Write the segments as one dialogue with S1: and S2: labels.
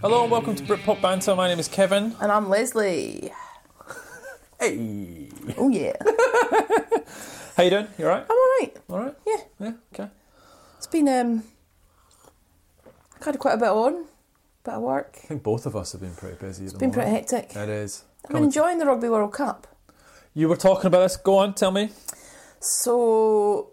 S1: Hello and welcome to Britpop Banter. My name is Kevin.
S2: And I'm Leslie.
S1: Hey,
S2: Oh yeah. I'm
S1: how you doing? You all right?
S2: alright.
S1: All right?
S2: Oh, Yeah.
S1: Yeah. Okay.
S2: It's been um kind of quite a bit on. Bit of work.
S1: I think both of us have been pretty busy. It's
S2: Been pretty hectic.
S1: It is.
S2: I'm enjoying the Rugby World Cup.
S1: you were talking about this. Go on, tell me.
S2: So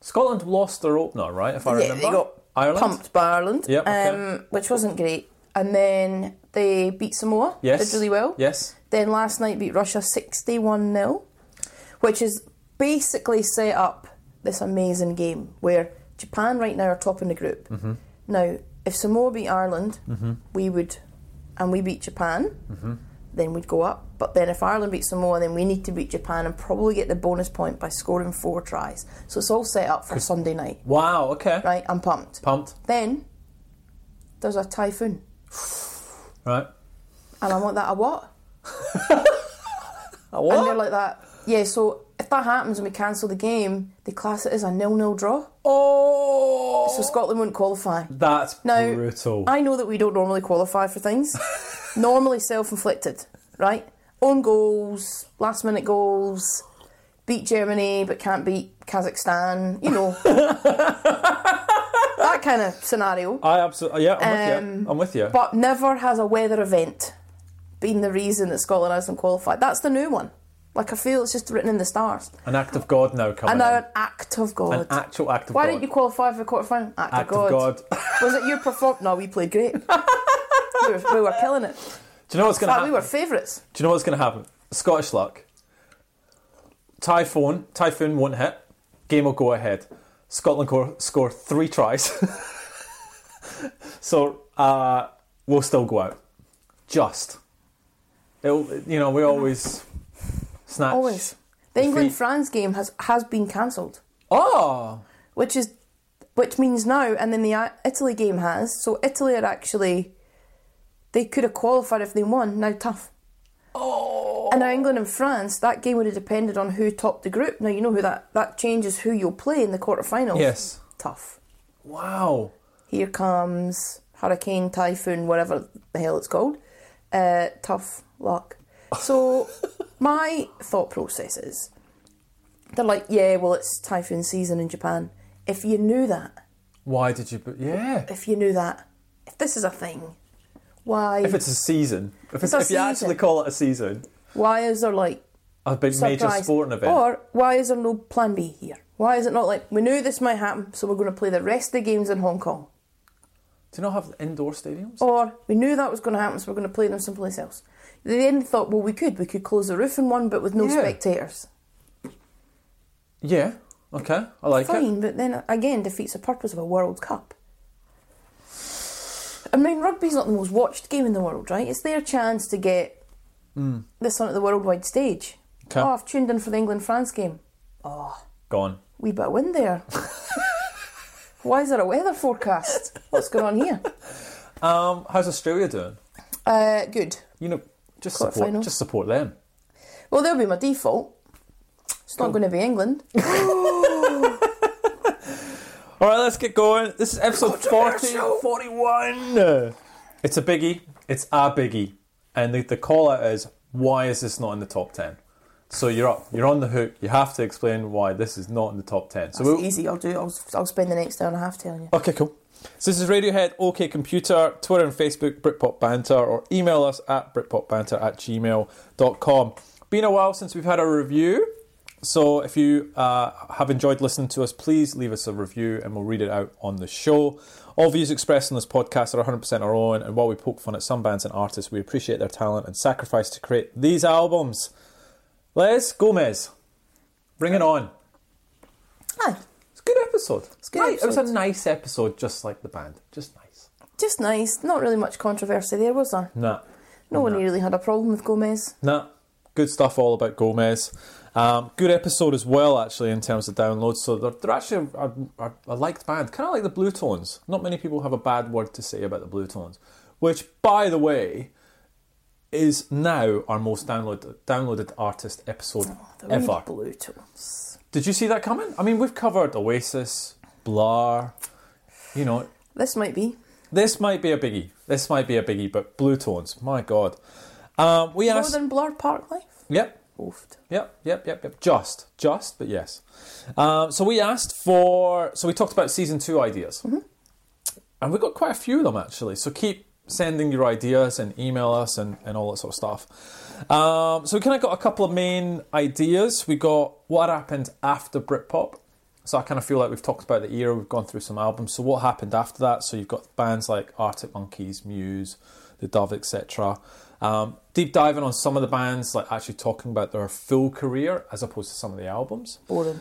S1: Scotland lost their opener, right? If I
S2: yeah,
S1: remember.
S2: they got
S1: Ireland.
S2: pumped by Ireland.
S1: Yep, okay.
S2: Um which wasn't great. And then they beat Samoa.
S1: Yes.
S2: Did really well.
S1: Yes.
S2: Then last night beat Russia 61 0, which is basically set up this amazing game where Japan right now are top in the group. Now, if Samoa beat Ireland, we would, and we beat Japan, then we'd go up. But then if Ireland beat Samoa, then we need to beat Japan and probably get the bonus point by scoring four tries. So it's all set up for Sunday night,
S1: Wow. Okay.
S2: right? I'm pumped.
S1: Pumped.
S2: Then there's a typhoon,
S1: Right.
S2: and I want that a what?
S1: A
S2: And they're like that. Yeah, so if that happens and we cancel the game, they class it as a nil-nil draw.
S1: oh.
S2: So Scotland wouldn't qualify.
S1: That's
S2: Now,
S1: brutal.
S2: I know that we don't normally qualify for things. normally self-inflicted, right? Own goals, last-minute goals, beat Germany but can't beat Kazakhstan. You know, that kind of scenario.
S1: I absolutely. Yeah. I'm with
S2: Um,
S1: you. I'm with you.
S2: But never has a weather event been the reason that Scotland hasn't qualified. That's the new one. Like I feel it's just written in the stars.
S1: An act of God now coming.
S2: And now
S1: in.
S2: an act of God.
S1: An actual act of
S2: Why
S1: God.
S2: didn't you qualify for the quarterfinal? Act,
S1: Act
S2: of
S1: of
S2: God.
S1: God.
S2: was it your perform? No, we played great. we, were, we were killing it. In
S1: Do you know what's going to
S2: fact,
S1: happen?
S2: we were favourites.
S1: Do you know what's going to happen? Scottish luck. Typhoon, typhoon won't hit. Game will go ahead. Scotland cor- score three tries, so uh, we'll still go out. Just, It'll, you know, we always snatch.
S2: Always. The England
S1: Defeat.
S2: France game has has been cancelled,
S1: Oh,
S2: which is which means now, and then the I- Italy game has. So Italy are actually they could have qualified if they won. Now tough.
S1: oh,
S2: And now England and France, that game would have depended on who topped the group. Now you know who that that changes who you'll play in the quarterfinals.
S1: yes.
S2: Tough.
S1: Wow.
S2: Here comes hurricane, typhoon, whatever the hell it's called. Uh, tough luck. So my thought process is, they're like, yeah, well, it's typhoon season in Japan. If you knew that,
S1: Why did you? Put, yeah.
S2: if you knew that, if this is a thing, why?
S1: If it's a season, if, it's,
S2: a
S1: if you actually
S2: season.
S1: call it a season,
S2: why is there like
S1: a big major
S2: surprise?
S1: sporting event.
S2: Or why is there no plan B here? Why is it not like we knew this might happen, so we're going to play the rest of the games in Hong Kong?
S1: Do you not have indoor stadiums?
S2: Or we knew that was going to happen, so we're going to play them someplace else. They then thought, well, we could. We could close the roof in one, but with no
S1: Yeah.
S2: spectators.
S1: Yeah. Okay. I like it.
S2: Fine, but then again, defeats the purpose of a World Cup. I mean, rugby's not the most watched game in the world, right? It's their chance to get
S1: Hmm.
S2: this onto the worldwide stage.
S1: 'Kay.
S2: Oh, I've tuned in for the England France game.
S1: Gone.
S2: Wee bit of wind there. Why is there a weather forecast? What's going on here?
S1: Um, how's Australia doing?
S2: Uh, good.
S1: You know, just support,
S2: Quarterfinal.
S1: just support them.
S2: Well, they'll be my default. It's not going to be England.
S1: All right, let's get going. This is episode 40,
S2: Controversial.
S1: 41. It's a biggie. It's a biggie, and the, the call out is why is this not in the top ten? So you're up. You're on the hook. You have to explain why this is not in the top ten. So
S2: It's
S1: we'll,
S2: easy. I'll do. I'll, I'll spend the next hour and a half telling you.
S1: Okay, cool. So this is Radiohead, OK Computer, Twitter and Facebook, Britpop Banter, or email us at britpopbanter at gmail.com. Been a while since we've had a review, so if you uh, have enjoyed listening to us, please leave us a review and we'll read it out on the show. All views expressed on this podcast are 100% our own, and while we poke fun at some bands and artists, we appreciate their talent and sacrifice to create these albums. Les Gomez, bring it on.
S2: Aye.
S1: It's a good episode. It's
S2: good
S1: It was a
S2: episode.
S1: nice episode, just like the band. Just nice.
S2: Just nice. Not really much controversy there, was there?
S1: Nah.
S2: No one really had a problem with Gomez.
S1: Nah. Good stuff all about Gomez. Um, good episode as well, actually, in terms of downloads. So they're, they're actually a, a, a liked band, kind of like the Blue Tones. Not many people have a bad word to say about the Blue Tones, which, by the way, is now our most downloaded downloaded artist episode
S2: The wee
S1: ever.
S2: Blue tones.
S1: Did you see that coming? I mean, we've covered Oasis, Blur, you know,
S2: This might be.
S1: This might be a biggie. This might be a biggie, but blue tones, my god. Um, we
S2: More
S1: asked.
S2: than Blur Park Life.
S1: yep,
S2: Oofed.
S1: Yep, yep, yep, yep. Just, just, but yes. Um, so we asked for. So we talked about season two ideas, and we got quite a few of them actually. So keep sending your ideas and email us and, and all that sort of stuff. Um, so we kind of got a couple of main ideas. We got what happened after Britpop. So I kind of feel like we've talked about the era. We've gone through some albums. So what happened after that? So you've got bands like Arctic Monkeys, Muse, The Dove, etc. Um, deep diving on some of the bands, like actually talking about their full career as opposed to some of the albums.
S2: Boring.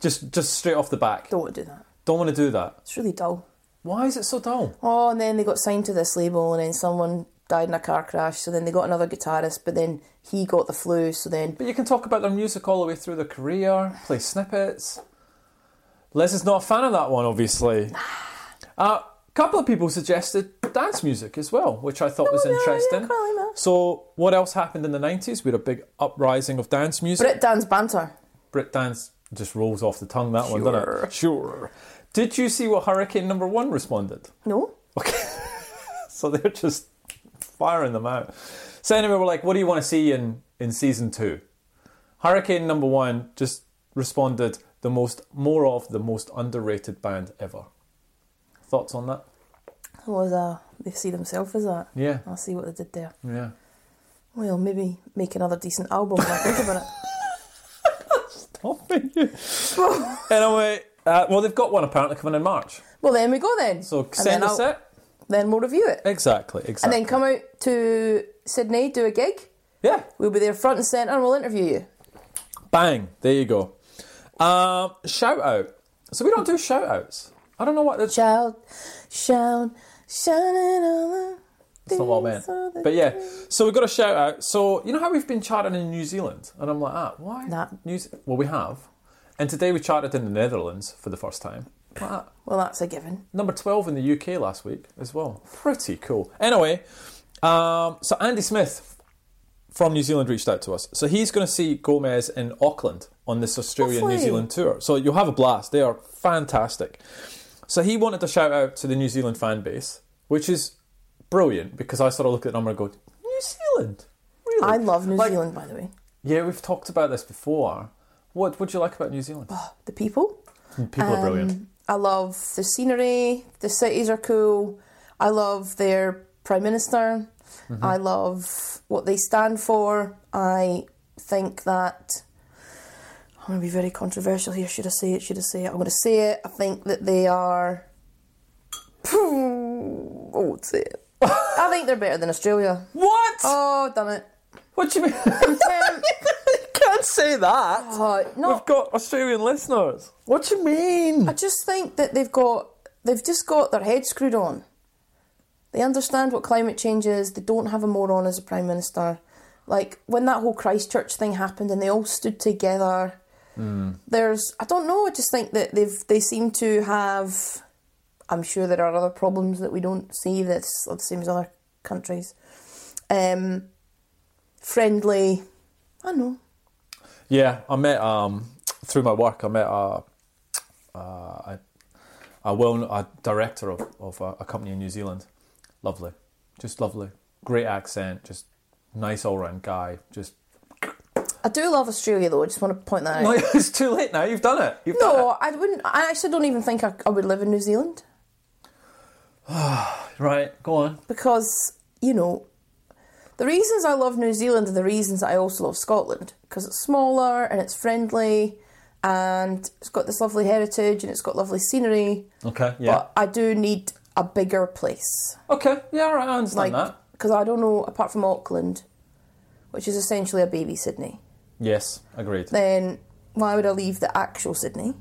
S1: Just just straight off the back.
S2: Don't want to do that.
S1: Don't want to do that.
S2: It's really dull.
S1: Why is it so dull?
S2: Oh, and then they got signed to this label, and then someone died in a car crash. So then they got another guitarist, but then he got the flu. So then
S1: But you can talk about their music all the way through their career, play snippets. Les is not a fan of that one, obviously. A couple of people suggested dance music as well, which I thought was
S2: Oh, no, no,
S1: interesting.
S2: quite like that.
S1: so, what else happened in the 90s? We had a big uprising of dance music.
S2: Brit Dan's banter.
S1: Brit dance just rolls off the tongue, that one, doesn't
S2: Sure.
S1: it? Sure. Did you see what Hurricane Number One responded?
S2: No,
S1: Okay. so they're just firing them out. So anyway, we're like, what do you want to see in, in season two? Hurricane number one just responded the most more of the most underrated band ever. Thoughts on that?
S2: it was uh, they see themselves as that.
S1: Yeah.
S2: I'll see what they did there.
S1: Yeah.
S2: Well, maybe make another decent album. when I think about it.
S1: Stop it. Oh, anyway, uh, well they've got one apparently coming in March.
S2: Well, then we go then.
S1: So
S2: And
S1: send
S2: then
S1: us
S2: I'll-
S1: it.
S2: Then we'll review it,
S1: Exactly,
S2: and
S1: exactly.
S2: then come out to Sydney, do a gig.
S1: yeah.
S2: We'll be there front and centre, and we'll interview you.
S1: Bang. There you go. Um, shout out. So we don't do shout outs. I don't know what the
S2: Shout, shout, shout it all.
S1: It's not what I meant. But yeah, so we've got a shout out. So you know how we've been charted in New Zealand, and I'm like, ah, why?
S2: Nah.
S1: New Ze- well, we have, and today we charted in the Netherlands for the first time. Like ah, that.
S2: Well, that's a given.
S1: Number twelve in the UK last week as well. Pretty cool. Anyway, um, so Andy Smith from New Zealand reached out to us. So he's going to see Gomez in Auckland on this Australian New
S2: Lovely.
S1: Zealand tour. So you'll have a blast. They are fantastic. So he wanted to shout out to the New Zealand fan base, which is brilliant because I sort of look at the number and go, New Zealand? Really?
S2: I love New
S1: Like-
S2: Zealand, by the way.
S1: Yeah, we've talked about this before. What would you like about New Zealand?
S2: Oh, The people.
S1: People are brilliant.
S2: Um, I love the scenery. The cities are cool. I love their prime minister.
S1: Mm-hmm.
S2: I love what they stand for. I think that I'm going to be very controversial here. Should I say it? Should I say it? I'm going to say it. I think that they are. I won't say it. I think they're better than Australia.
S1: What?
S2: Oh, done it.
S1: what do you mean?
S2: Um,
S1: you can't say that.
S2: oh, no,
S1: We've got Australian listeners. What do you mean?
S2: I just think that they've got they've just got their head screwed on. They understand what climate change is. They don't have a moron as a prime minister. Like when that whole Christchurch thing happened and they all stood together. There's I don't know. I just think that they've they seem to have. I'm sure there are other problems that we don't see. That's the same as other countries. Um, friendly. I know.
S1: Yeah, I met um through my work. I met a uh, a, a well a director of of a, a company in New Zealand. Lovely, just lovely. Great accent, just nice all round guy. Just
S2: I do love Australia though. I just want to point that out.
S1: no, it's too late now. You've done it. You've done
S2: No, I wouldn't. I actually don't even think I, I would live in New Zealand
S1: it. Right, go on.
S2: because you know the reasons I love New Zealand are the reasons I also love Scotland because it's smaller and it's friendly and it's got this lovely heritage and it's got lovely scenery.
S1: Okay, yeah.
S2: But I do need a bigger place,
S1: okay, yeah. All right, I
S2: like
S1: understand that.
S2: because I don't know apart from Auckland, which is essentially a baby Sydney.
S1: Yes, agreed.
S2: Then why would I leave the actual Sydney?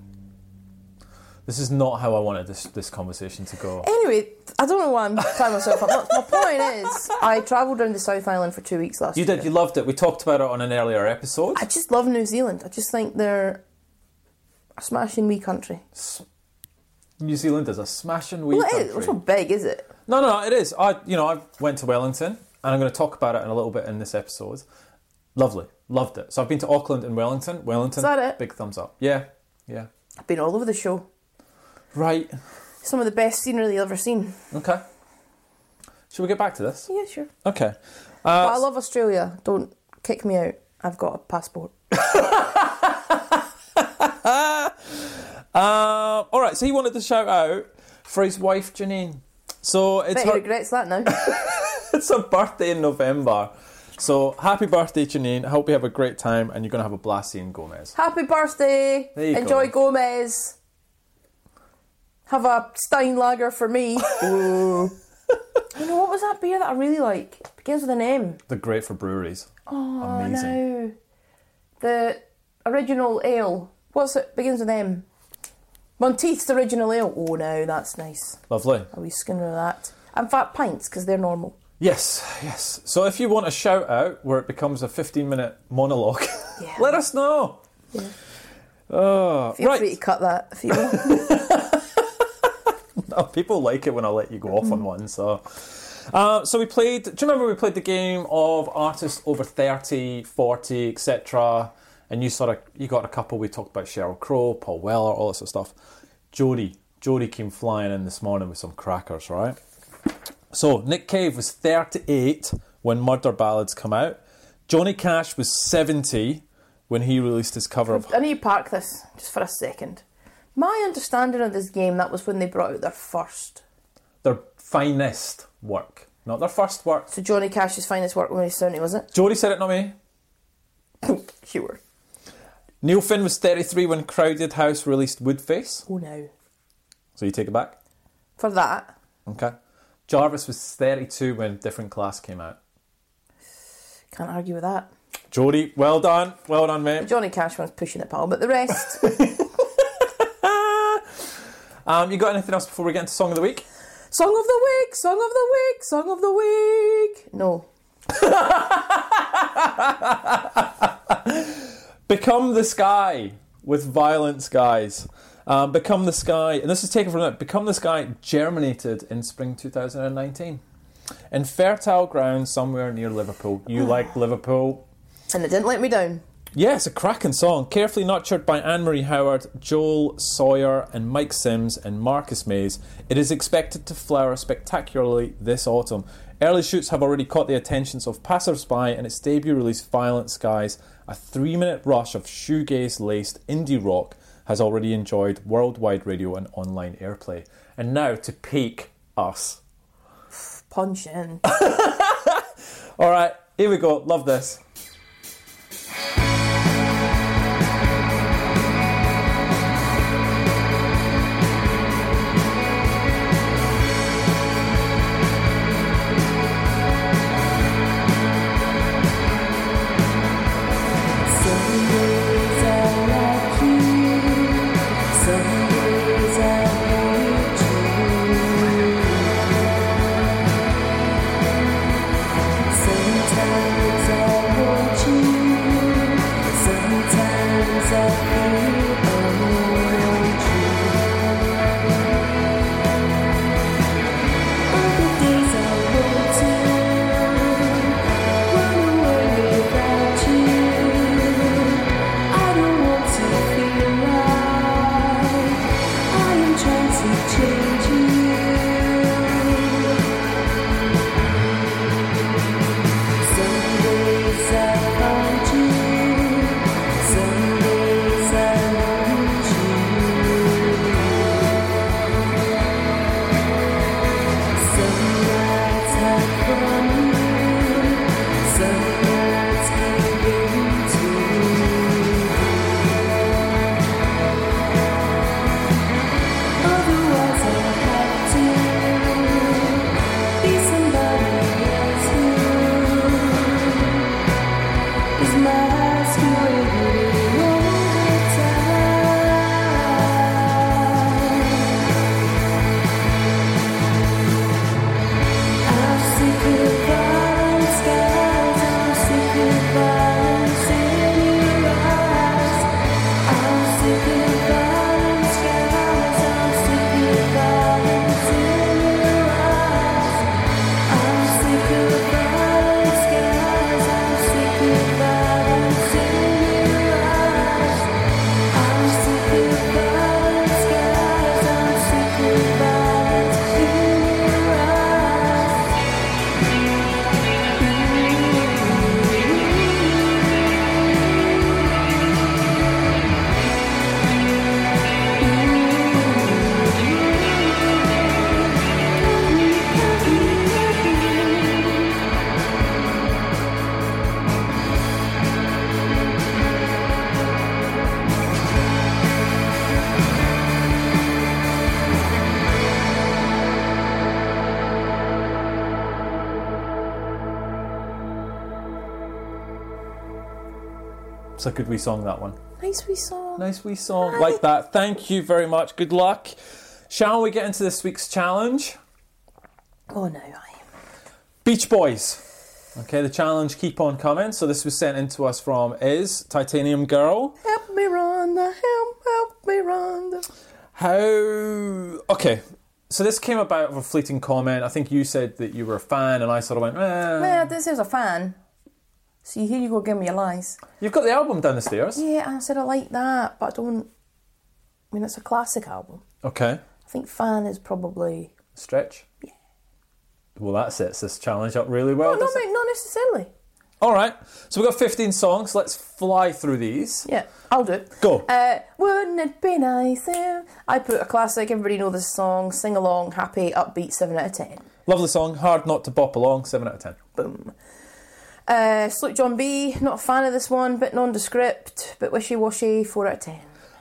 S1: This is not how I wanted this this conversation to go.
S2: Anyway, I don't know why I'm tying myself up. My point is, I travelled around the South Island for two weeks last
S1: You
S2: year.
S1: did. You loved it. We talked about it on an earlier episode.
S2: I just love New Zealand. I just think they're a smashing wee country.
S1: New Zealand is a smashing wee
S2: Well, it
S1: country.
S2: is. It's not big, is it?
S1: No, no, no, it is. I, you know, I went to Wellington, and I'm going to talk about it in a little bit in this episode. Lovely, loved it. So I've been to Auckland and Wellington. Wellington,
S2: Is that it?
S1: big thumbs up. Yeah, yeah.
S2: I've been all over the show.
S1: Right.
S2: Some of the best scenery you've ever seen.
S1: Okay. Shall we get back to this?
S2: Yeah, sure.
S1: Okay.
S2: but I love Australia. Don't kick me out. I've got a passport.
S1: Um, all right. So he wanted to shout out for his wife Janine. So it's
S2: Bet he
S1: her,
S2: regrets that now.
S1: it's her birthday in November. So happy birthday, Janine. I hope you have a great time and you're going to have a blast seeing Gomez.
S2: Happy birthday.
S1: There you
S2: Enjoy
S1: go.
S2: Gomez. Have a Stein lager for me. Ooh. you know, what was that beer that I really like? It begins with an M.
S1: They're great for breweries.
S2: Oh,
S1: Amazing.
S2: no. The original ale. What's it? Begins with M. Monteith's original ale. Oh, no, that's nice.
S1: Lovely.
S2: Are we skinner of that? And fat pints, because they're normal.
S1: Yes, yes. So if you want a shout out where it becomes a 15 minute monologue,
S2: Yeah.
S1: let us know. Oh,
S2: Feel
S1: right.
S2: free to cut that if you want.
S1: Oh, people like it when I let you go off on one. So, uh, so we played. Do you remember we played the game of artists over 30, 40, etc. And you sort of you got a couple. We talked about Cheryl Crow, Paul Weller, all that sort of stuff. Jody, Jody came flying in this morning with some crackers, right? So Nick Cave was 38 when Murder Ballads come out. Johnny Cash was 70 when he released his cover of
S2: I need to park this just for a second. My understanding of this game, that was when they brought out their first.
S1: their finest work, not their first work.
S2: So Johnny Cash's finest work when he was 70, was it?
S1: Jody said it, not me.
S2: Sure.
S1: Neil Finn was 33 when Crowded House released Woodface.
S2: Oh no.
S1: So you take it back.
S2: For that,
S1: Okay. Jarvis was 32 when Different Class came out.
S2: can't argue with that.
S1: Jody, well done. Well done,
S2: The
S1: mate.
S2: Johnny Cash one's pushing it, pal, but the rest.
S1: Um, you got anything else before we get into Song of the Week?
S2: song of the week, song of the week, song of the week. No.
S1: Become the Sky with Violence Guys. Um, Become the Sky, and this is taken from that. Become the Sky germinated in spring 2019 in fertile ground somewhere near Liverpool. You like Liverpool?
S2: And it didn't let me down.
S1: Yeah, it's a cracking song. Carefully nurtured by Anne Marie Howard, Joel Sawyer, and Mike Sims and Marcus Mays, it is expected to flower spectacularly this autumn. Early shoots have already caught the attentions of passersby, and its debut release, Violent Skies, a three minute rush of shoegaze laced indie rock, has already enjoyed worldwide radio and online airplay. And now to peak us.
S2: Punch in.
S1: All right, here we go. Love this.
S3: Some days I find you, some days I
S1: It's a good wee song, that one.
S2: Nice wee song.
S1: Nice wee song. Like that. Thank you very much. Good luck. Shall we get into this week's challenge?
S2: Oh no, I
S1: Beach Boys. Okay, the challenge keep on coming. So this was sent in to us from Is Titanium Girl.
S2: help me Rhonda, help help me Rhonda.
S1: How? Okay, so this came about of a fleeting comment. I think you said that you were a fan, and I sort of went, eh.
S2: Well, this is a fan. So here you go, give me your lies.
S1: You've got the album down the stairs.
S2: Yeah, and I said I like that, but I don't. I mean, it's a classic album.
S1: Okay,
S2: I think fan is probably.
S1: stretch. Well, that sets this challenge up really well.
S2: Oh, no,
S1: doesn't it?
S2: mate, not necessarily.
S1: All right, so we've got 15 songs. Let's fly through these.
S2: Yeah, I'll do it.
S1: Go.
S2: Uh, wouldn't it be nice if I put a classic? Everybody know this song. Sing along, happy, upbeat, seven out of ten.
S1: Lovely song, hard not to bop along, 7 out of 10.
S2: Boom. Uh, Sloop John B. Not a fan of this one. Bit nondescript, bit wishy washy. Four out of ten.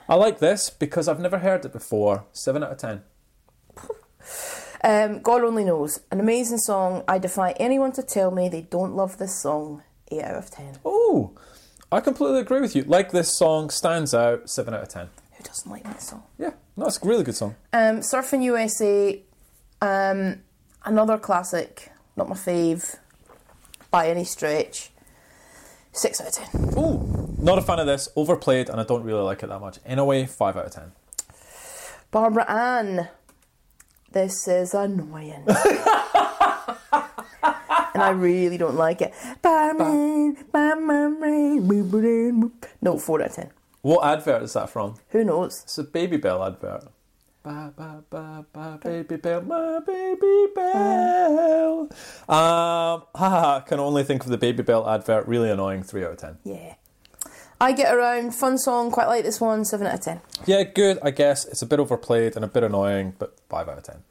S1: I like this because I've never heard it before, 7 out of 10.
S2: Um, God only knows. An amazing song. I defy anyone to tell me they don't love this song. Eight out of ten.
S1: Oh, I completely agree with you. Like this song, stands out, 7 out of 10.
S2: Who doesn't like that song?
S1: Yeah, no, it's a really good song.
S2: Um, Surfing USA, um, another classic, not my fave by any stretch. Six out of ten.
S1: Ooh, not a fan of this. Overplayed, and I don't really like it that much. Anyway, five out of ten.
S2: Barbara Ann, this is annoying. and I really don't like it. Barbara Ann, Barbara Ann, Barbara Ann. No, four out of ten.
S1: What advert is that from?
S2: Who knows?
S1: It's a Baby Bell advert. Ba ba ba ba, baby bell, my baby bell. Um, haha, can only think of the Baby Bell advert. Really annoying. Three out of ten.
S2: Yeah. I get around. Fun song. Quite like this one. Seven out of ten.
S1: Yeah, good. I guess it's a bit overplayed and a bit annoying, but five out of ten.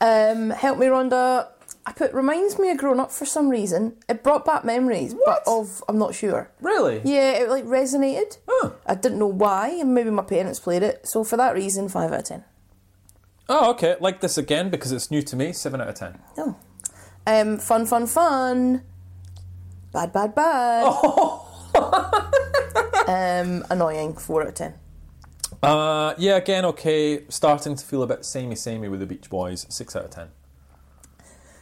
S2: Um, Help Me Rhonda. I put reminds me of grown up for some reason. It brought back memories,
S1: What?
S2: but of I'm not sure.
S1: Really?
S2: Yeah, it like resonated.
S1: Huh.
S2: I didn't know why, and maybe my parents played it. So for that reason, five out of ten.
S1: Oh, okay. Like this again because it's new to me. Seven out of ten.
S2: No. Oh. Um, fun, fun, fun. Bad, bad, bad. um, annoying. Four out of ten.
S1: Uh, yeah, again, okay. Starting to feel a bit samey, samey with the Beach Boys. Six out of ten.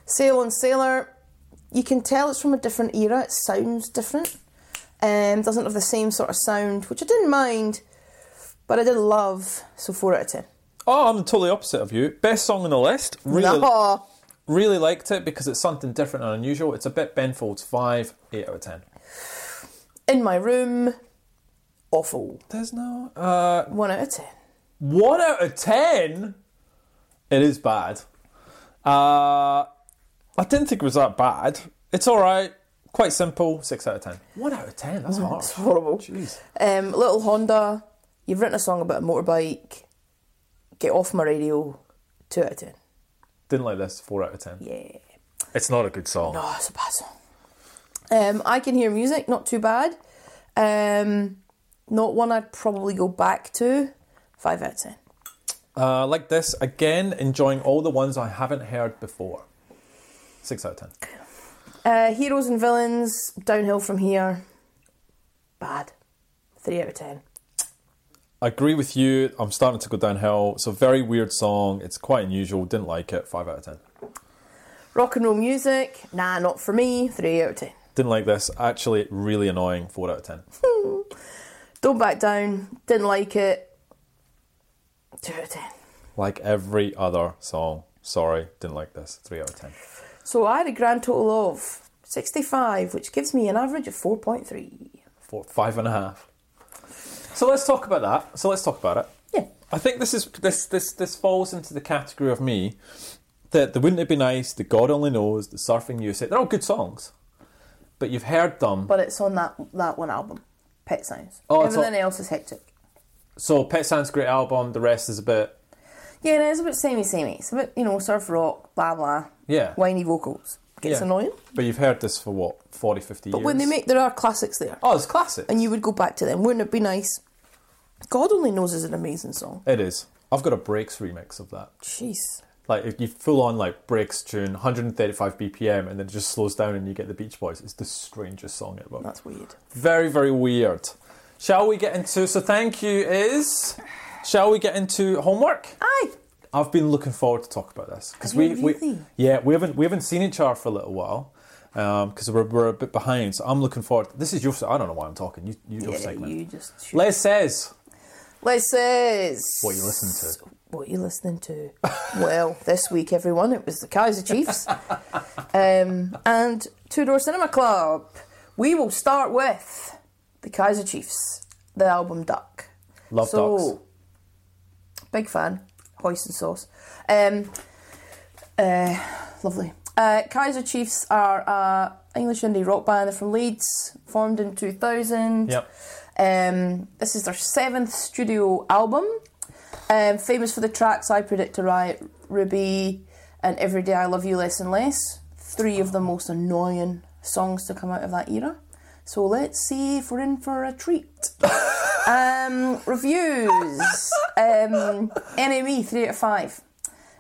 S2: Sail on Sailor. You can tell it's from a different era. It sounds different. Um, doesn't have the same sort of sound, which I didn't mind, but I did love. So four out of ten.
S1: Oh, I'm totally opposite of you. Best song on the list. Really,
S2: No.
S1: really liked it because it's something different and unusual. It's a bit Ben Folds five, eight out of ten.
S2: In my room. Awful.
S1: There's no uh,
S2: One out of ten.
S1: one out of ten. It is bad. Uh, I didn't think it was that bad. It's all right. Quite simple. Six out of ten. One out of ten. That's harsh.
S2: It's horrible.
S1: Jeez.
S2: Um, Little Honda. You've written a song about a motorbike. Get off my radio. Two out of ten.
S1: Didn't like this. Four out of ten.
S2: Yeah.
S1: It's not a good song.
S2: Oh, it's a bad song. Um, I can hear music, not too bad. Um, not one I'd probably go back to. Five out of ten.
S1: Uh, like this again. Enjoying all the ones I haven't heard before. Six out of ten.
S2: Uh, Heroes and villains, downhill from here. Bad. Three out of ten.
S1: I agree with you. I'm starting to go downhill. It's a very weird song. It's quite unusual. Didn't like it. Five out of ten.
S2: Rock and roll music, nah, not for me. Three out of ten.
S1: Didn't like this. Actually, really annoying. Four out of ten.
S2: Don't back down. Didn't like it. Two out of ten.
S1: Like every other song. Sorry, didn't like this. Three out of ten.
S2: So I had a grand total of sixty-five, which gives me an average of four point three.
S1: Four, five and a half. So let's talk about that. So let's talk about it.
S2: Yeah.
S1: I think this is this this this falls into the category of me that the wouldn't it be nice, the God only knows, the surfing music. They're all good songs, but you've heard them.
S2: but it's on that that one album, Pet Sounds.
S1: Oh, it's
S2: Everything
S1: on-
S2: else is hectic.
S1: So Pet Sounds great album. The rest is a bit
S2: Yeah, it is a bit samey samey. It's a bit you know surf rock, blah blah.
S1: Yeah.
S2: Whiny vocals gets
S1: Yeah.
S2: annoying.
S1: But you've heard this for what 40, 50
S2: But
S1: years.
S2: when they make there are classics there,
S1: oh, it's classic.
S2: and you would go back to them. Wouldn't it be nice? God only knows is an amazing song.
S1: It is. I've got a breaks remix of that.
S2: Jeez.
S1: Like if you full on like breaks tune, 135 BPM, and then it just slows down and you get the Beach Boys. It's the strangest song ever.
S2: That's weird.
S1: Very very weird. Shall we get into? So thank you. Is shall we get into homework?
S2: Aye.
S1: I've been looking forward to talk about this because
S2: Have
S1: we,
S2: you
S1: we
S2: Oh, really?
S1: yeah we haven't we haven't seen each other for a little while because we're, we're a bit behind. So I'm looking forward. This is your. se- I don't know why I'm talking. You, you your
S2: Yeah,
S1: segment.
S2: you just shoot.
S1: Les says
S2: Let's say
S1: what you listen to.
S2: What are you listening to? well, this week, everyone, it was the Kaiser Chiefs um, and Two Door Cinema Club. We will start with the Kaiser Chiefs, the album Duck.
S1: Love
S2: so, Big fan, hoisin sauce. Um, uh, lovely. Uh, Kaiser Chiefs are uh, English indie rock band. They're from Leeds, formed in 2000.
S1: Yep.
S2: Um, this is their seventh studio album. Um, famous for the tracks I Predict a Riot, Ruby, and Every Day I Love You Less and Less. Three of the most annoying songs to come out of that era. So let's see if we're in for a treat. um, reviews um, NME 3 out of 5.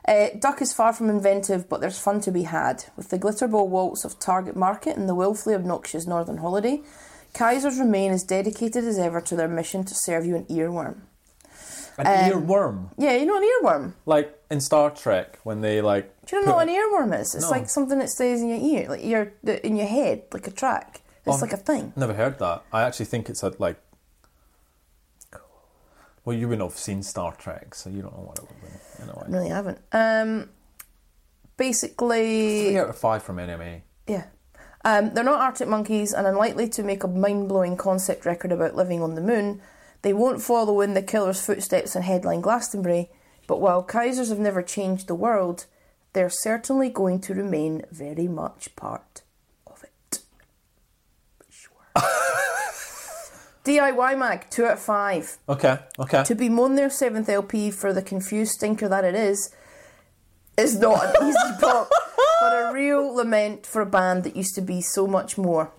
S2: Uh, Duck is far from inventive, but there's fun to be had. With the glitterball waltz of Target Market and the willfully obnoxious Northern Holiday, Kaisers remain as dedicated as ever to their mission to serve you an earworm.
S1: An
S2: Um,
S1: earworm,
S2: Yeah, you know an earworm.
S1: like in Star Trek when they like.
S2: Do you know what
S1: put-
S2: an earworm is? It's
S1: No.
S2: like something that stays in your ear, like your in your head, like a track. It's
S1: Um,
S2: like a thing.
S1: Never heard that. I actually think it's a like. Well, you wouldn't have seen Star Trek, so you don't know what it would be. In a way.
S2: Really, haven't. Um, basically,
S1: Three out of five from NMA.
S2: Yeah. Um, they're not Arctic monkeys and unlikely to make a mind blowing concept record about living on the moon. They won't follow in the killer's footsteps and headline Glastonbury, but while Kaisers have never changed the world, they're certainly going to remain very much part of it. Sure. DIY Mag, 2 out of 5
S1: Okay, okay.
S2: to bemoan their seventh LP for the confused stinker that it is, is not an easy pop, but a real lament for a band that used to be so much more.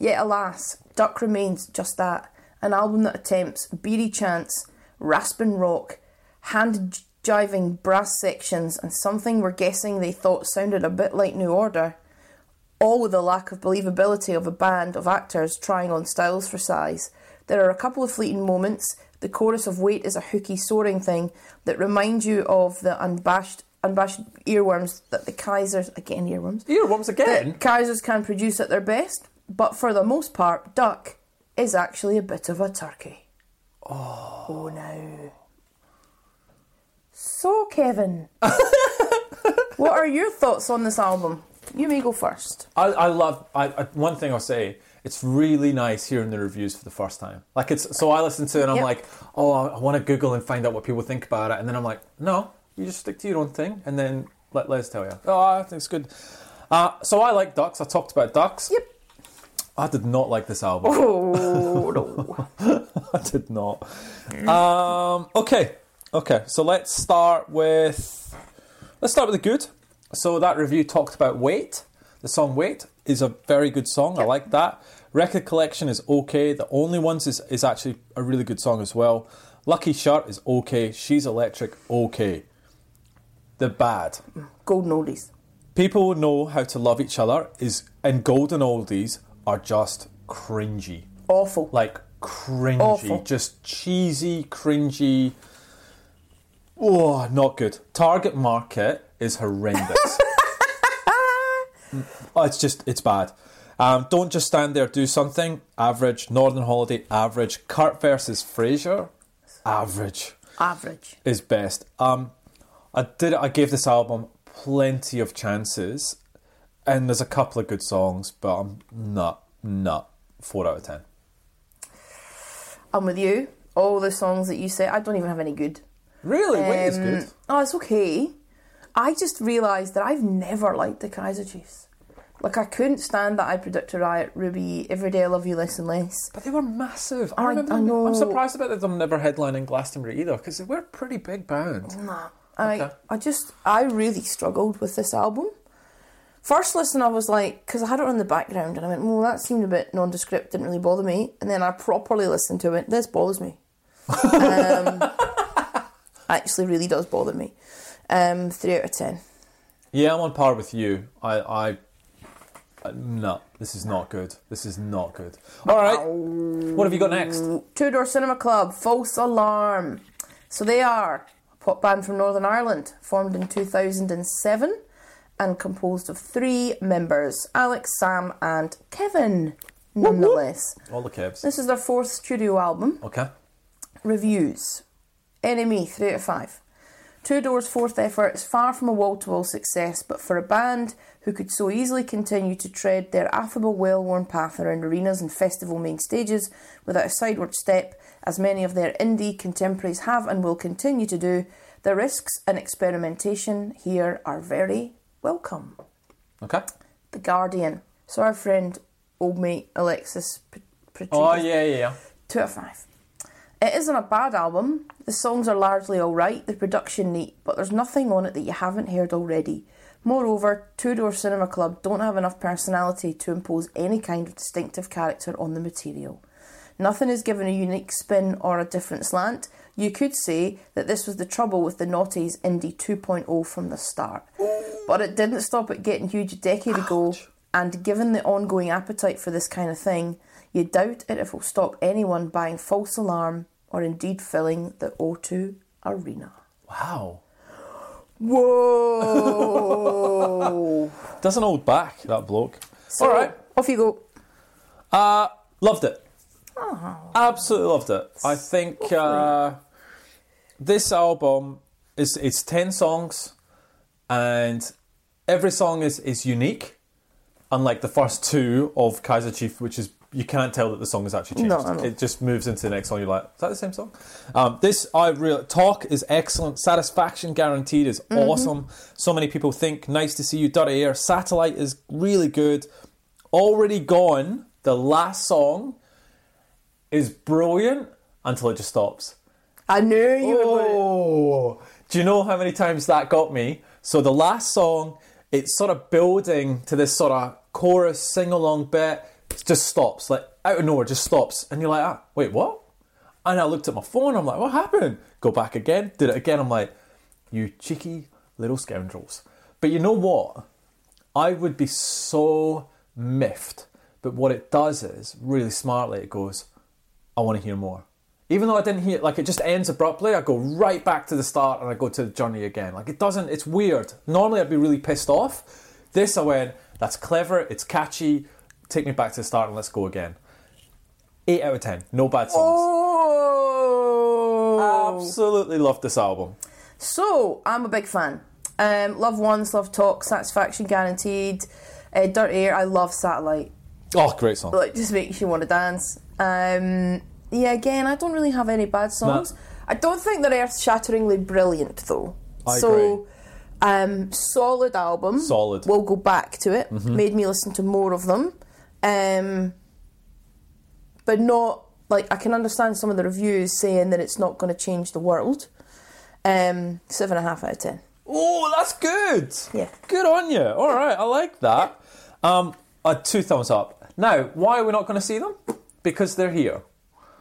S2: Yet, alas, Duck remains just that an album that attempts beady chants, rasping rock, hand j- jiving brass sections, and something we're guessing they thought sounded a bit like New Order. All with a lack of believability of a band of actors trying on styles for size. There are a couple of fleeting moments. The chorus of Wait is a hooky soaring thing that reminds you of the unbashed unbashed earworms that the Kaisers again earworms
S1: Earworms again.
S2: that Kaisers can produce at their best, but for the most part, duck is actually a bit of a turkey. Oh, no. So, Kevin, what are your thoughts on this album? You may go first.
S1: I, I love I, I, one thing I'll say. It's really nice hearing the reviews for the first time. Like it's so I listen to it and I'm
S2: Yep.
S1: like, oh, I, want to Google and find out what people think about it, and then I'm like, no, you just stick to your own thing, and then let Les tell you. Oh, I think it's good. Uh, so I like ducks. I talked about ducks.
S2: Yep.
S1: I did not like this album.
S2: Oh, no.
S1: I did not. Um, okay, okay. So let's start with let's start with the good. So that review talked about weight. The song "Weight" is a very good song. I like that. Record collection is okay. The only ones is is actually a really good song as well. Lucky Shirt is okay. She's electric. Okay. The bad.
S2: Golden oldies.
S1: People know how to love each other is and golden oldies are just cringy
S2: Awful.
S1: like cringy,
S2: Awful.
S1: just cheesy, cringy. Oh, not good. Target market is horrendous. oh, it's just it's bad. Um, don't just stand there, do something. Average. Northern Holiday, average. Cart versus Fraser, average
S2: Average.
S1: is best. Um, I did. I gave this album plenty of chances, and there's a couple of good songs, but I'm not not four out of ten.
S2: I'm with you. All the songs that you say, I don't even have any good.
S1: Really, wait is
S2: Um,
S1: good.
S2: Oh, it's okay. I just realised that I've never liked the Kaiser Chiefs. Like, I couldn't stand that I predict a riot, Ruby, Every Day I Love You Less and Less.
S1: But they were massive. I,
S2: I-
S1: remember.
S2: I
S1: them- I'm
S2: know.
S1: surprised about that them never headlining Glastonbury either, because they were a pretty big band.
S2: Nah. I,
S1: Okay.
S2: I just, I really struggled with this album. First listen, I was like, because I had it on the background and I went, well, that seemed a bit nondescript, didn't really bother me. And then I properly listened to it, went, this bothers me. um, actually, really does bother me. Um, three out of ten.
S1: Yeah, I'm on par with you. I, I Uh, no, this is not good. This is not good. All right. What have you got next?
S2: Two Door Cinema Club, False Alarm. So they are a pop band from Northern Ireland, formed in 2007 and composed of three members Alex, Sam, and Kevin, nonetheless.
S1: All the kebs.
S2: This is their fourth studio album.
S1: Okay.
S2: Reviews NME 3 out of 5. Two Doors' fourth effort is far from a wall to wall success, but for a band who could so easily continue to tread their affable, well worn path around arenas and festival main stages without a sideward step, as many of their indie contemporaries have and will continue to do, the risks and experimentation here are very welcome.
S1: Okay.
S2: The Guardian. So our friend, old mate Alexis P-
S1: Oh
S2: Petridis
S1: yeah, yeah, yeah.
S2: two out of five. It isn't a bad album. The songs are largely alright, the production neat, but there's nothing on it that you haven't heard already. Moreover, Two Door Cinema Club don't have enough personality to impose any kind of distinctive character on the material. Nothing is given a unique spin or a different slant. You could say that this was the trouble with the Naughty's Indie 2.0 from the start. But it didn't stop it getting huge a decade ago, and given the ongoing appetite for this kind of thing, you doubt it if it will stop anyone buying false alarm or indeed filling the O2 arena.
S1: Wow.
S2: Whoa!
S1: Doesn't hold back that bloke.
S2: so,
S1: All right.
S2: Off you go.
S1: Uh, loved it.
S2: Oh.
S1: Absolutely loved it. I think uh, this album is it's ten songs, and every song is is unique. Unlike the first two of Kaiser Chief, which is you can't tell that the song has actually changed.
S2: No, I know.
S1: It just moves into the next song. You're like, is that the same song? Um, this I real talk is excellent. Satisfaction guaranteed is
S2: Mm-hmm.
S1: awesome. So many people think nice to see you. Dirty air. Satellite is really good. Already gone. The last song is brilliant until it just stops.
S2: I knew you were going to.
S1: Oh, do you know how many times that got me? So the last song, it's sort of building to this sort of chorus sing along bit. It just stops, like out of nowhere, just stops, and you're like, ah, wait, what? And I looked at my phone. I'm like, what happened? Go back again. Did it again. I'm like, you cheeky little scoundrels. But you know what? I would be so miffed. But what it does is, really smartly, it goes, I want to hear more. Even though I didn't hear, like it just ends abruptly, I go right back to the start and I go to the journey again. Like it doesn't, it's weird. Normally I'd be really pissed off. This I went, that's clever, it's catchy, take me back to the start and let's go again. 8 out of 10, no bad songs.
S2: Oh!
S1: Absolutely love this album.
S2: So, I'm a big fan. Um, love Once, Love Talk, Satisfaction Guaranteed, uh, Dirty Air. I love Satellite.
S1: Oh, great song.
S2: Like, just makes you want to dance. Um, yeah, again, I don't really have any bad songs. I don't think they're earth shatteringly brilliant, though.
S1: I
S2: so, Um, solid album.
S1: Solid. Mm-hmm.
S2: We'll go back to it. Made me listen to more of them. Um, but not, like, I can understand some of the reviews saying that it's not going to change the world. Um, seven and a half out of ten.
S1: Oh, that's good.
S2: Yeah.
S1: Good on you. All right, I like that. Um, uh, two thumbs up. Now, why are we not going to see them? Because they're here.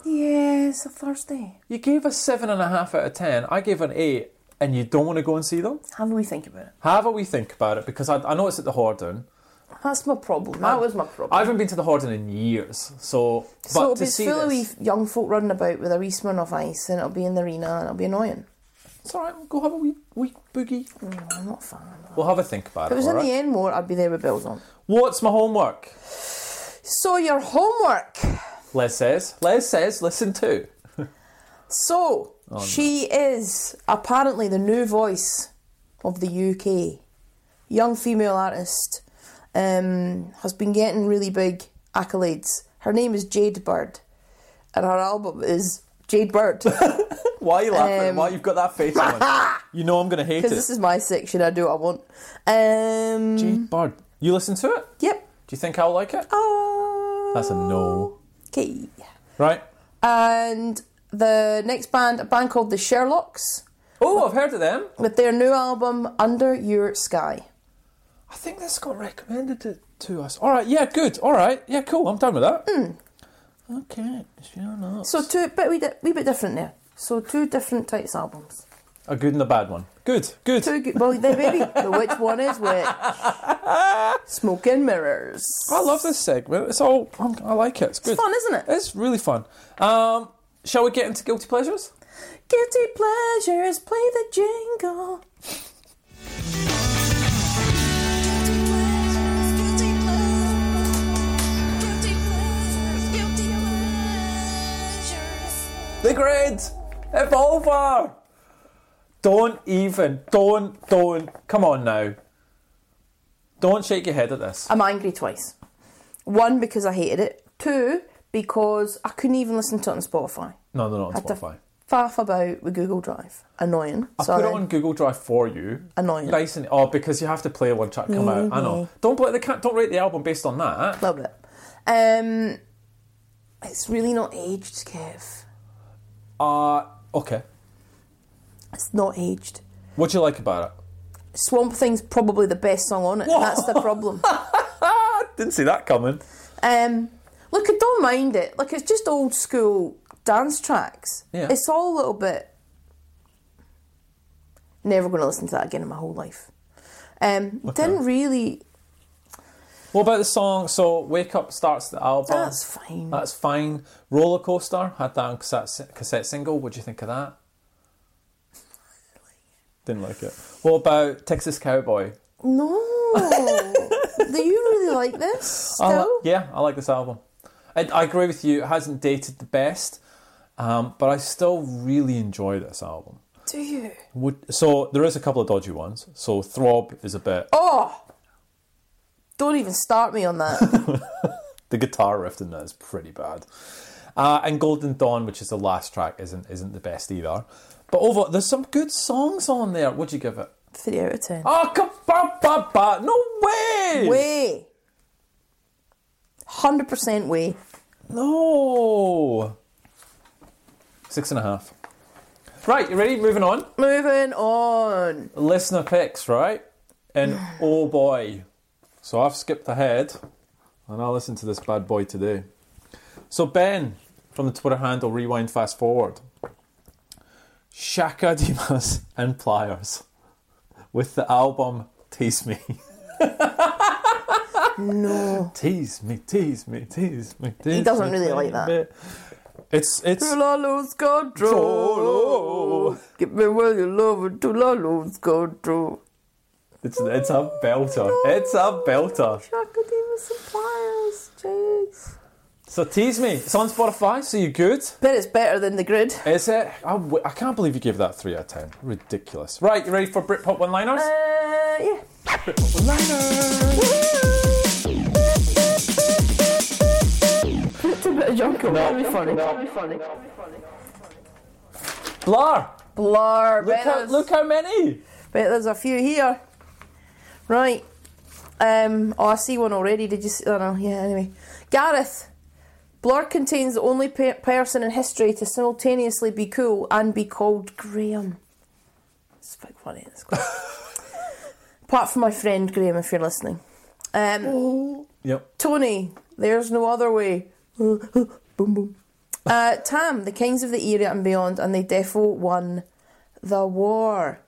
S2: Yeah, it's a Thursday.
S1: You gave a seven and a half out of ten. I gave an eight, and you don't want to go and see them.
S2: Have a wee think about it.
S1: Have a wee think about it because I, I know it's at the Horden.
S2: That's my problem. That was my problem.
S1: I haven't been to the Horden in years, so but
S2: so it'll
S1: to
S2: be
S1: see
S2: full of wee
S1: this,
S2: young folk running about with a wee smear of ice, and it'll be in the arena, and it'll be annoying.
S1: it's all right. We'll go have a wee, wee boogie.
S2: Mm, I'm not a fan. Of that.
S1: We'll have a think about
S2: If it was
S1: all
S2: in
S1: right?
S2: the end more, I'd be there with bells on.
S1: What's my homework?
S2: So your homework.
S1: Les says. Les says. Listen to.
S2: So she is apparently the new voice of the UK. Young female artist um, has been getting really big accolades. Her name is Jade Bird, and her album is Jade Bird.
S1: Why are you laughing?
S2: Um,
S1: Why you've got that face on? You know I'm going to hate it.
S2: Because this is my section, I do what I want. Um,
S1: Jade Bird. You listen to it?
S2: Yep.
S1: Do you think I'll like it?
S2: Oh.
S1: That's a no.
S2: Okay.
S1: Right.
S2: And the next band, a band called the Sherlocks,
S1: Oh, I've heard of them.
S2: with their new album Under Your Sky.
S1: I think this got recommended to, to us. All right. Yeah. Good. All right. Yeah. Cool. I'm done with that.
S2: Hmm.
S1: Okay. Sure enough.
S2: So two, but we di- wee bit different there. So two different types of albums.
S1: A good and a bad one. Good, good.
S2: Two good, well, there may be. But which one is which? Smoke and mirrors.
S1: I love this segment. It's all, I'm, I like it. It's good.
S2: It's fun, isn't it?
S1: It's really fun. Um, shall we get into guilty pleasures?
S2: Guilty pleasures, play the jingle.
S3: Guilty pleasures, guilty pleasures, guilty pleasures, guilty pleasures.
S1: The Grid, Evolver. Don't even, don't, don't. Come on now. Don't shake your head at this.
S2: I'm angry twice. One, because I hated it. Two, because I couldn't even listen to it on Spotify.
S1: No, no, not on
S2: Had to
S1: Spotify.
S2: faff about with Google Drive. Annoying.
S1: I
S2: Sorry.
S1: put it on Google Drive for you.
S2: Annoying.
S1: Nice and oh, because you have to play one track come out. I know. Don't play, they can't, don't rate the album based on that.
S2: Love it. Um, it's really not aged, Kev.
S1: Uh okay.
S2: It's not aged.
S1: What do you like about it?
S2: Swamp Thing's probably the best song on it.
S1: Whoa.
S2: That's the problem.
S1: Ah, didn't see that coming.
S2: Um, look, I don't mind it. Like, it's just old school dance tracks.
S1: Yeah.
S2: It's all a little bit. Never going to listen to that again in my whole life. Um, Didn't really.
S1: What about the song? So Wake Up starts the album.
S2: That's fine.
S1: That's fine. Roller Coaster had that on cassette, cassette single. What do you think of that? Didn't like it. What about Texas Cowboy?
S2: No. Do you really like this? Still?
S1: I li- yeah, I like this album. I, I agree with you. It hasn't dated the best, um, but I still really enjoy this album.
S2: Do you?
S1: Would, so there is a couple of dodgy ones. So Throb is a bit.
S2: Oh! Don't even start me on that.
S1: The guitar riff in that is pretty bad. Uh, and Golden Dawn, which is the last track, isn't isn't the best either. But over, there's some good songs on there. What'd you give it?
S2: Three out of ten.
S1: Oh, come, ba, ba, ba. no way!
S2: Way. 100% way.
S1: No. Six and a half. Right, you ready? Moving on.
S2: Moving on.
S1: Listener picks, right? And oh boy. So I've skipped ahead and I'll listen to this bad boy today. So Ben from the Twitter handle Rewind Fast Forward. Shaka Dimas and Pliers with the album Tease Me.
S2: No.
S1: Tease me, tease me, tease me, tease
S2: doesn't
S1: me,
S2: really like
S1: baby. It's it's
S2: Till I lose control. Get me where you love it till I lose control.
S1: It's it's a belter. It's a belter.
S2: Shakadema suppliers, jeez.
S1: So tease me. It's on Spotify. So you good?
S2: Bet it's better than the grid.
S1: Is it? I, w- I can't believe you gave that three out of ten. Ridiculous. Right, you ready for Britpop one-liners?
S2: Uh, yeah. It's a bit of junk on that. That'd be funny. That'd be funny.
S1: Blar.
S2: Blar,
S1: Look
S2: bet
S1: how,
S2: there's,
S1: look how many.
S2: bet there's a few here. Right. Um, oh, I see one already. Did you see? Oh, no. Yeah, anyway. Gareth. Blur contains the only pe- person in history to simultaneously be cool and be called Graham. It's fucking funny. It's cool. Apart from my friend Graham, if you're listening. Um,
S1: Oh, Yep.
S2: Tony, there's no other way. boom, boom. Uh, Tam, the Kings of the Era and Beyond, and they defo won the war.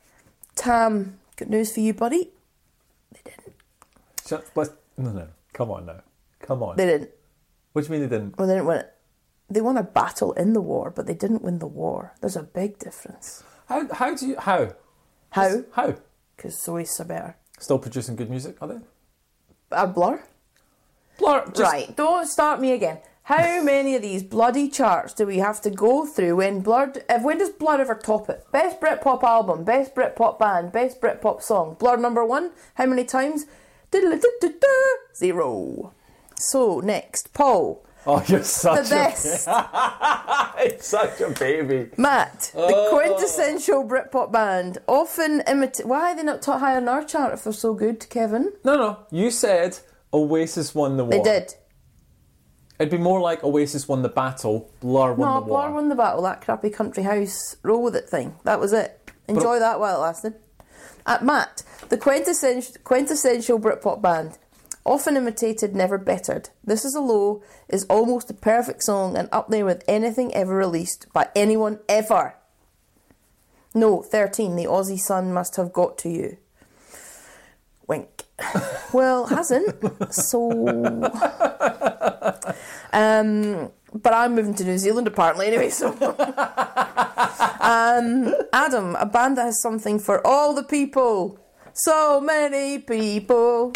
S2: Tam, good news for you, buddy.
S1: Shut, let's, no, no. Come on now. Come on.
S2: They didn't.
S1: What do you mean they didn't?
S2: Well, they didn't win it. They won a battle in the war, but they didn't win the war. There's a big difference.
S1: How? How do you? How?
S2: How?
S1: How?
S2: Because Zoe's are better.
S1: Still producing good music, are they?
S2: A blur?
S1: Blar. Just,
S2: right, don't start me again. How many of these bloody charts do we have to go through when Blur? If when does Blur ever top it? Best Britpop album, best Britpop band, best Britpop song. Blur number one. How many times? Diddle-a-da-da-da. Zero. So next, Paul,
S1: Oh, you're
S2: the
S1: such
S2: best,
S1: a such a baby.
S2: Matt, the quintessential Britpop band, often imitate. Why are they not taught high on our chart if they're so good, Kevin?
S1: No, no. You said Oasis won the war.
S2: They did.
S1: It'd be more like Oasis won the battle, Blur won
S2: No,
S1: the war.
S2: Blur won the battle. That crappy country house roll with it thing. That was it. Enjoy that while it lasted. At Matt, the quintessential, quintessential Britpop band, often imitated, never bettered. This is a low is almost the perfect song and up there with anything ever released by anyone ever. No, 13. The Aussie sun must have got to you. Wink. Well, hasn't. so. Um, but I'm moving to New Zealand apparently anyway, so. um, Adam, a band that has something for all the people. So many people.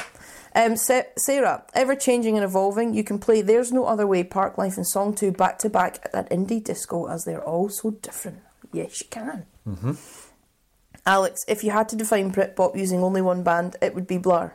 S2: Um, Sa- Sarah, ever changing and evolving, you can play There's No Other Way, Park Life, and Song 2 back to back at that indie disco as they're all so different. Yes, you can. Alex, if you had to define Britpop using only one band, it would be Blur.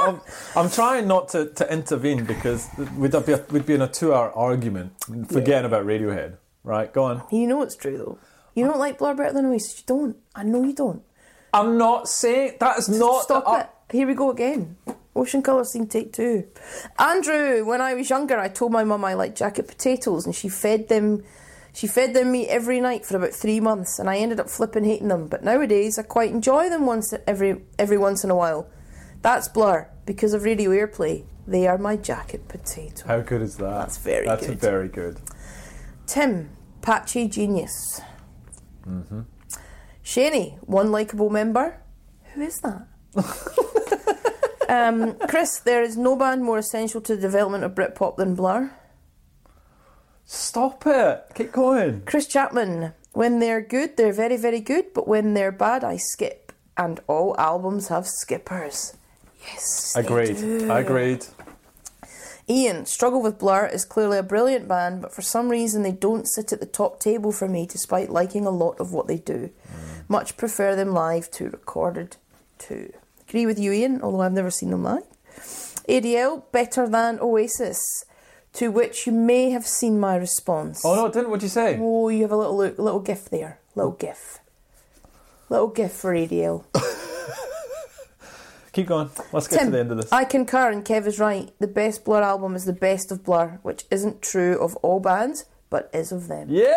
S1: I'm, I'm trying not to, to intervene because we'd be, a, we'd be in a two hour argument forgetting about Radiohead. Right, go on.
S2: You know it's true though. You don't like Blur better than Oasis. You don't. I know you don't.
S1: I'm not saying that is not.
S2: Stop
S1: the, ar-
S2: it. Here we go again. Ocean Colour Scene Take Two. Andrew, when I was younger, I told my mum I liked jacket potatoes, and she fed them. She fed them me every night for about three months, and I ended up flipping hating them. But nowadays, I quite enjoy them once every every once in a while. That's Blur because of radio airplay. They are my jacket potato.
S1: How good is that?
S2: That's very
S1: That's
S2: good.
S1: very good.
S2: Tim, patchy genius. Mm-hmm. Shaney, one likable member. Who is that? um, Chris, there is no band more essential to the development of Britpop than Blur.
S1: Stop it. Keep going.
S2: Chris Chapman, when they're good, they're very, very good, but when they're bad, I skip. And all albums have skippers. Yes. they
S1: Agreed.
S2: do.
S1: Agreed.
S2: Ian, Struggle with Blur is clearly a brilliant band, but for some reason they don't sit at the top table for me despite liking a lot of what they do. Much prefer them live to recorded too. Agree with you, Ian, although I've never seen them live. ADL, better than Oasis, to which you may have seen my response.
S1: Oh no, it didn't. What'd you say?
S2: Oh, you have a little look, little gif there. Little gif. Little gif for ADL.
S1: Keep going. Let's get to the end of this.
S2: I concur, and Kev is right. The best Blur album is the best of Blur, which isn't true of all bands, but is of them.
S1: yeah.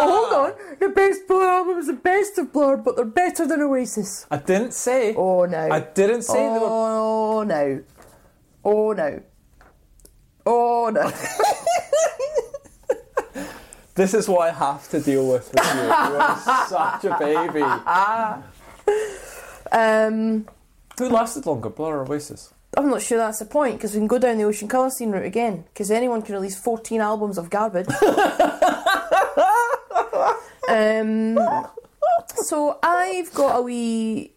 S2: Oh, Hold on, the best Blur album is the best of Blur, but they're better than Oasis.
S1: I didn't say.
S2: Oh no.
S1: I didn't say they were.
S2: Oh no. Oh no. Oh no.
S1: This is what I have to deal with with you. You are such a baby.
S2: um,
S1: Who lasted longer, Blur or Oasis?
S2: I'm not sure that's the point because we can go down the Ocean Colour Scene route again because anyone can release 14 albums of garbage. um, so I've got a wee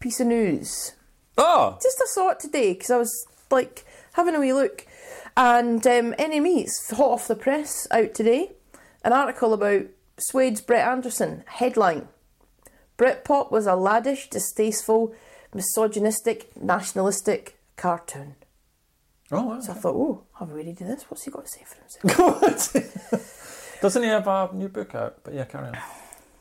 S2: piece of news.
S1: Oh,
S2: Just I saw it today because I was like having a wee look, and um, NME it's hot off the press out today. An article about Swade's Brett Anderson headline: Britpop was a laddish, distasteful, misogynistic, nationalistic cartoon.
S1: oh wow.
S2: So I thought, oh, have we read this? What's he got to say for himself?
S1: Doesn't he have a new book out? But yeah, carry on.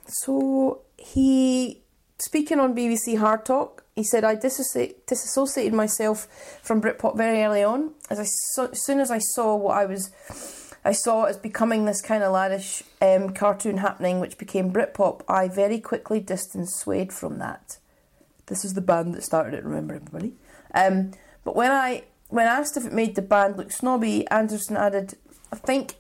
S2: so he, speaking on BBC Hard Talk, he said, I disassociate, disassociated myself from Britpop very early on. As I so, as soon as I saw what I was, I saw as becoming this kind of laddish um, cartoon happening, which became Britpop, I very quickly distanced Suede from that. This is the band that started it. Remember everybody. Um, but when I when asked if it made the band look snobby, Anderson added, "I think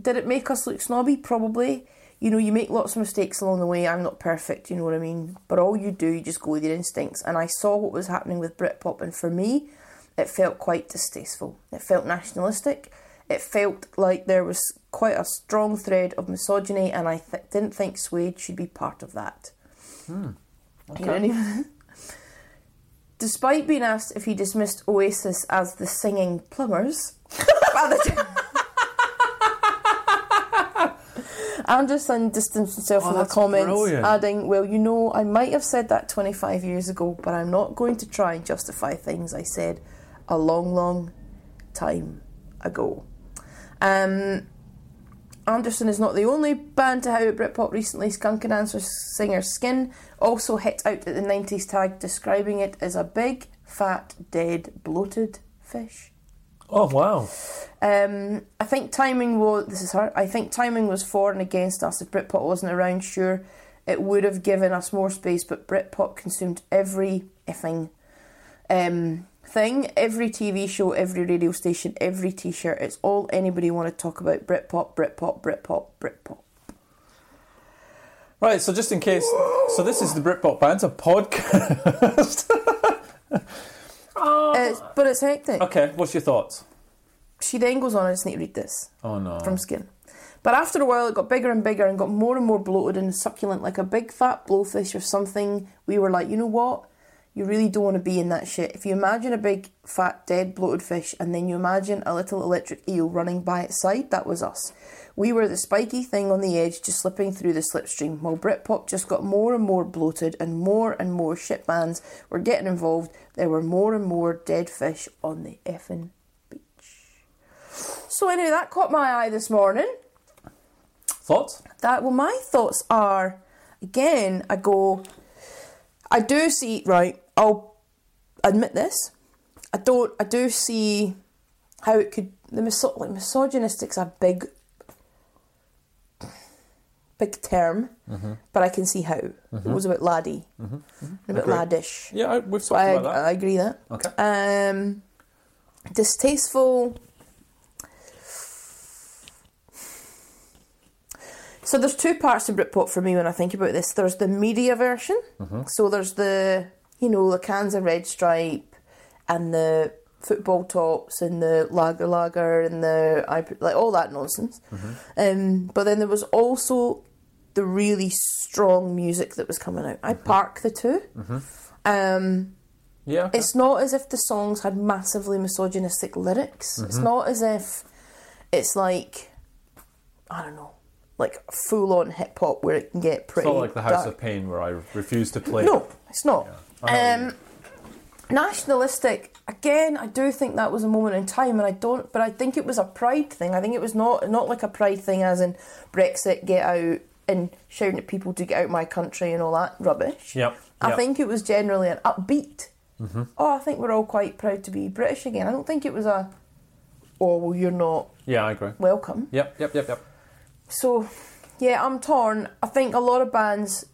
S2: did it make us look snobby? Probably. You know, you make lots of mistakes along the way. I'm not perfect. You know what I mean. But all you do, you just go with your instincts. And I saw what was happening with Britpop, and for me, it felt quite distasteful. It felt nationalistic. It felt like there was quite a strong thread of misogyny, and I th- didn't think Suede should be part of that. You know what I mean? Despite being asked if he dismissed Oasis as the singing plumbers, by the Anderson distanced himself from the
S1: that's
S2: comments,
S1: brilliant.
S2: adding, Well, you know, I might have said that 25 years ago, but I'm not going to try and justify things I said a long, long time ago. Um, Anderson is not the only band to out Britpop recently. Skunk and Dancer singer Skin also hit out at the 90s tag, describing it as a big, fat, dead, bloated fish.
S1: Oh wow.
S2: Um, I think timing was this is her. I think timing was for and against us. If Britpop wasn't around, sure, it would have given us more space. But Britpop consumed every effing um, thing. Every TV show, every radio station, every T-shirt. It's all anybody want to talk about. Britpop, Britpop, Britpop, Britpop.
S1: Right, so just in case, so this is the Britpop Banter podcast.
S2: It's, Uh, but it's hectic.
S1: okay, what's your thoughts?
S2: She then goes on. I just need to read this
S1: Oh no.
S2: from Skin. But after a while, it got bigger and bigger and got more and more bloated and succulent, like a big fat blowfish or something. We were like, you know what? You really don't want to be in that shit. If you imagine a big, fat, dead, bloated fish, and then you imagine a little electric eel running by its side, that was us. We were the spiky thing on the edge, just slipping through the slipstream, while Britpop just got more and more bloated, and more and more shit bands were getting involved. There were more and more dead fish on the effing beach. So, anyway, that caught my eye this morning
S1: Thoughts?
S2: that well my thoughts are again i go i do see right i'll admit this i don't i do see how it could the miso- like misogynistic's a big big term
S1: Mm-hmm.
S2: but i can see how it was about laddie and about
S1: Agree.
S2: laddish
S1: Mm-hmm. Yeah, I, we've
S2: so
S1: talked
S2: I,
S1: about that.
S2: I agree that
S1: okay.
S2: um, distasteful. So there's two parts to Britpop for me when I think about this. There's the media version. So there's the you know the cans of red stripe, and the football tops and the lager lager and the I like all that nonsense. Um, but then there was also the really strong music that was coming out. I park the 2 Um,
S1: yeah. okay.
S2: it's not as if the songs had massively misogynistic lyrics.
S1: Mm-hmm.
S2: It's not as if it's like I don't know, like full on hip hop where it can get
S1: It's
S2: pretty.
S1: not like the House
S2: dark.
S1: of Pain where I refuse to play.
S2: No, it's
S1: I
S2: not.
S1: know what you
S2: Um, nationalistic. Again, I do think that was a moment in time, and I don't. But I think it was a pride thing. I think it was not not like a pride thing, as in Brexit, get out, and shouting at people to get out my country and all that rubbish.
S1: Yep, yep.
S2: I
S1: Mm-hmm.
S2: think it was generally an upbeat. Oh, I think we're all quite proud to be British again. I don't think it was a. Oh well, you're not
S1: Yeah, I agree.
S2: welcome.
S1: Yep, yep, yep, yep.
S2: So, yeah, I'm torn. I think a lot of bands,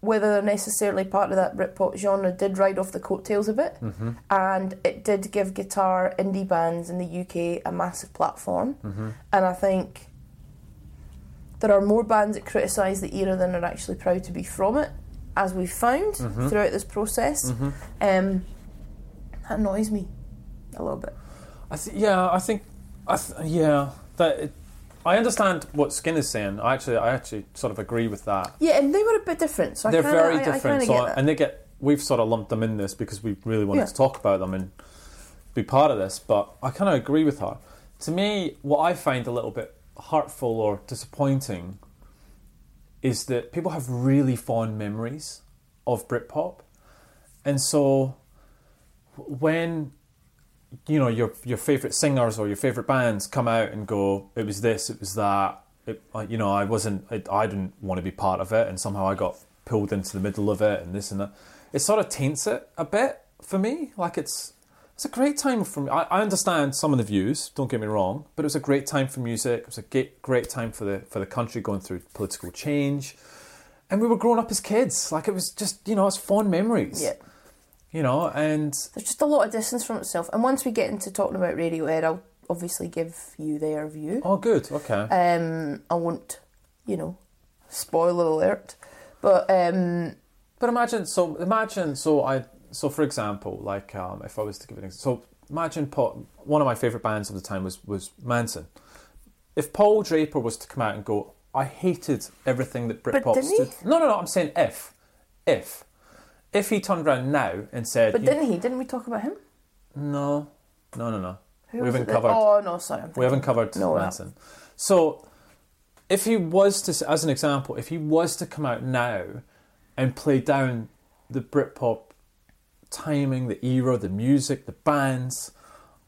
S2: whether they're necessarily part of that Britpop genre, did ride off the coattails a bit.
S1: Mm-hmm.
S2: And it did give guitar indie bands in the UK a massive platform.
S1: Mm-hmm.
S2: And I think there are more bands that criticise the era than are actually proud to be from it, as we've found
S1: Mm-hmm.
S2: throughout this process. Um, that annoys me a little bit.
S1: I th- yeah, I think, I th- yeah, that it, I understand what Skin is saying. I actually, I actually sort of agree with that.
S2: Yeah, and they were a bit different. So
S1: They're
S2: I kinda,
S1: very
S2: I- I
S1: different,
S2: kinda
S1: so
S2: get that.
S1: and they get we've sort of lumped them in this because we really wanted
S2: Yeah.
S1: to talk about them and be part of this. But I kind of agree with her. To me, what I find a little bit hurtful or disappointing is that people have really fond memories of Britpop, and so when you know your your favorite singers or your favorite bands come out and go it was this it was that it, I- you know i wasn't I, I didn't want to be part of it and somehow i got pulled into the middle of it and this and that it sort of taints it a bit for me like it's it's a great time for me. I, I understand some of the views. Don't get me wrong, but it was a great time for music. It was a ge- great time for the for the country going through political change, and we were growing up as kids. Like it was just you know it's fond memories.
S2: Yeah.
S1: You know, and
S2: there's just a lot of distance from itself. And once we get into talking about Radiohead, I'll obviously give you their view.
S1: oh, good. Okay.
S2: Um, I won't, you know, spoiler alert. But um,
S1: But imagine, so imagine, so I, so for example, like um, if I was to give an example, so imagine Paul, one of my favorite bands of the time was was Manson. If Paul Draper was to come out and go, I hated everything that Britpop
S2: didn't he?
S1: stood. No, no, no. I'm saying if, if, if he turned around now and said,
S2: but
S1: you-
S2: didn't he? Didn't we talk about him?
S1: no, no, no, no,
S2: Who
S1: we
S2: was
S1: haven't
S2: it that-
S1: covered.
S2: Oh no, sorry. I'm
S1: We haven't covered
S2: No, we
S1: Manson. So, if he was to, s- as an example, if he was to come out now and play down the Britpop timing, the era, the music, the bands,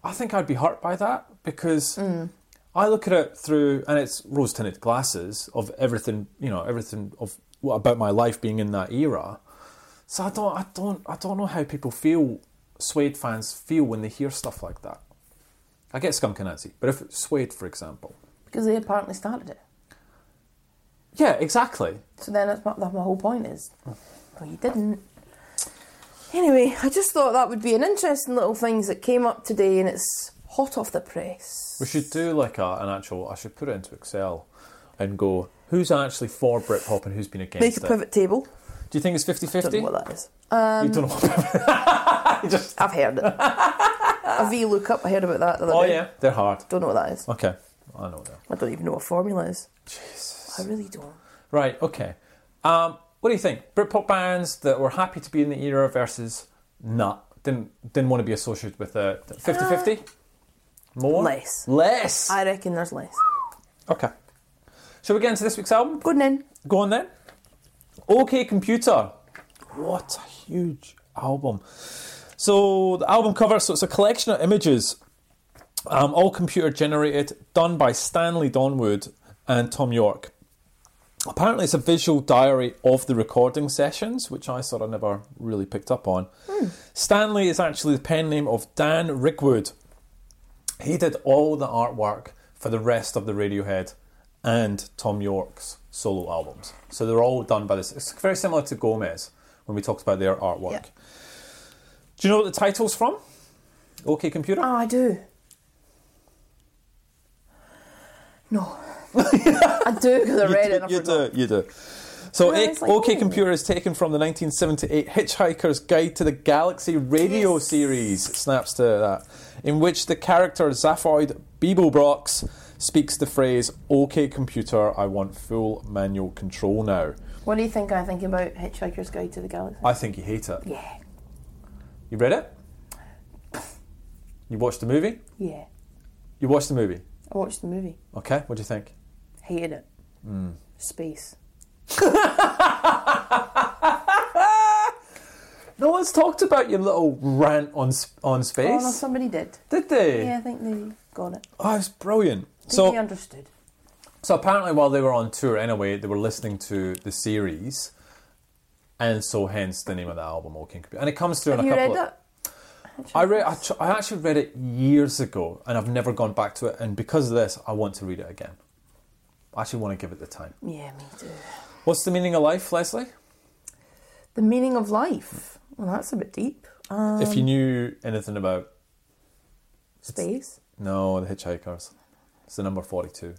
S1: I think I'd be hurt by that because
S2: Mm.
S1: I look at it through, and it's rose tinted glasses of everything, you know, everything of what about my life being in that era. So I don't, I don't, I don't know how people feel, Suede fans feel when they hear stuff like that. I get Skunk and Nancy, but if it's Suede, for example.
S2: because they apparently started it.
S1: Yeah, exactly. Oh.
S2: So then that's my, that's my whole point is, well, you didn't. Anyway, I just thought that would be an interesting little things that came up today, and it's hot off the press.
S1: We should do like a, an actual. I should put it into Excel and go who's actually for Britpop and who's been
S2: Make
S1: against
S2: a
S1: it.
S2: pivot table.
S1: Do you think it's 50
S2: Don't
S1: 50?
S2: know
S1: You
S2: what that is.
S1: don't know what You just,
S2: I've heard it. a V lookup. I heard about that. The other
S1: Oh,
S2: day.
S1: yeah. They're hard.
S2: Don't know what that is.
S1: Okay. I know that.
S2: I don't even know what formula is.
S1: Jesus.
S2: I really don't.
S1: Right, okay. Um, what do you think? Britpop bands that were happy to be in the era versus not didn't didn't want to be associated with it. 50-50? More?
S2: Uh, less.
S1: Less.
S2: I reckon there's less.
S1: okay. Shall we get into this week's album?
S2: Good then.
S1: Go on then. OK Computer. What a huge album. So the album cover, so it's a collection of images, um, all computer generated, done by Stanley Donwood and Tom York. Apparently, it's a visual diary of the recording sessions, which I sort of never really picked up on. Stanley is actually the pen name of Dan Rigwood. He did all the artwork for the rest of the Radiohead and Tom York's solo albums. So they're all done by this. It's very similar to Gomez when we talked about their artwork.
S2: Yeah.
S1: Do you know what the title's from? OK Computer?
S2: Oh, I do. No. I do because I
S1: you
S2: read
S1: do,
S2: it. And I
S1: you
S2: forgot.
S1: do, you do. So,
S2: And I was like,
S1: OK
S2: oh.
S1: Computer is taken from the 1978 Hitchhiker's Guide to the Galaxy radio
S2: Yes.
S1: series, it snaps to that, in which the character Zaphoid Beeblebrox speaks the phrase, OK Computer, I want full manual control now.
S2: What do you think I think about Hitchhiker's Guide to the Galaxy?
S1: I think you hate it.
S2: yeah.
S1: You read it? You watched the movie?
S2: Yeah.
S1: You watched the movie.
S2: I watched the movie.
S1: Okay, what do you think?
S2: Hated it.
S1: Hmm.
S2: Space.
S1: No one's talked about your little rant on s- on
S2: Oh,
S1: space,
S2: no, somebody did.
S1: did they?
S2: Yeah, I think they got it.
S1: Oh, it's brilliant.
S2: I think
S1: so
S2: they understood.
S1: So apparently, while they were on tour anyway, they were listening to the series, and so hence the name of the album, "All King Computer." And it comes through
S2: Have
S1: in
S2: you
S1: a
S2: read
S1: couple.
S2: it?
S1: of, I read. I, tr- I actually read it years ago, and I've never gone back to it. And because of this, I want to read it again. I actually want to give it the time.
S2: Yeah, me too.
S1: What's the meaning of life, Leslie?
S2: The meaning of life. Well, that's a bit deep. Uh,
S1: if you knew anything about
S2: space.
S1: no, the Hitchhikers, it's the number forty-two.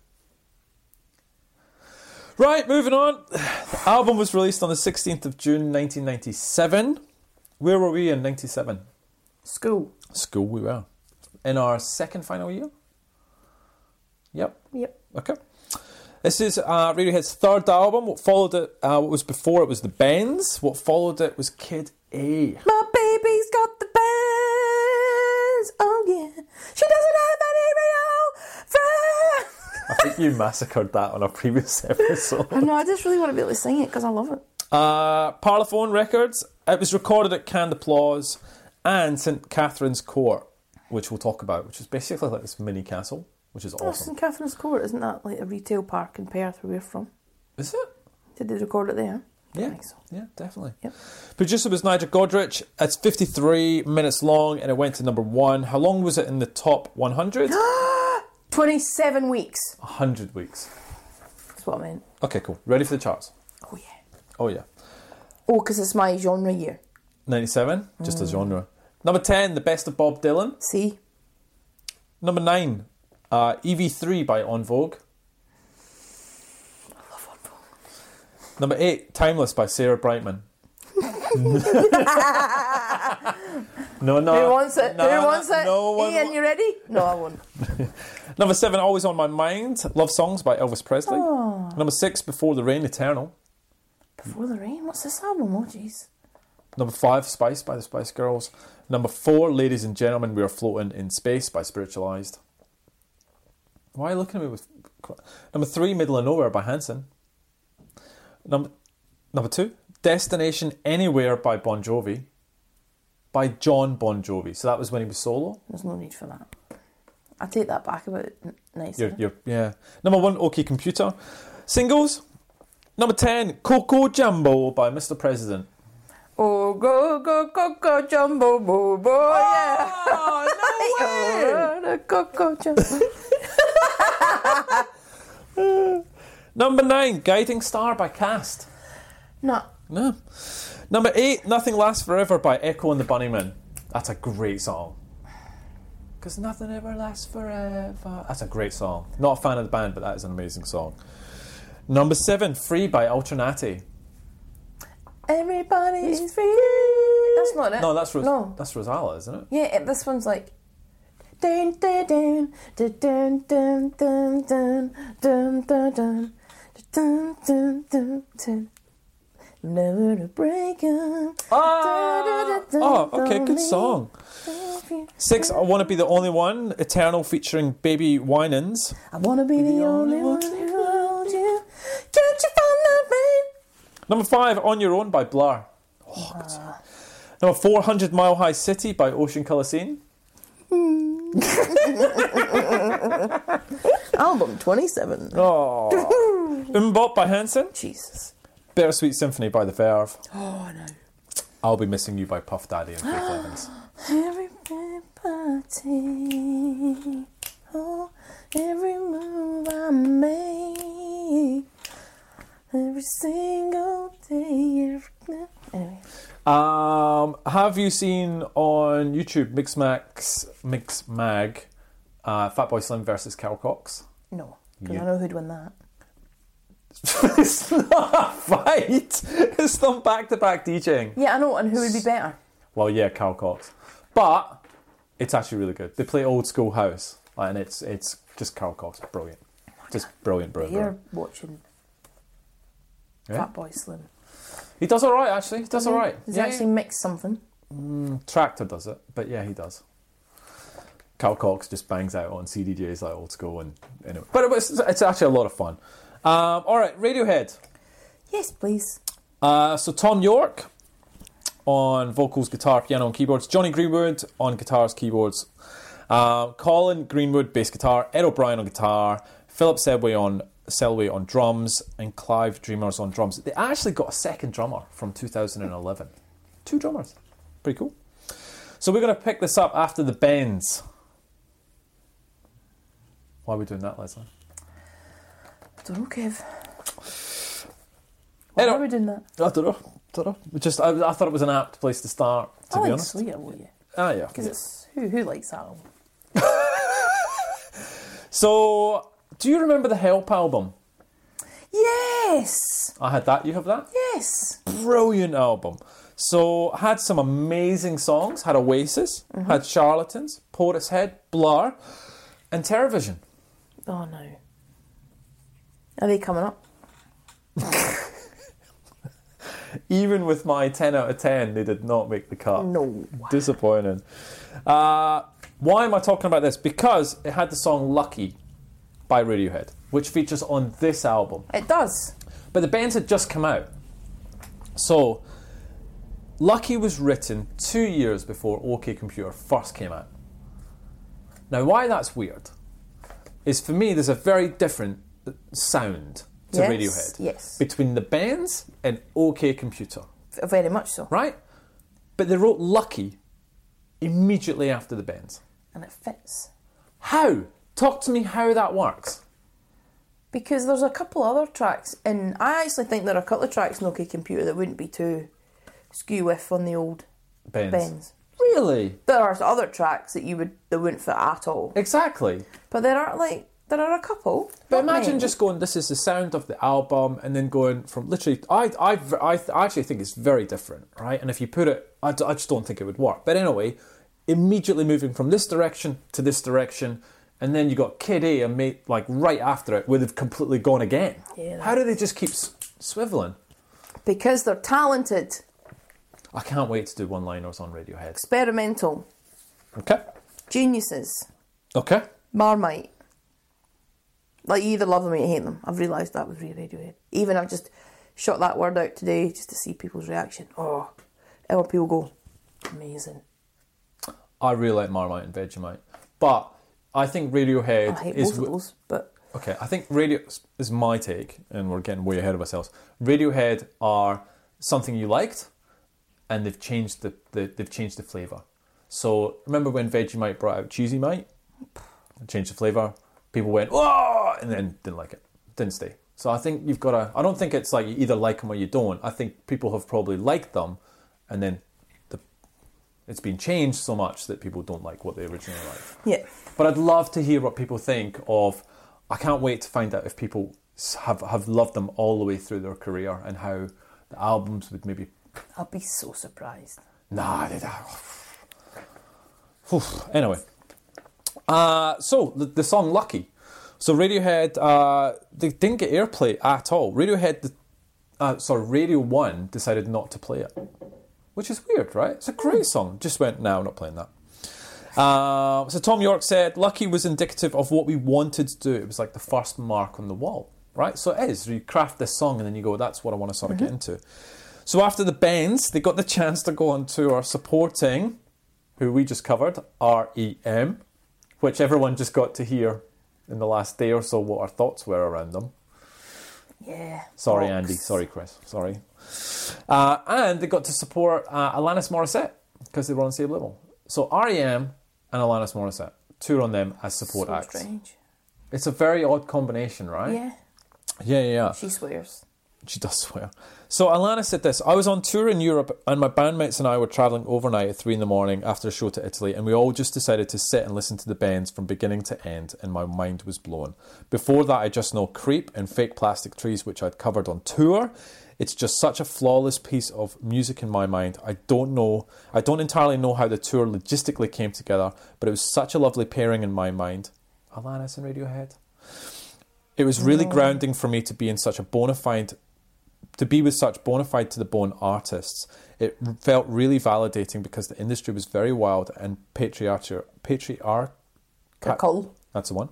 S1: Right, moving on. The album was released on the sixteenth of June, nineteen ninety-seven. Where were we in ninety-seven?
S2: School.
S1: School we were. In our second final year? Yep.
S2: Yep.
S1: Okay. This is uh, Radiohead's third album. What followed it, uh, what was before it was The Bends. What followed it was Kid A.
S2: My baby's got the bands. Oh yeah. She doesn't have any real friends.
S1: I think you massacred that on a previous episode.
S2: I know. I just really want to be able to sing it because I love it.
S1: Uh, Parlophone Records. It was recorded at Canned Applause and St Catherine's Court, which we'll talk about, which is basically like this mini castle, which is
S2: That's
S1: awesome.
S2: in Catherine's Court, isn't that like a retail park in Perth where we're from?
S1: Is it?
S2: Did they record it there?
S1: Yeah,
S2: think so.
S1: yeah, definitely.
S2: Yep.
S1: Producer was Nigel Godrich. It's 53 minutes long and it went to number one. How long was it in the top 100?
S2: 27 weeks.
S1: 100 weeks.
S2: That's what I meant.
S1: Okay, cool. Ready for the charts?
S2: Oh yeah.
S1: Oh, yeah.
S2: Oh, because it's my genre year.
S1: 97, just
S2: Mm.
S1: a genre. Number 10, The Best of Bob Dylan.
S2: See?
S1: Number 9, uh, EV3 by On Vogue.
S2: I love Odd Folk.
S1: Number 8, Timeless by Sarah Brightman. no, no.
S2: Who wants it?
S1: Uh, No,
S2: Who
S1: no,
S2: wants it?
S1: No one
S2: Ian,
S1: wa-
S2: you ready? No, I won't.
S1: Number seven, Always on My Mind, Love Songs by Elvis Presley.
S2: Oh.
S1: Number six, Before the Rain, Eternal.
S2: Before the rain. What's this album? Oh jeez.
S1: Number five, Spice by the Spice Girls. Number four, Ladies and Gentlemen, We Are Floating in Space by Spiritualized. Why are you looking at me with. Number three, Middle of Nowhere by Hanson. Number, number two, Destination Anywhere by Bon Jovi. By John Bon Jovi. So that was when he was solo.
S2: There's no need for that. I take that back about n- nice.
S1: Your, your, yeah. Number one, OK Computer. Singles. Number 10, Coco Jumbo by Mr. President.
S2: Oh go go go go jumbo bo bo yeah.
S1: Oh,
S2: Oh, the go go jumbo.
S1: Number 9, Guiding Star by Cast.
S2: no,
S1: No. Number eight, Nothing Lasts Forever by Echo and the Bunnymen. That's a great song. Because nothing ever lasts forever. That's a great song. Not a fan of the band, but that is an amazing song. Number seven, Free by Alternati.
S2: Everybody is free. That's not it.
S1: No, that's Ros-
S2: Uh, No.
S1: that's Rosala, isn't it?
S2: Yeah, it, this one's like. Dun, dun, dun, dun, dun, dun, dun, dun, dun, dun, dun, dun, dun, dun, dun. Never to break up.
S1: Ah! Oh, okay, good song. Six, I Want to Be the Only One, Eternal featuring Baby Winans.
S2: I wanna be the only one who holds you. Catch you from the rain.
S1: Number five, On Your Own by Blur. Oh, good song. Number four, 100 Mile High City by Ocean Colour Scene.
S2: Album 27.
S1: Oh. Umbop by Hanson.
S2: Jesus.
S1: Bittersweet Symphony by The Verve.
S2: Oh no.
S1: I'll Be Missing You by Puff Daddy and Faith Evans.
S2: Every big party, oh, every move I make, every single day. Every... Anyway,
S1: Um, have you seen on YouTube Mix Max, Mix Mag, uh, Fatboy Slim versus Cal Cox?
S2: no, because
S1: You-
S2: I know who'd win that.
S1: it's not a fight. It's them back to back DJing.
S2: Yeah, I know, and who would be better?
S1: Well, yeah, Cal Cox, but it's actually really good. They play old school house, and it's it's just Cal Cox, brilliant, just brilliant, brilliant.
S2: You're
S1: brilliant.
S2: watching
S1: Yeah.
S2: Fatboy Slim.
S1: He does all right, actually. He does all right.
S2: He's
S1: Yeah,
S2: actually mixed something.
S1: Tractor does it, but yeah, he does. Cal Cox just bangs out on CDJs like old school, and anyway, but it was, it's actually a lot of fun. Um, all right, Radiohead.
S2: Yes, please.
S1: Uh, so Tom York on vocals, guitar, piano, and keyboards. Johnny Greenwood on guitars, keyboards. Uh, Colin Greenwood bass guitar. Ed O'Brien on guitar. Philip Selway on Selway on drums, and Clive Dreamers on drums. They actually got a second drummer from 2011. Two drummers, pretty cool. So we're going to pick this up after the bends. Why are we doing that, Leslie?
S2: Don't know, Kev.
S1: Hey,
S2: Why
S1: no.
S2: are we doing that?
S1: I don't know. don't know. We just I, I thought it was an apt place to start. To
S2: I
S1: be
S2: like
S1: honest.
S2: Sweet, will you?
S1: Ah, yeah.
S2: Because it's who who likes that album?
S1: So, do you remember the Help album?
S2: Yes,
S1: I had that. You have that?
S2: yes.
S1: Brilliant album. So, had some amazing songs. Had Oasis,
S2: Mm-hmm.
S1: had Charlatans, Portishead, Blur, and Terrorvision.
S2: Oh no. Are they coming up?
S1: Even with my 10 out of 10, they did not make the cut.
S2: No.
S1: Disappointing. Uh, why am I talking about this? Because it had the song Lucky by Radiohead, which features on this album.
S2: It does.
S1: But the bands had just come out. So, Lucky was written two years before OK Computer first came out. Now, why that's weird is for me, there's a very different sound to
S2: Yes,
S1: Radiohead
S2: yes.
S1: between the bands and OK Computer,
S2: V- Very much so.
S1: right? But they wrote Lucky immediately after the bands.
S2: And it fits.
S1: How? Talk to me how that works.
S2: Because there's a couple other tracks, and I actually think there are a couple of tracks in OK Computer that wouldn't be too skew with on the old
S1: Bands.
S2: bends.
S1: Really?
S2: There are other tracks that you would that wouldn't fit at all.
S1: Exactly.
S2: But there are like there are a couple.
S1: But
S2: not
S1: imagine
S2: many.
S1: just going, this is the sound of the album, and then going from literally, I, I, I, th- I actually think it's very different, right? And if you put it, I, d- I just don't think it would work. But anyway, immediately moving from this direction to this direction, and then you got Kid A and mate, like right after it, where they've completely gone again.
S2: Yeah.
S1: How do they just keep s- swiveling?
S2: because they're talented,
S1: I can't wait to do one liners on Radiohead.
S2: experimental,
S1: Okay.
S2: geniuses,
S1: Okay.
S2: Marmite. Like you either love them or you hate them. I've realised that with Radiohead. Even I've just shot that word out today just to see people's reaction. Oh, ever people go, amazing.
S1: I really like Marmite and Vegemite, but I think Radiohead
S2: Oh, I hate
S1: is.
S2: both
S1: w-
S2: of those, but
S1: Okay, I think radio is my take, and we're getting way ahead of ourselves. Radiohead are something you liked, and they've changed the, the they've changed the flavour. So remember when Vegemite brought out Cheesy Mite, changed the flavour. People went whoa, and then didn't like it, didn't stay. So I think you've got to. I don't think it's like you either like them or you don't. I think people have probably liked them, and then the it's been changed so much that people don't like what they originally liked.
S2: Yeah.
S1: But I'd love to hear what people think of. I can't wait to find out if people s- have have loved them all the way through their career and how the albums would maybe.
S2: I'll be so surprised.
S1: Nah. They, Oof. Anyway, uh, so the, the song "Lucky." So Radiohead, uh, they didn't get airplay at all. Radiohead, uh, sorry, Radio One decided not to play it, which is weird, right? It's a great song. Just went, no, I'm not playing that. Uh, so Tom York said, "Lucky was indicative of what we wanted to do. It was like the first mark on the wall, right? So it is. You craft this song, and then you go, that's what I want to sort of get into." So after the Bends, they got the chance to go on tour supporting, who we just covered, REM, which everyone just got to hear in the last day or so what our thoughts were around them.
S2: Yeah.
S1: Sorry,
S2: rocks.
S1: Andy. Sorry, Chris. Sorry. Uh, and they got to support uh, Alanis Morissette because they were on the same level. So REM and Alanis Morissette, two on them as support
S2: so
S1: acts.
S2: strange.
S1: It's a very odd combination, right?
S2: Yeah.
S1: Yeah, yeah, yeah.
S2: She swears.
S1: She does swear. So Alana said this I was on tour in Europe, and my bandmates and I were travelling overnight at three in the morning after a show to Italy, and we all just decided to sit and listen to the bends from beginning to end, and my mind was blown. Before that, I just know Creep and Fake Plastic Trees, which I'd covered on tour. It's just such a flawless piece of music in my mind. I don't know, I don't entirely know how the tour logistically came together, but it was such a lovely pairing in my mind. Alanis and Radiohead. It was really grounding for me to be in such a bona fide to be with such bona fide to the bone artists, it r- felt really validating because the industry was very wild and patriarchal. Patriarch, Cat-
S2: Cull.
S1: that's the one.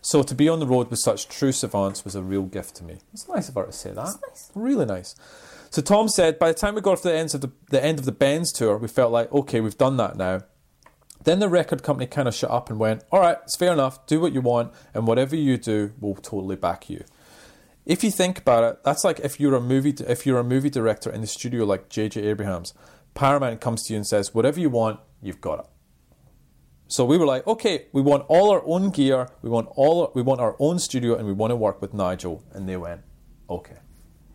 S1: So to be on the road with such true savants was a real gift to me. It's nice of her to say that.
S2: nice.
S1: Really nice. So Tom said, by the time we got to the ends of the, the end of the Benz tour, we felt like, okay, we've done that now. Then the record company kind of shut up and went, all right, it's fair enough. Do what you want, and whatever you do, we'll totally back you. If you think about it, that's like if you're a movie if you're a movie director in the studio like J.J. Abrams, Paramount comes to you and says, "Whatever you want, you've got it." So we were like, "Okay, we want all our own gear, we want all we want our own studio, and we want to work with Nigel." And they went, "Okay,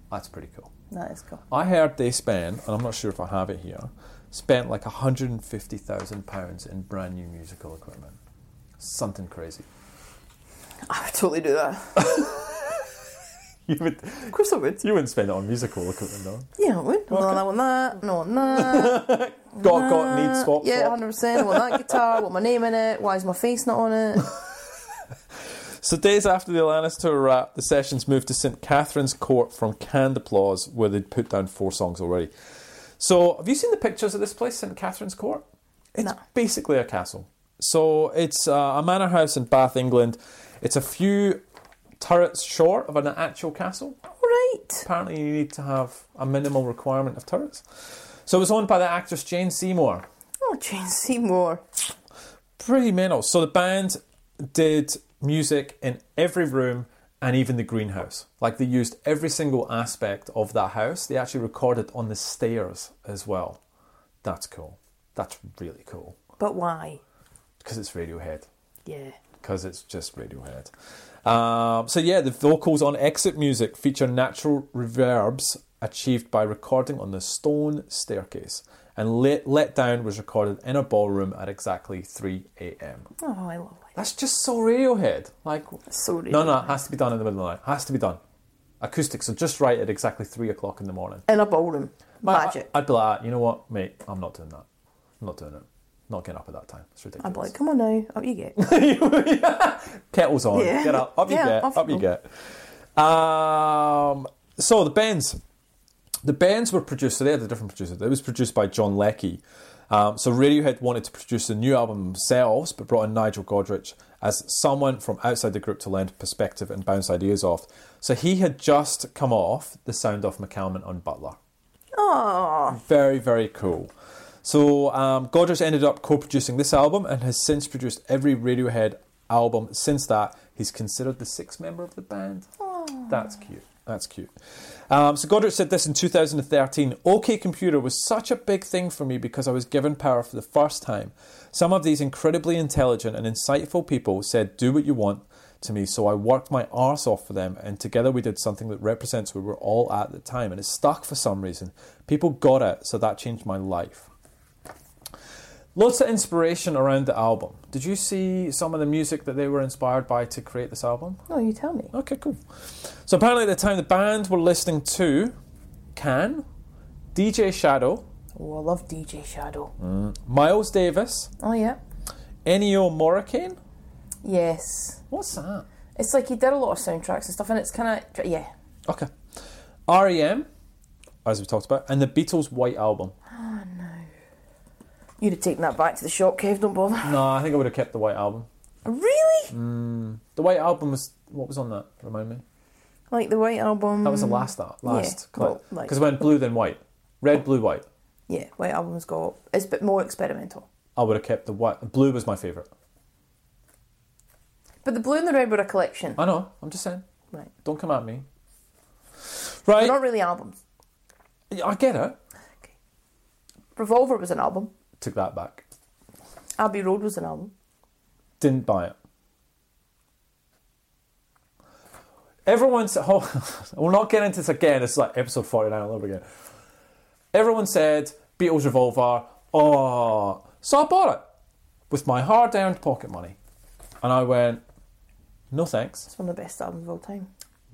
S1: that's pretty cool."
S2: That is cool.
S1: I heard they spent, and I'm not sure if I have it here, spent like £150,000 in brand new musical equipment. Something crazy.
S2: I would totally do that.
S1: You, would,
S2: Of course I would.
S1: you wouldn't spend it on musical equipment, though.
S2: Yeah, I would. No, I want that. No, I want that.
S1: Got, got, need,
S2: Uh,
S1: swap,
S2: Yeah,
S1: swap.
S2: 100%. I want that guitar. I want my name in it. Why is my face not on it?
S1: So days after the Alanis tour wrap, the sessions moved to St Catherine's Court from Canned Applause, where they'd put down four songs already. So have you seen the pictures of this place, St Catherine's Court? It's
S2: No.
S1: basically a castle. So it's uh, a manor house in Bath, England. It's a few turrets short of an actual castle.
S2: All right.
S1: Apparently, you need to have a minimal requirement of turrets. So it was owned by the actress Jane Seymour.
S2: Oh, Jane Seymour.
S1: Pretty mental. So the band did music in every room and even the greenhouse. Like they used every single aspect of that house. They actually recorded on the stairs as well. That's cool. That's really cool
S2: But why?
S1: because it's Radiohead.
S2: Yeah.
S1: Because it's just Radiohead. Um, so yeah, the vocals on Exit Music feature natural reverbs achieved by recording on the stone staircase. And Let, Let Down was recorded in a ballroom at exactly 3 a.m.
S2: Oh, I love it.
S1: That's just so Radiohead. Like,
S2: So
S1: no, no, it has to be done in the middle of the night. Has to be done. Acoustics are just right at exactly three o'clock in the morning.
S2: In a ballroom.
S1: I-
S2: Magic.
S1: I, would be like, you know what, mate, I'm not doing that. I'm not doing it. Not getting up at that time. It's ridiculous.
S2: I'd be like, come on now, up you get.
S1: Kettle's on.
S2: Yeah.
S1: Get up. Up you
S2: Yeah,
S1: get.
S2: off
S1: Up
S2: you
S1: you get. Um, so the Bends. The Bends were produced, so they had a different producer. It was produced by John Leckie. Um, so Radiohead wanted to produce a new album themselves, but brought in Nigel Godrich as someone from outside the group to lend perspective and bounce ideas off. So he had just come off the sound of McCalmont on Butler
S2: Oh,
S1: very very cool. So um, Godrich ended up co-producing this album and has since produced every Radiohead album since that. He's considered the sixth member of the band. That's cute. That's cute. Um, so Godrich said this in 2013. OK Computer was such a big thing for me because I was given power for the first time. Some of these incredibly intelligent and insightful people said, "Do what you want." to me. So I worked my arse off for them, and together we did something that represents where we were all at at the time, and it stuck for some reason. People got it, so that changed my life. Lots of inspiration around the album. Did you see some of the music that they were inspired by to create this album?
S2: No, you tell me.
S1: Okay, cool. So apparently at the time the band were listening to Can, DJ Shadow,
S2: Oh, I love DJ Shadow.
S1: Mm. Miles Davis,
S2: Oh yeah.
S1: Ennio Morricane.
S2: Yes.
S1: What's that?
S2: It's like he did a lot of soundtracks and stuff, and it's kind of yeah.
S1: Okay. REM, as we talked about, and the Beatles' White Album.
S2: You'd have taken that back to the shop cave. Don't bother.
S1: No, I think I would have kept the White Album.
S2: Really?
S1: Mm. The White Album was what was on that? Remind me.
S2: Like the White Album.
S1: That was the last that last
S2: Mm. Yeah, well,
S1: because
S2: like-
S1: it went blue then white, red blue white.
S2: Yeah, White Album's got. It's a bit more experimental.
S1: I would have kept the white. Blue was my favorite.
S2: But the blue and the red were a collection.
S1: I know. I'm just saying.
S2: Right.
S1: Don't come at me.
S2: They're
S1: Right.
S2: not really albums.
S1: Yeah, I get it.
S2: Revolver was an album.
S1: Took that back.
S2: Abbey Road was an album.
S1: Didn't buy it. Everyone's oh, we'll not get into this again. It's like episode forty nine all over again. Everyone said Beatles Revolver. Oh, so I bought it with my hard-earned pocket money, and I went, "No thanks,
S2: It's one of the best albums of all time.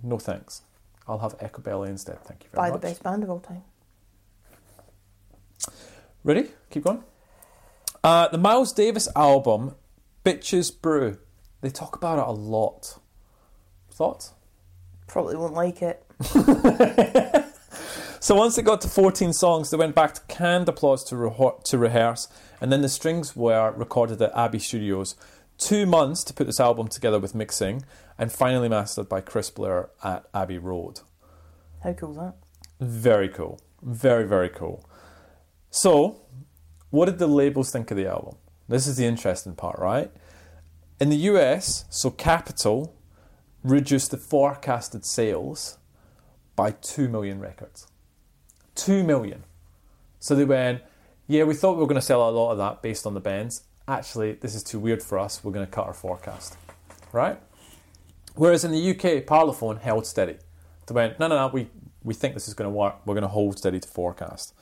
S1: no thanks. I'll have Echo Belly instead. Thank you
S2: By
S1: very much."
S2: the best band of all time.
S1: Ready? Keep going. Uh, the Miles Davis album, Bitches Brew. They talk about it a lot. Thoughts?
S2: Probably won't like it.
S1: So once they got to 14 songs, they went back to canned applause to, reho- to rehearse, and then the strings were recorded at Abbey Studios. Two months to put this album together with mixing, and finally mastered by Chris Blair at Abbey Road.
S2: How cool is that?
S1: Very cool. Very, very cool. So, what did the labels think of the album? This is the interesting part, right? In the US, so Capitol reduced the forecasted sales by 2 million records. 2 million. So they went, yeah, we thought we were going to sell a lot of that based on the bends. Actually, this is too weird for us. We're going to cut our forecast, right? Whereas in the UK, Parlophone held steady. They went, no, no, no, we, we think this is going to work. We're going to hold steady to forecast.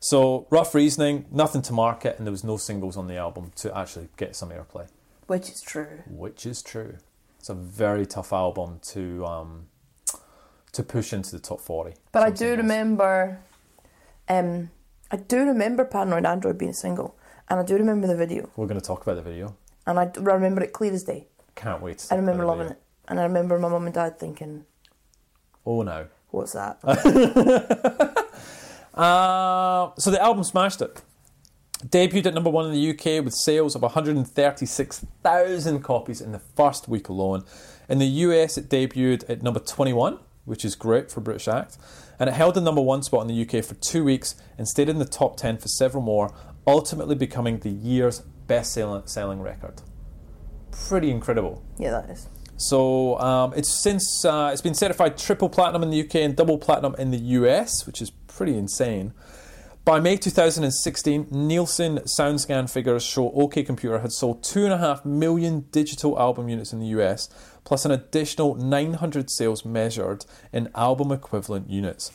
S1: So, rough reasoning, nothing to market, and there was no singles on the album to actually get some airplay,
S2: Which is true.
S1: which is true. It's a very tough album to um, to push into the top 40.
S2: But I
S1: Some
S2: do
S1: singles.
S2: remember, um, I do remember Paranoid Android being a single, and I do remember the video,
S1: We're going to talk about the video.
S2: and I, d- I remember it clear as day.
S1: Can't wait. to
S2: I
S1: talk about
S2: remember
S1: the
S2: loving
S1: video.
S2: it, and I remember my mum and dad thinking,
S1: Oh, no.
S2: "What's that?"
S1: Uh, so the album smashed it. Debuted at number one in the UK with sales of 136,000 copies in the first week alone. In the US, it debuted at number 21, which is great for British Act, and it held the number one spot in the UK for two weeks and stayed in the top 10 for several more, ultimately becoming the year's best selling, selling record. Pretty incredible.
S2: yeah, that is.
S1: So um, it's since uh, it's been certified triple platinum in the UK and double platinum in the US, which is pretty insane. By May 2016, Nielsen SoundScan figures show OK Computer had sold 2.5 million digital album units in the US, plus an additional 900 sales measured in album equivalent units.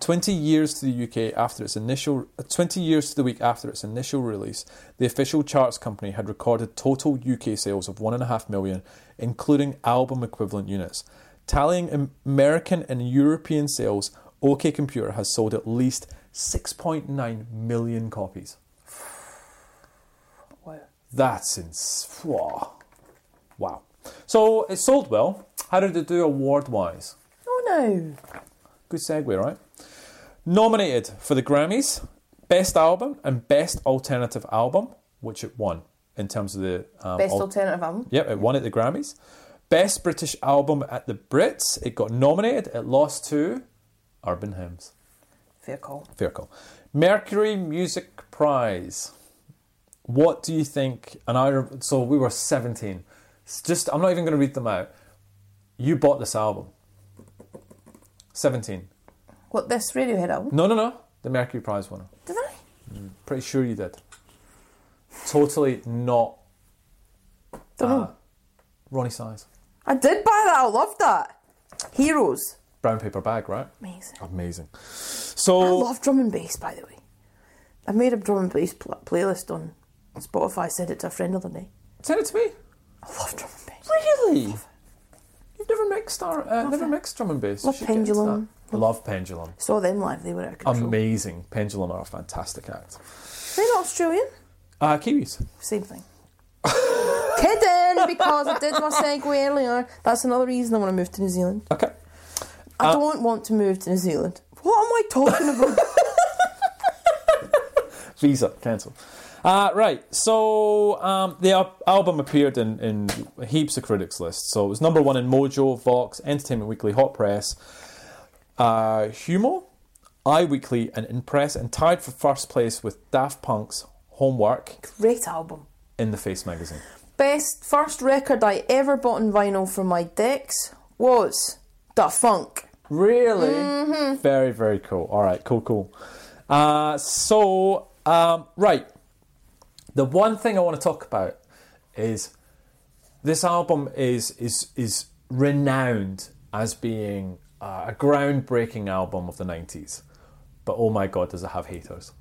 S1: 20 years to the UK after its initial, uh, 20 years to the week after its initial release, the official charts company had recorded total UK sales of 1.5 million, including album equivalent units. Tallying Am- American and European sales, OK Computer has sold at least 6.9 million copies.
S2: Wow.
S1: That's ins- wow. Wow. So it sold well. How did it do award wise?
S2: Oh no!
S1: Good segue, right? Nominated for the Grammys, Best Album and Best Alternative Album, which it won in terms of the um,
S2: Best
S1: al-
S2: alternative album.
S1: Yep, it won at the Grammys. Best British Album at the Brits. It got nominated. It lost to Urban Hymns.
S2: Fair call.
S1: Fair call. Mercury Music Prize. What do you think? And I rem- so we were seventeen. It's just I'm not even going to read them out. You bought this album. Seventeen.
S2: What this Radiohead album?
S1: No, no, no. The Mercury Prize winner.
S2: Did I?
S1: Pretty sure you did. Totally not
S2: Don't know.
S1: Ah. Ronnie Size.
S2: I did buy that. I loved that. Heroes.
S1: Brown paper bag, right?
S2: Amazing.
S1: Amazing.
S2: I
S1: So
S2: love drum and bass, by the way. I made a drum and bass pl- playlist on Spotify. Sent it to a friend the other day.
S1: send it to me.
S2: I love drum and bass.
S1: Really? You've never mixed our, uh, never mixed drum and bass. You
S2: Love
S1: should get into
S2: Pendulum.
S1: that. Love pendulum.
S2: Saw them live. They were out of
S1: Um,
S2: control.
S1: Amazing. Pendulum are a fantastic act.
S2: They're not Australian.
S1: Uh, Kiwis.
S2: Same thing. Kidding, because I did my segue earlier. That's another reason I want to move to New Zealand.
S1: Okay.
S2: I don't want to move to New Zealand. What am I talking about?
S1: Visa cancelled. Uh, right, so um, the al- album appeared in, in heaps of critics' lists. So it was number one in Mojo, Vox, Entertainment Weekly, Hot Press, uh, Humo, iWeekly, and In Press, and tied for first place with Daft Punk's Homework
S2: Great album.
S1: in the Face magazine.
S2: Best first record I ever bought in vinyl from my decks was Da Funk.
S1: Really?
S2: Mm-hmm.
S1: Very, very cool. All right, cool, cool. Uh, so, um, right. The one thing I want to talk about is this album is is is renowned as being uh, a groundbreaking album of the 90s. But oh my god, does it have haters?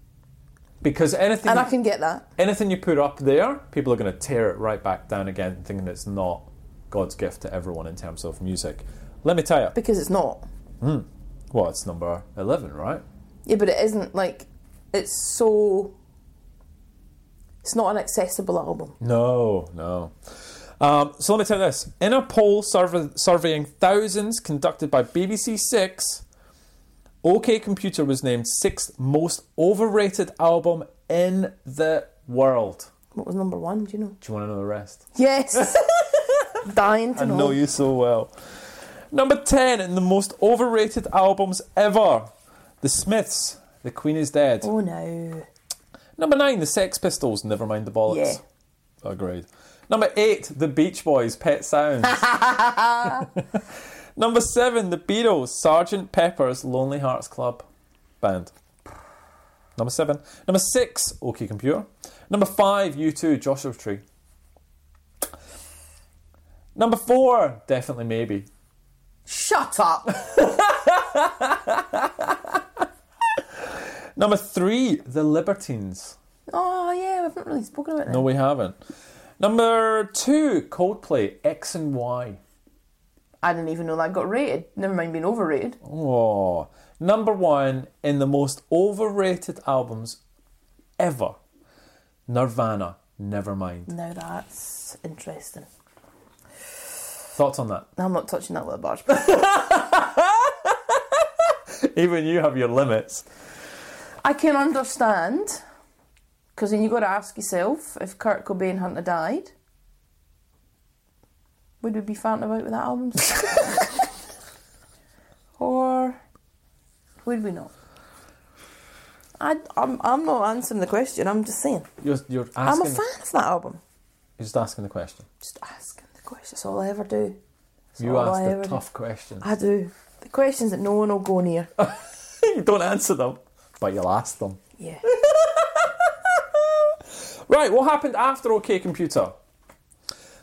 S1: Because anything
S2: And I can get that.
S1: anything you put up there, people are going to tear it right back down again, thinking it's not God's gift to everyone in terms of music. Let me tell you.
S2: Because it's not.
S1: Well, it's number 11, right?
S2: Yeah, but it isn't like it's so it's not an accessible album.
S1: No, no. Um, so let me tell you this. In a poll survey, surveying thousands conducted by BBC Six, OK Computer was named sixth most overrated album in the world.
S2: What was number one, do you know?
S1: Do you want to know the rest?
S2: Yes. Dying to know.
S1: you so well. Number 10 in the most overrated albums ever The Smiths, The Queen is Dead.
S2: Oh no.
S1: Number nine, the Sex Pistols, Never Mind the Bollocks. Agreed. Number eight, the Beach Boys, Pet Sounds. Number seven, the Beatles, Sergeant Pepper's Lonely Hearts Club Band. Number seven. Number six, OK Computer. Number five, U2, Joshua Tree. Number four, definitely maybe.
S2: Shut up.
S1: Number three, The Libertines.
S2: oh yeah, we haven't really spoken about that.
S1: No, we haven't. Number two, Coldplay, X and Y.
S2: I didn't even know that got rated. Never mind being overrated.
S1: Oh, number one in the most overrated albums ever. Nirvana, Nevermind.
S2: Now that's interesting.
S1: Thoughts on that?
S2: I'm not touching that with a barge.
S1: Even you have your limits.
S2: I can understand, because then you got to ask yourself if Kurt Cobain hadn't have died, would we be farting about with that album? or would we not? I, I'm, I'm not answering the question, I'm just saying.
S1: You're, you're
S2: I'm
S1: asking.
S2: a fan of that album.
S1: You're just asking the question.
S2: Just asking the question, that's all I ever do. That's
S1: You
S2: all I
S1: asked
S2: ever
S1: the
S2: do.
S1: tough question.
S2: I do. The questions that no one will go near.
S1: you don't answer them, but you'll ask them.
S2: yeah.
S1: Right, what happened after OK Computer?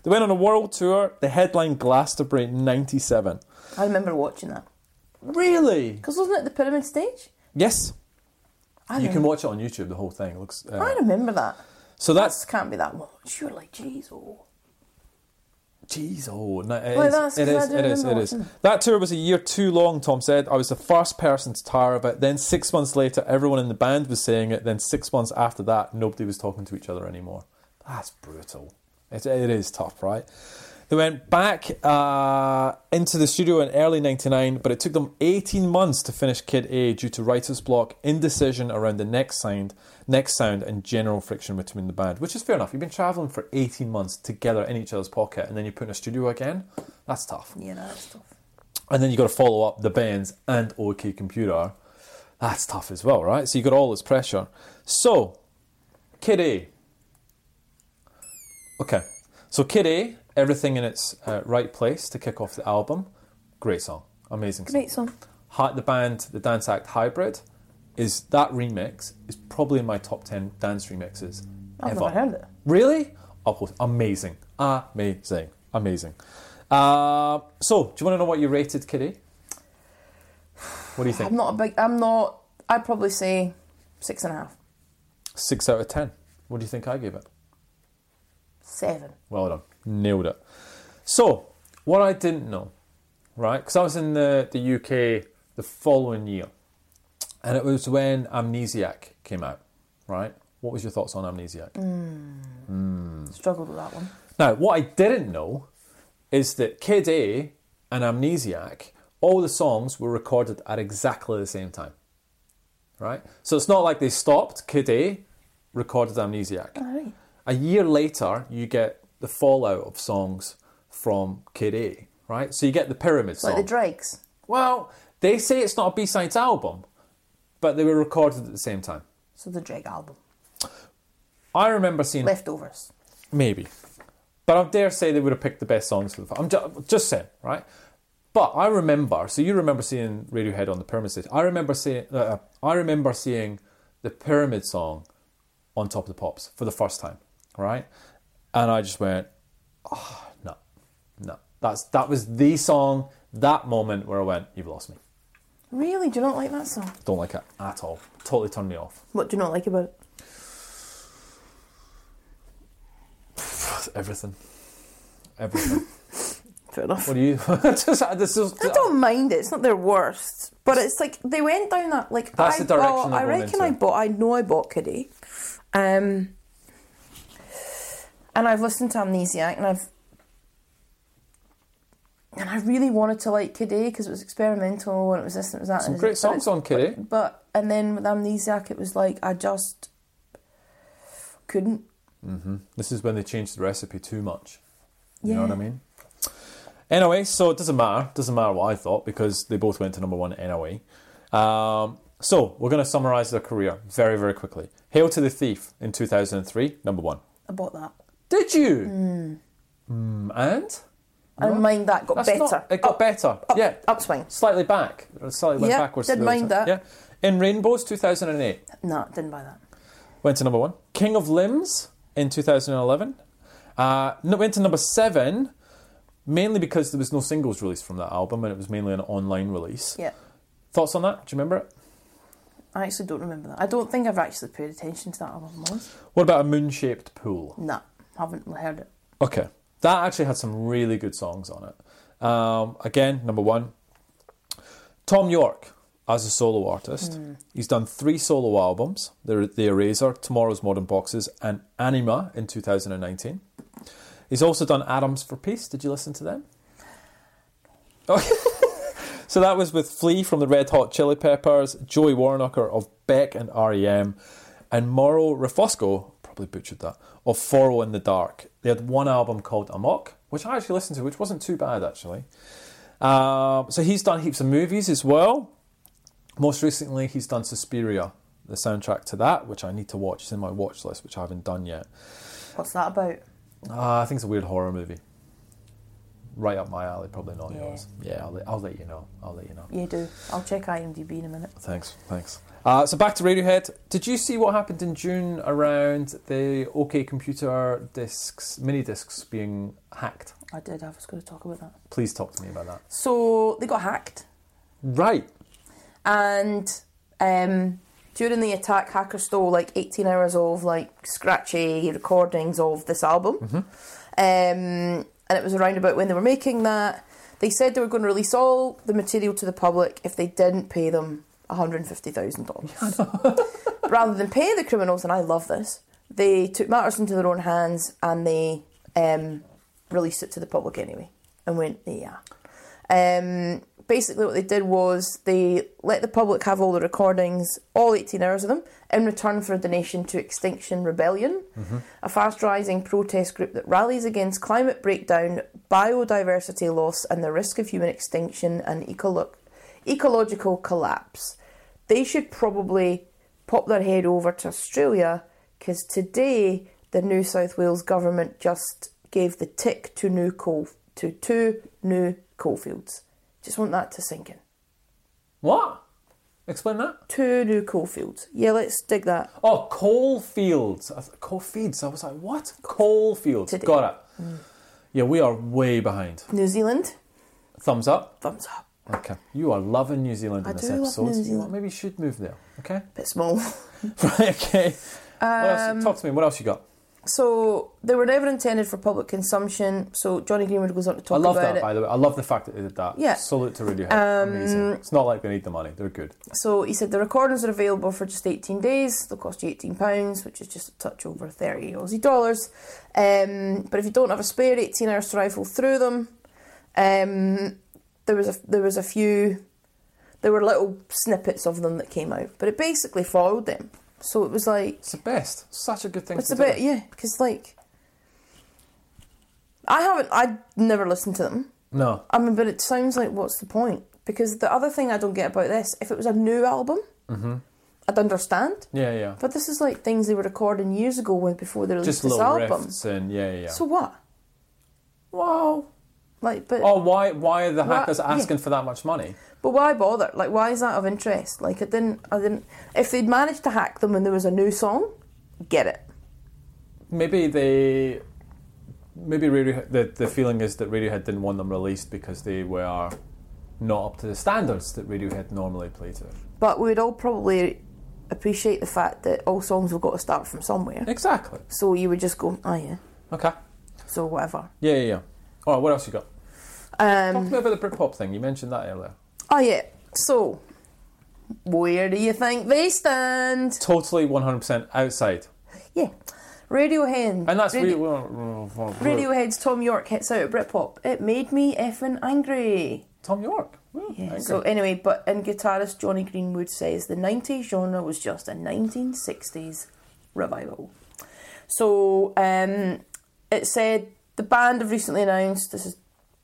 S1: They went on a world tour. The headline Glastonbury '97.
S2: I remember watching that.
S1: Really?
S2: Because wasn't it the pyramid stage?
S1: Yes.
S2: I
S1: You
S2: remember.
S1: can watch it on YouTube. The whole thing It looks. uh,
S2: I remember that.
S1: so
S2: This
S1: that's
S2: can't be that long. Surely, jeez, oh.
S1: Jeez, oh, no, it
S2: Well,
S1: is,
S2: that's
S1: it
S2: 'cause
S1: is,
S2: I
S1: it
S2: do
S1: is, it
S2: remember
S1: is.
S2: watching.
S1: That tour was a year too long, Tom said. I was the first person to tire of it. Then six months later, everyone in the band was saying it. Then six months after that, nobody was talking to each other anymore. That's brutal. It, it is tough, right? They went back uh, into the studio in early 99, but it took them 18 months to finish Kid A due to writer's block, indecision around the next sound, next sound, and general friction between the band, which is fair enough. You've been traveling for 18 months together in each other's pocket, and then you put in a studio again. That's tough.
S2: Yeah, no, that's tough.
S1: And then you've got to follow up the bands and OK Computer. That's tough as well, right? So you've got all this pressure. So, Kid A. Okay. So, Kid A, everything in its uh, right place to kick off the album. Great song. Amazing song.
S2: Great song.
S1: Hi- the band, the Dance Act Hybrid, is that remix is probably in my top 10 dance remixes
S2: I've
S1: ever.
S2: never heard it.
S1: Really? Uphold. Amazing. Amazing. Amazing. Uh, so, do you want to know what you rated, Kitty? What do you
S2: I'm
S1: think?
S2: not a big. I'm not. I'd probably say six and a half,
S1: Six out of ten. What do you think I gave it?
S2: seven.
S1: Well done. Nailed it. So, what I didn't know, right, because I was in the, the UK the following year, and it was when Amnesiac came out, right? What was your thoughts on Amnesiac?
S2: Struggled with that one.
S1: Now, what I didn't know is that Kid A and Amnesiac, all the songs were recorded at exactly the same time. Right? So it's not like they stopped, Kid A recorded Amnesiac.
S2: right.
S1: A year later, you get the fallout of songs from Kid A, right? So you get the Pyramid
S2: Like
S1: song.
S2: the Dregs.
S1: well, they say it's not a B-sides album, but they were recorded at the same time.
S2: So the Dreg album.
S1: I remember seeing
S2: Leftovers.
S1: Maybe. But I dare say they would have picked the best songs for the film. I'm just, just saying, right? But I remember, so you remember seeing Radiohead on the Pyramid stage. I remember seeing, uh, I remember seeing the Pyramid song on Top of the Pops for the first time, right? And I just went, oh, no, no. That's that was the song, that moment where I went, you've lost me.
S2: Really? Do you not like that song?
S1: Don't like it at all. Totally turned me off.
S2: What do you not like about it?
S1: Everything, everything.
S2: Fair enough.
S1: what do you? just, this is,
S2: I don't mind it. It's not their worst, but it's like they went down that like.
S1: That's
S2: I
S1: the direction
S2: bought-
S1: they're
S2: I
S1: going
S2: reckon
S1: into.
S2: I bought. I know I bought Kitty, um, and I've listened to Amnesiac, and I've and I really wanted to like Kitty because it was experimental and it was this and it was that.
S1: Some
S2: and
S1: great
S2: it- but it's-
S1: songs on Kid A.
S2: but and then with Amnesiac, it was like I just couldn't.
S1: This is when they changed the recipe too much. You know
S2: Yeah.
S1: what I mean? Anyway, so it doesn't matter. Doesn't matter what I thought because they both went to number one anyway. Um, so we're going to summarize their career very, very quickly. Hail to the Thief in 2003, number one.
S2: I bought that.
S1: Did you?
S2: Hmm.
S1: Mm, and
S2: I didn't mind that. Got
S1: That's
S2: better.
S1: not- it got
S2: Up-
S1: better.
S2: up-
S1: yeah,
S2: Upswing.
S1: slightly back, slightly went
S2: Yeah,
S1: backwards.
S2: didn't
S1: to the other
S2: mind
S1: side.
S2: that.
S1: Yeah, in Rainbows 2008.
S2: No, didn't buy that.
S1: Went to number one. King of Limbs in 2011. Uh, no- went to number seven, mainly because there was no singles released from that album and it was mainly an online release.
S2: Yeah.
S1: Thoughts on that? Do you remember it?
S2: I actually don't remember that. I don't think I've actually paid attention to that album once.
S1: What about a moon shaped pool?
S2: No, haven't heard it.
S1: Okay. That actually had some really good songs on it. Um, again, number one. Tom York as a solo artist. He's done three solo albums The, the Eraser, Tomorrow's Modern Boxes, and Anima in 2019. He's also done Adams for Peace. Did you listen to them? Okay. so that was with Flea from the Red Hot Chili Peppers, Joey Warnocker of Beck and REM, and Mauro Rafosco, probably butchered that, of Foro in the Dark. They had one album called Amok, which I actually listened to, which wasn't too bad actually. Um, so he's done heaps of movies as well. Most recently, he's done Suspiria, the soundtrack to that, which I need to watch. It's in my watch list, which I haven't done yet.
S2: What's that about?
S1: Uh, I think it's a weird horror movie. Right up my alley, probably not
S2: Yeah.
S1: yours. Yeah, I'll let, I'll let you know. I'll let you know.
S2: You do. I'll check IMDb in a minute.
S1: Thanks, thanks. Uh, so back to Radiohead. Did you see what happened in June around the OK Computer discs, mini discs being hacked?
S2: I did. I was going to talk about that.
S1: Please talk to me about that.
S2: So they got hacked,
S1: Right.
S2: and um, during the attack, hackers stole like 18 hours of like scratchy recordings of this album, um, and it was around about when they were making that. They said they were going to release all the material to the public if they didn't pay them $150,000. rather than pay the criminals, and I love this, they took matters into their own hands and they um, released it to the public anyway and went, yeah. Um, basically, what they did was they let the public have all the recordings, all 18 hours of them, in return for a donation to Extinction Rebellion, a fast rising protest group that rallies against climate breakdown, biodiversity loss, and the risk of human extinction and ecolo- ecological collapse they should probably pop their head over to Australia because today the New South Wales government just gave the tick to new coal to two new coalfields. Just want that to sink in.
S1: What? Explain that.
S2: Two new coalfields. Yeah, let's dig that.
S1: Oh, coal fields. I th- coal fields. I was like, what? Coal fields.
S2: Today. Mm.
S1: Got it. Yeah, we are way behind.
S2: New Zealand,
S1: Thumbs up.
S2: thumbs up.
S1: Okay. You are loving New Zealand
S2: I
S1: in this
S2: do love
S1: episode.
S2: New
S1: You know
S2: Zealand.
S1: what, Maybe you should move there. Okay.
S2: Bit small.
S1: Right. Okay. what else? Talk to me. What else you got?
S2: So they were never intended for public consumption. So Johnny Greenwood goes on to
S1: I
S2: talk
S1: love
S2: about
S1: that,
S2: it.
S1: by the way. I love the fact that they did that.
S2: Yeah.
S1: Salute to Radiohead.
S2: Um,
S1: Amazing. It's not like they need the money. They're good.
S2: So he said the recordings are available for just 18 days. They'll cost you 18 pounds, which is just a touch over 30 Aussie dollars. Um, but if you don't have a spare 18 hours to rifle through them, um, there was a there was a few, there were little snippets of them that came out, but it basically followed them. So it was like
S1: It's the best. Such a good thing
S2: it's
S1: to
S2: a
S1: do.
S2: bit yeah, because like I haven't I never listened to them.
S1: No.
S2: I mean, but it sounds like what's the point? Because the other thing I don't get about this, if it was a new album,
S1: Mm-hmm.
S2: I'd understand.
S1: Yeah, yeah.
S2: But this is like things they were recording years ago when before they released
S1: Just
S2: this
S1: little
S2: album.
S1: riffs uh, and yeah, yeah. yeah.
S2: So what?
S1: wow.
S2: Like, but
S1: Oh, why? Why are the
S2: Why-
S1: hackers
S2: yeah.
S1: asking for that much money?
S2: but why bother? Like, why is that of interest? Like, it didn't. I didn't. If they'd managed to hack them and there was a new song, get it.
S1: Maybe they. Maybe Radiohead, the the feeling is that Radiohead didn't want them released because they were not up to the standards that Radiohead normally play to.
S2: But we would all probably appreciate the fact that all songs have got to start from somewhere.
S1: Exactly.
S2: So you would just go, oh yeah,
S1: Okay.
S2: so whatever.
S1: Yeah, yeah, yeah. All right. What else you got? Talk
S2: Um,
S1: to me about the Britpop thing. You mentioned that earlier.
S2: Oh yeah. So, where do you think they stand?
S1: Totally, one hundred percent outside,
S2: Yeah, Radiohead.
S1: and that's
S2: Radio-
S1: really
S2: Radiohead's Tom York hits out at Britpop. It made me effing angry.
S1: Tom York. Mm,
S2: Yeah.
S1: angry.
S2: So anyway, but and guitarist Johnny Greenwood says the '90s genre was just a 1960s revival. So um, it said the band have recently announced this is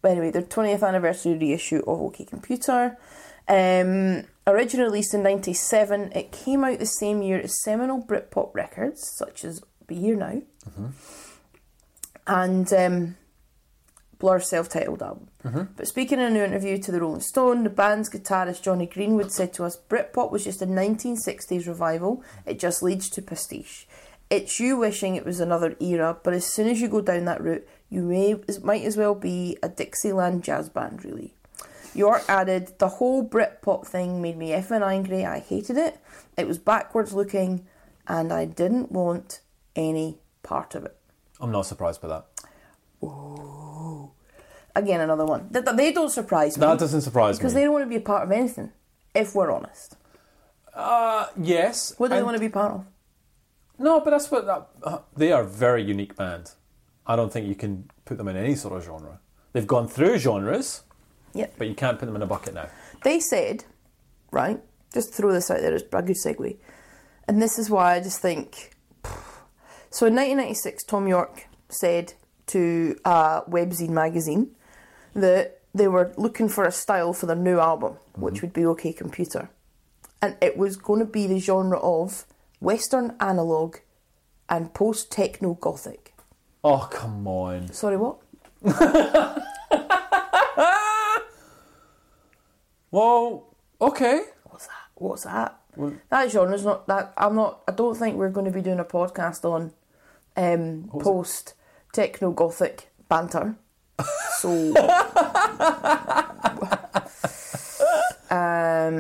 S2: anyway their 20th anniversary reissue of OK Computer. Um, originally released in '97, it came out the same year as seminal Britpop records such as Be Here Now and um, Blur's self-titled album.
S1: Mm-hmm.
S2: But speaking in a new interview to the Rolling Stone, the band's guitarist Johnny Greenwood said to us, "Britpop was just a 1960s revival. It just leads to pastiche. It's you wishing it was another era, but as soon as you go down that route, you may it might as well be a Dixieland jazz band, really." York added, "The whole Britpop thing made me effing angry. I hated it. It was backwards looking, and I didn't want any part of it."
S1: I'm not surprised by that.
S2: again another one Th- th- they don't surprise me
S1: That doesn't surprise me.
S2: because they don't want to be a part of anything if we're honest
S1: uh, yes.
S2: what do they
S1: and-
S2: want to be part of
S1: No, but that's what that, uh, they are. A very unique band. I don't think you can put them in any sort of genre. They've gone through genres,
S2: yep
S1: but you can't put them in a bucket now.
S2: they said right just throw this out there as a good segue and this is why i just think so in 1996 tom york said to uh, webzine magazine that they were looking for a style for their new album which would be okay computer and it was going to be the genre of western analog and post techno gothic
S1: Oh come on!
S2: Sorry, what?
S1: Well, okay.
S2: What's that? What's that? that genre's not that. I'm not. I don't think we're going to be doing a podcast on um, post techno gothic banter. So. um.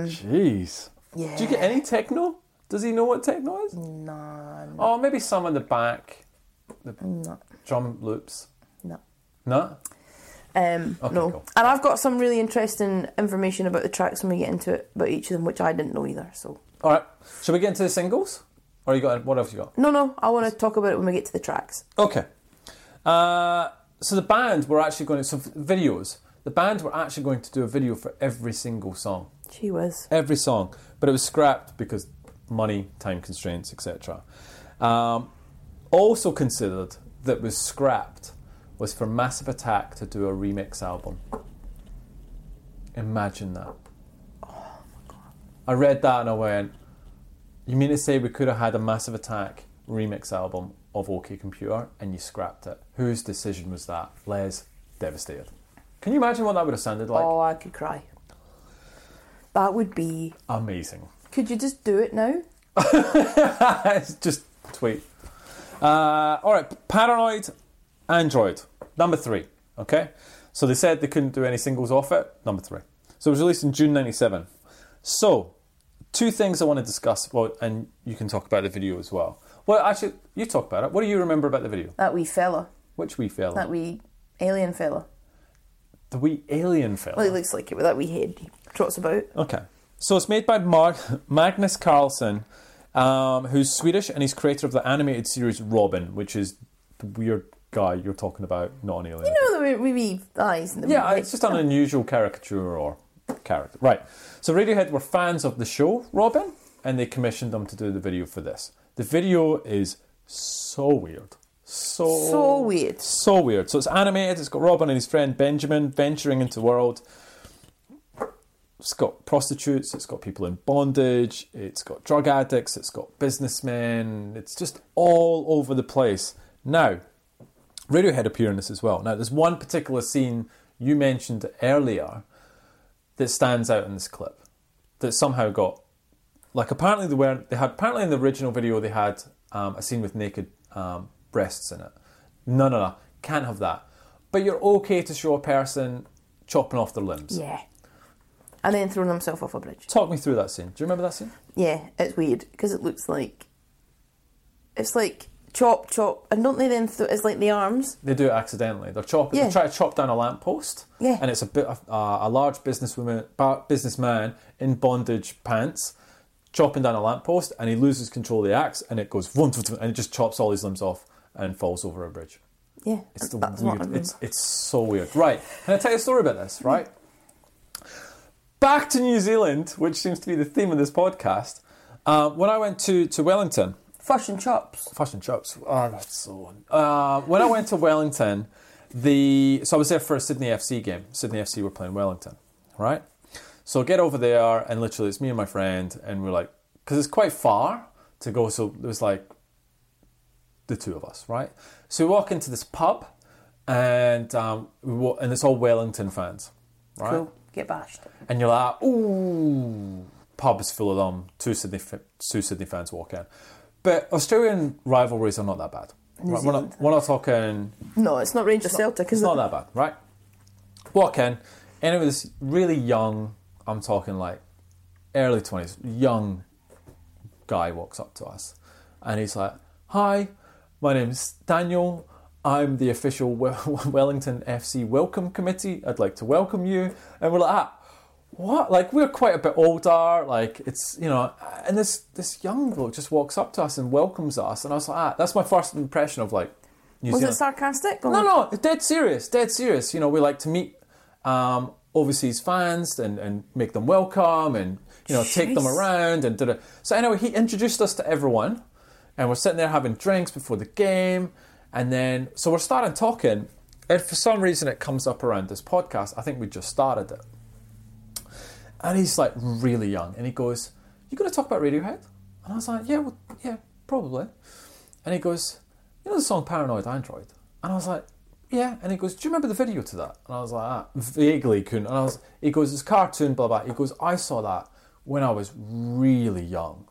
S1: Jeez.
S2: Yeah.
S1: Do you get any techno? Does he know what techno is?
S2: Nah. No.
S1: Oh, maybe some in the back, the drum loops.
S2: No.
S1: No.
S2: Um,
S1: Okay,
S2: no.
S1: cool.
S2: And I've got some really interesting information about the tracks when we get into it about each of them, which I didn't know either. So.
S1: All right. Shall we get into the singles? Or you got what else you got?
S2: No, no. I want to talk about it when we get to the tracks.
S1: Okay. Uh, so the band were actually going to so videos. The band were actually going to do a video for every single song,
S2: She was.
S1: every song, but it was scrapped because money, time constraints, etc. Um, also considered that was scrapped was for Massive Attack to do a remix album. Imagine that. Oh my god. I read that and I went, you mean to say we could have had a Massive Attack remix album of OK Computer and you scrapped it? Whose decision was that? Les, devastated. Can you imagine what that would have sounded like?
S2: Oh, I could cry. That would be
S1: Amazing.
S2: Could you just do it now?
S1: It's just tweet. Uh, all right, paranoid android number three. Okay, so they said they couldn't do any singles off it. Number three. So it was released in June '97. So, two things I want to discuss. Well, and you can talk about the video as well. Well, actually, you talk about it. What do you remember about the video?
S2: That wee fella.
S1: Which wee fella?
S2: That wee alien fella.
S1: the wee alien fella.
S2: Well, he looks like it with that wee head he trots about.
S1: Okay. So it's made by Mag- Magnus Carlsen, um, who's Swedish and he's creator of the animated series Robin, which is the weird guy you're talking about, not an alien.
S2: You know, the wee, wee, wee eyes and the
S1: yeah,
S2: wee
S1: it's just an unusual caricature or character. Right. So Radiohead were fans of the show Robin and they commissioned them to do the video for this. The video is so weird. So
S2: So weird.
S1: So weird. So it's animated, it's got Robin and his friend Benjamin venturing into the world. It's got prostitutes, it's got people in bondage, it's got drug addicts, it's got businessmen, it's just all over the place. Now, Radiohead appear in this as well. Now, there's one particular scene you mentioned earlier that stands out in this clip that somehow got like apparently they weren't they had apparently in the original video they had um, a scene with naked um, breasts in it. No, no, no, can't have that. But you're okay to show a person chopping off their limbs.
S2: Yeah. And then throwing himself off a bridge.
S1: Talk me through that scene. Do you remember that scene?
S2: Yeah, it's weird because it looks like it's like chop chop, and don't they then? Th- it's like the arms.
S1: They do it accidentally. They're chopping. They
S2: Yeah.
S1: try to chop down a lamppost.
S2: Yeah.
S1: And it's a bit of, uh, a large businesswoman, ba- businessman in bondage pants, chopping down a lamppost, and he loses control of the axe, and it goes vroom, vroom, vroom, and it just chops all his limbs off and falls over a bridge.
S2: Yeah,
S1: It's the
S2: that's what I
S1: weird.
S2: remember.
S1: It's it's so weird. Right. Can I tell you a story about this? Right. Back to New Zealand, which seems to be the theme of this podcast. Uh, when I went to to Wellington,
S2: Fush and chops.
S1: fashion shops. Oh, that's so. Uh, when I went to Wellington, the so I was there for a Sydney FC game. Sydney FC were playing Wellington, right? So I get over there, and literally, it's me and my friend, and we're like, because it's quite far to go. So it was like the two of us, right? So we walk into this pub, and um, we wa- and it's all Wellington fans, right?
S2: Cool. Get bashed.
S1: and you're like, ooh, pubs full of them. Two Sydney, fa- two Sydney fans walk in. But Australian rivalries are not that bad. Right, we're, not, we're not talking,
S2: No, it's not Ranger Celtic,
S1: it's
S2: is it?
S1: not that bad, right? Walk in, anyway, this really young, I'm talking like early 20s, young guy walks up to us and he's like, Hi, my name's Daniel. I'm the official Wel- Wellington FC Welcome Committee. I'd like to welcome you. And we're like, ah, what? Like, we're quite a bit older. Like, it's, you know, and this, this young bloke just walks up to us and welcomes us. And I was like, ah, that's my first impression of like New
S2: Was it
S1: Zealand.
S2: sarcastic? or-
S1: No, no, it's dead serious, dead serious. You know, we like to meet um, overseas fans and, and make them welcome and, you know, take them
S2: Jeez.
S1: around and da So anyway, he introduced us to everyone and we're sitting there having drinks before the game. And then, so we're starting talking. And for some reason, it comes up around this podcast. I think we just started it. And he's like really young, and he goes, "You going to talk about Radiohead?" And I was like, "Yeah, well, yeah, probably." And he goes, "You know the song Paranoid Android?" And I was like, "Yeah." And he goes, "Do you remember the video to that?" And I was like, ah, "Vaguely, couldn't." And I was, he goes, "It's cartoon, blah blah." He goes, "I saw that when I was really young,"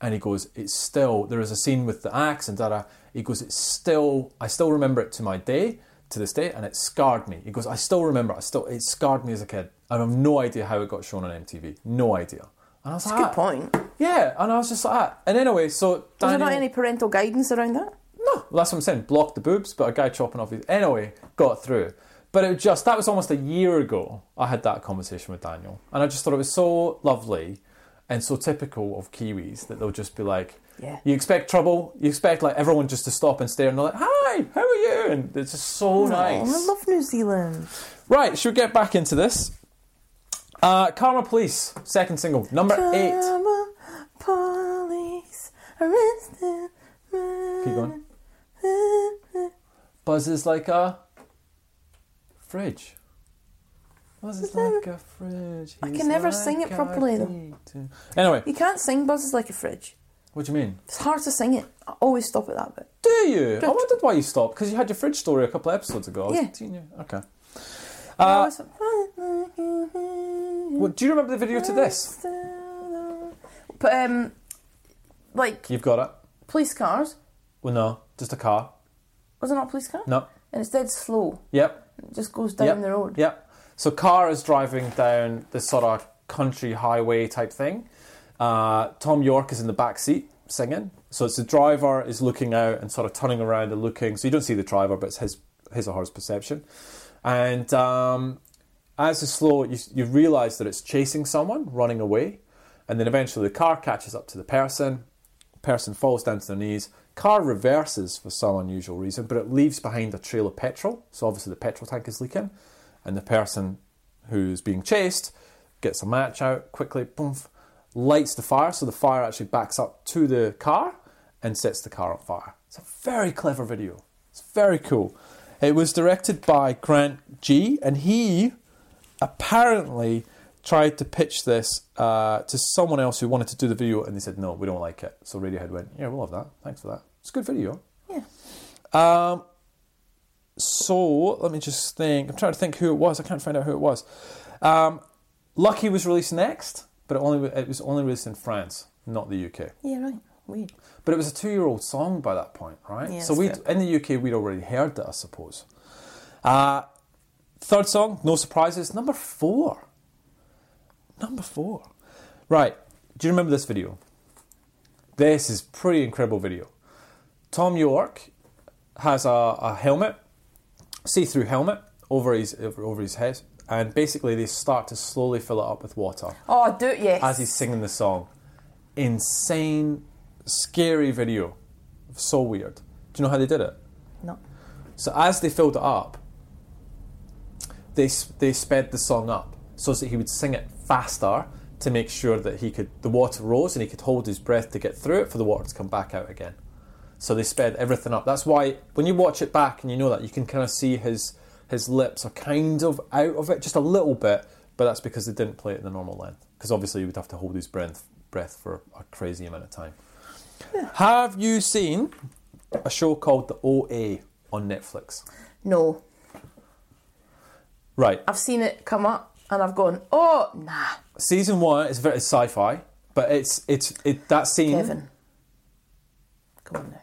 S1: and he goes, "It's still there is a scene with the axe and da da." He goes, "It's still I still remember it to my day." to this day, and it scarred me. He goes, I still remember. I still it scarred me as a kid. I have no idea how it got shown on MTV. No idea. And I was like,
S2: Good
S1: "Ah."
S2: point. Was
S1: Yeah, and I was just like, ah. and anyway, so
S2: there
S1: Daniel,
S2: not any parental guidance around that?
S1: no, well, that's what I'm saying. Blocked the boobs, but a guy chopping off his anyway got through. But it just that was almost a year ago. I had that conversation with Daniel, and I just thought it was so lovely and so typical of Kiwis that they'll just be like,
S2: Yeah.
S1: you expect trouble, you expect like everyone just to stop and stare, and they're like, hi, how are you? And it's just so nice.
S2: Oh, I love New Zealand.
S1: Right, should we get back into this? Uh, Karma Police, second single, number eight.
S2: Karma, police, arrested.
S1: Keep going. Buzzes like a fridge. Buzzes like a fridge.
S2: I
S1: He's
S2: can never
S1: like
S2: sing it
S1: a
S2: properly, though.
S1: bee to- Anyway,
S2: You can't sing buzzes like a fridge.
S1: what do you mean?
S2: It's hard to sing it. I always stop at that bit.
S1: Do you? I wondered why you stopped because you had your fridge story a couple episodes ago. I was
S2: Yeah.
S1: teaching you- Okay.
S2: I
S1: Uh,
S2: always-
S1: well, do you remember the video to this?
S2: But um, like
S1: You've got it.
S2: police cars.
S1: Well, no, just a car.
S2: Was it not police car?
S1: No.
S2: And it's dead slow.
S1: Yep.
S2: just goes down
S1: Yep.
S2: the road.
S1: Yep. So car is driving down this sort of country highway type thing. Uh, Tom York is in the back seat singing. So it's the driver is looking out and sort of turning around and looking. So you don't see the driver, but it's his his or her perception. And um, as it's slow, you, you realise that it's chasing someone, running away, and then eventually the car catches up to the person. Person falls down to their knees. Car reverses for some unusual reason, but it leaves behind a trail of petrol. So obviously the petrol tank is leaking, and the person who's being chased gets a match out quickly, boom, lights the fire. So the fire actually backs up to the car and sets the car on fire. It's a very clever video. It's very cool. It was directed by Grant G, and he apparently tried to pitch this uh, to someone else who wanted to do the video, and they said, no, we don't like it. So Radiohead went, yeah, we'll have that. Thanks for that. It's a good video.
S2: Yeah.
S1: Um, so let me just think. I'm trying to think who it was. I can't find out who it was. Um, Lucky was released next, but it only it was only released in France, not the UK.
S2: Yeah, right. Weird.
S1: But it was a two-year-old song by that point, right?
S2: Yeah,
S1: so
S2: that's
S1: we
S2: fair.
S1: in the UK we'd already heard that, I suppose. Uh, third song, no surprises. Number four. Number four. Right. Do you remember this video? This is pretty incredible video. Tom York has a, a helmet, see-through helmet over his over over his head, and basically they start to slowly fill it up with water
S2: Oh, do it, yes.
S1: as he's singing the song. Insane, scary video. So weird. Do you know how they did it?
S2: no.
S1: So as they filled it up, they s- they sped the song up so that he would sing it faster to make sure that he could the water rose and he could hold his breath to get through it for the water to come back out again. So they sped everything up. That's why when you watch it back and you know that you can kind of see his his lips are kind of out of it just a little bit, but that's because they didn't play it the normal length because obviously you would have to hold his breath breath for a crazy amount of time. Have you seen a show called The OA on Netflix?
S2: No.
S1: Right.
S2: I've seen it come up and I've gone, oh, nah,
S1: season one is very sci-fi, but it's it's it that scene.
S2: Kevin. Come on now.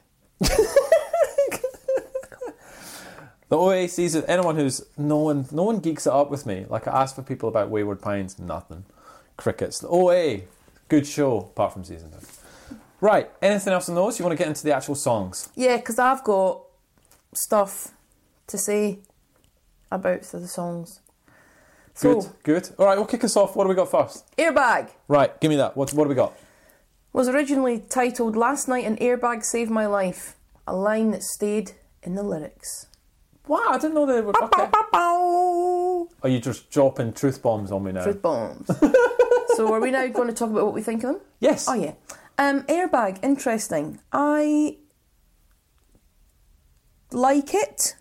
S1: The OA season. Anyone who's no one no one geeks it up with me. Like I asked for people about Wayward Pines, nothing. Crickets. The OA, good show apart from season two. Right. Anything else on those? You want to get into the actual songs?
S2: Yeah, because I've got stuff to say about the songs. So,
S1: Good. Good. All right. We'll kick us off. What do we got first?
S2: Airbag
S1: Right. Give me that. What what do we got?
S2: was originally titled Last Night an Airbag Saved My Life, a line that stayed in the lyrics.
S1: Wow. I didn't know they were. Okay. Are you just dropping truth bombs on me now?
S2: Truth bombs. so, are we now going to talk about what we think of them?
S1: Yes.
S2: Oh yeah. Um, airbag, interesting. I like it.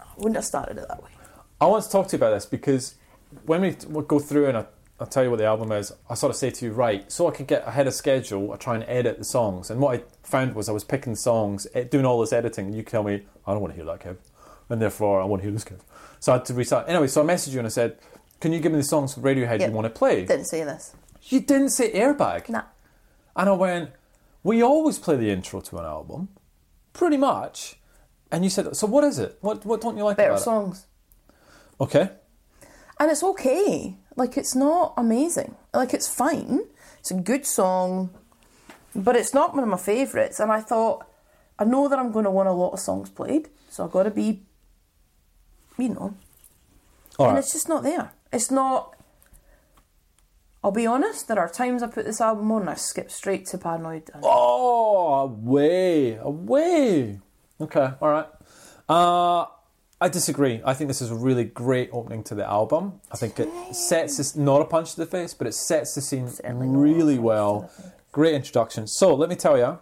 S2: I wouldn't have started it that way.
S1: I want to talk to you about this because when we t- we'll go through and I, I'll tell you what the album is, I sort of say to you, right, so I could get ahead of schedule, I try and edit the songs. And what I found was I was picking songs, eh, doing all this editing, and you tell me, I don't want to hear that, Kev. And therefore, I want to hear this, Kev. So I had to restart. Anyway, so I messaged you and I said, can you give me the songs from Radiohead
S2: Yep.
S1: you want to play?
S2: Didn't say this.
S1: you didn't say Airbag.
S2: Nah.
S1: And I went, we always play the intro to an album, pretty much. And you said, so what is it? What, what don't you like
S2: Better
S1: about
S2: songs.
S1: it? Okay.
S2: And it's okay. Like it's not amazing. Like it's fine. It's a good song. But it's not one of my favourites. And I thought, I know that I'm gonna want a lot of songs played, so I've gotta be you know,
S1: All
S2: and
S1: right.
S2: it's just not there. It's not. I'll be honest. There are times I put this album on and I skip straight to Paranoid. And
S1: Oh, away, away. Okay, all right. Uh, I disagree. I think this is a really great opening to the album. I think it sets this not a punch to the face, but it sets the scene
S2: Certainly not a
S1: really
S2: punch
S1: well. Great introduction. So let me tell you,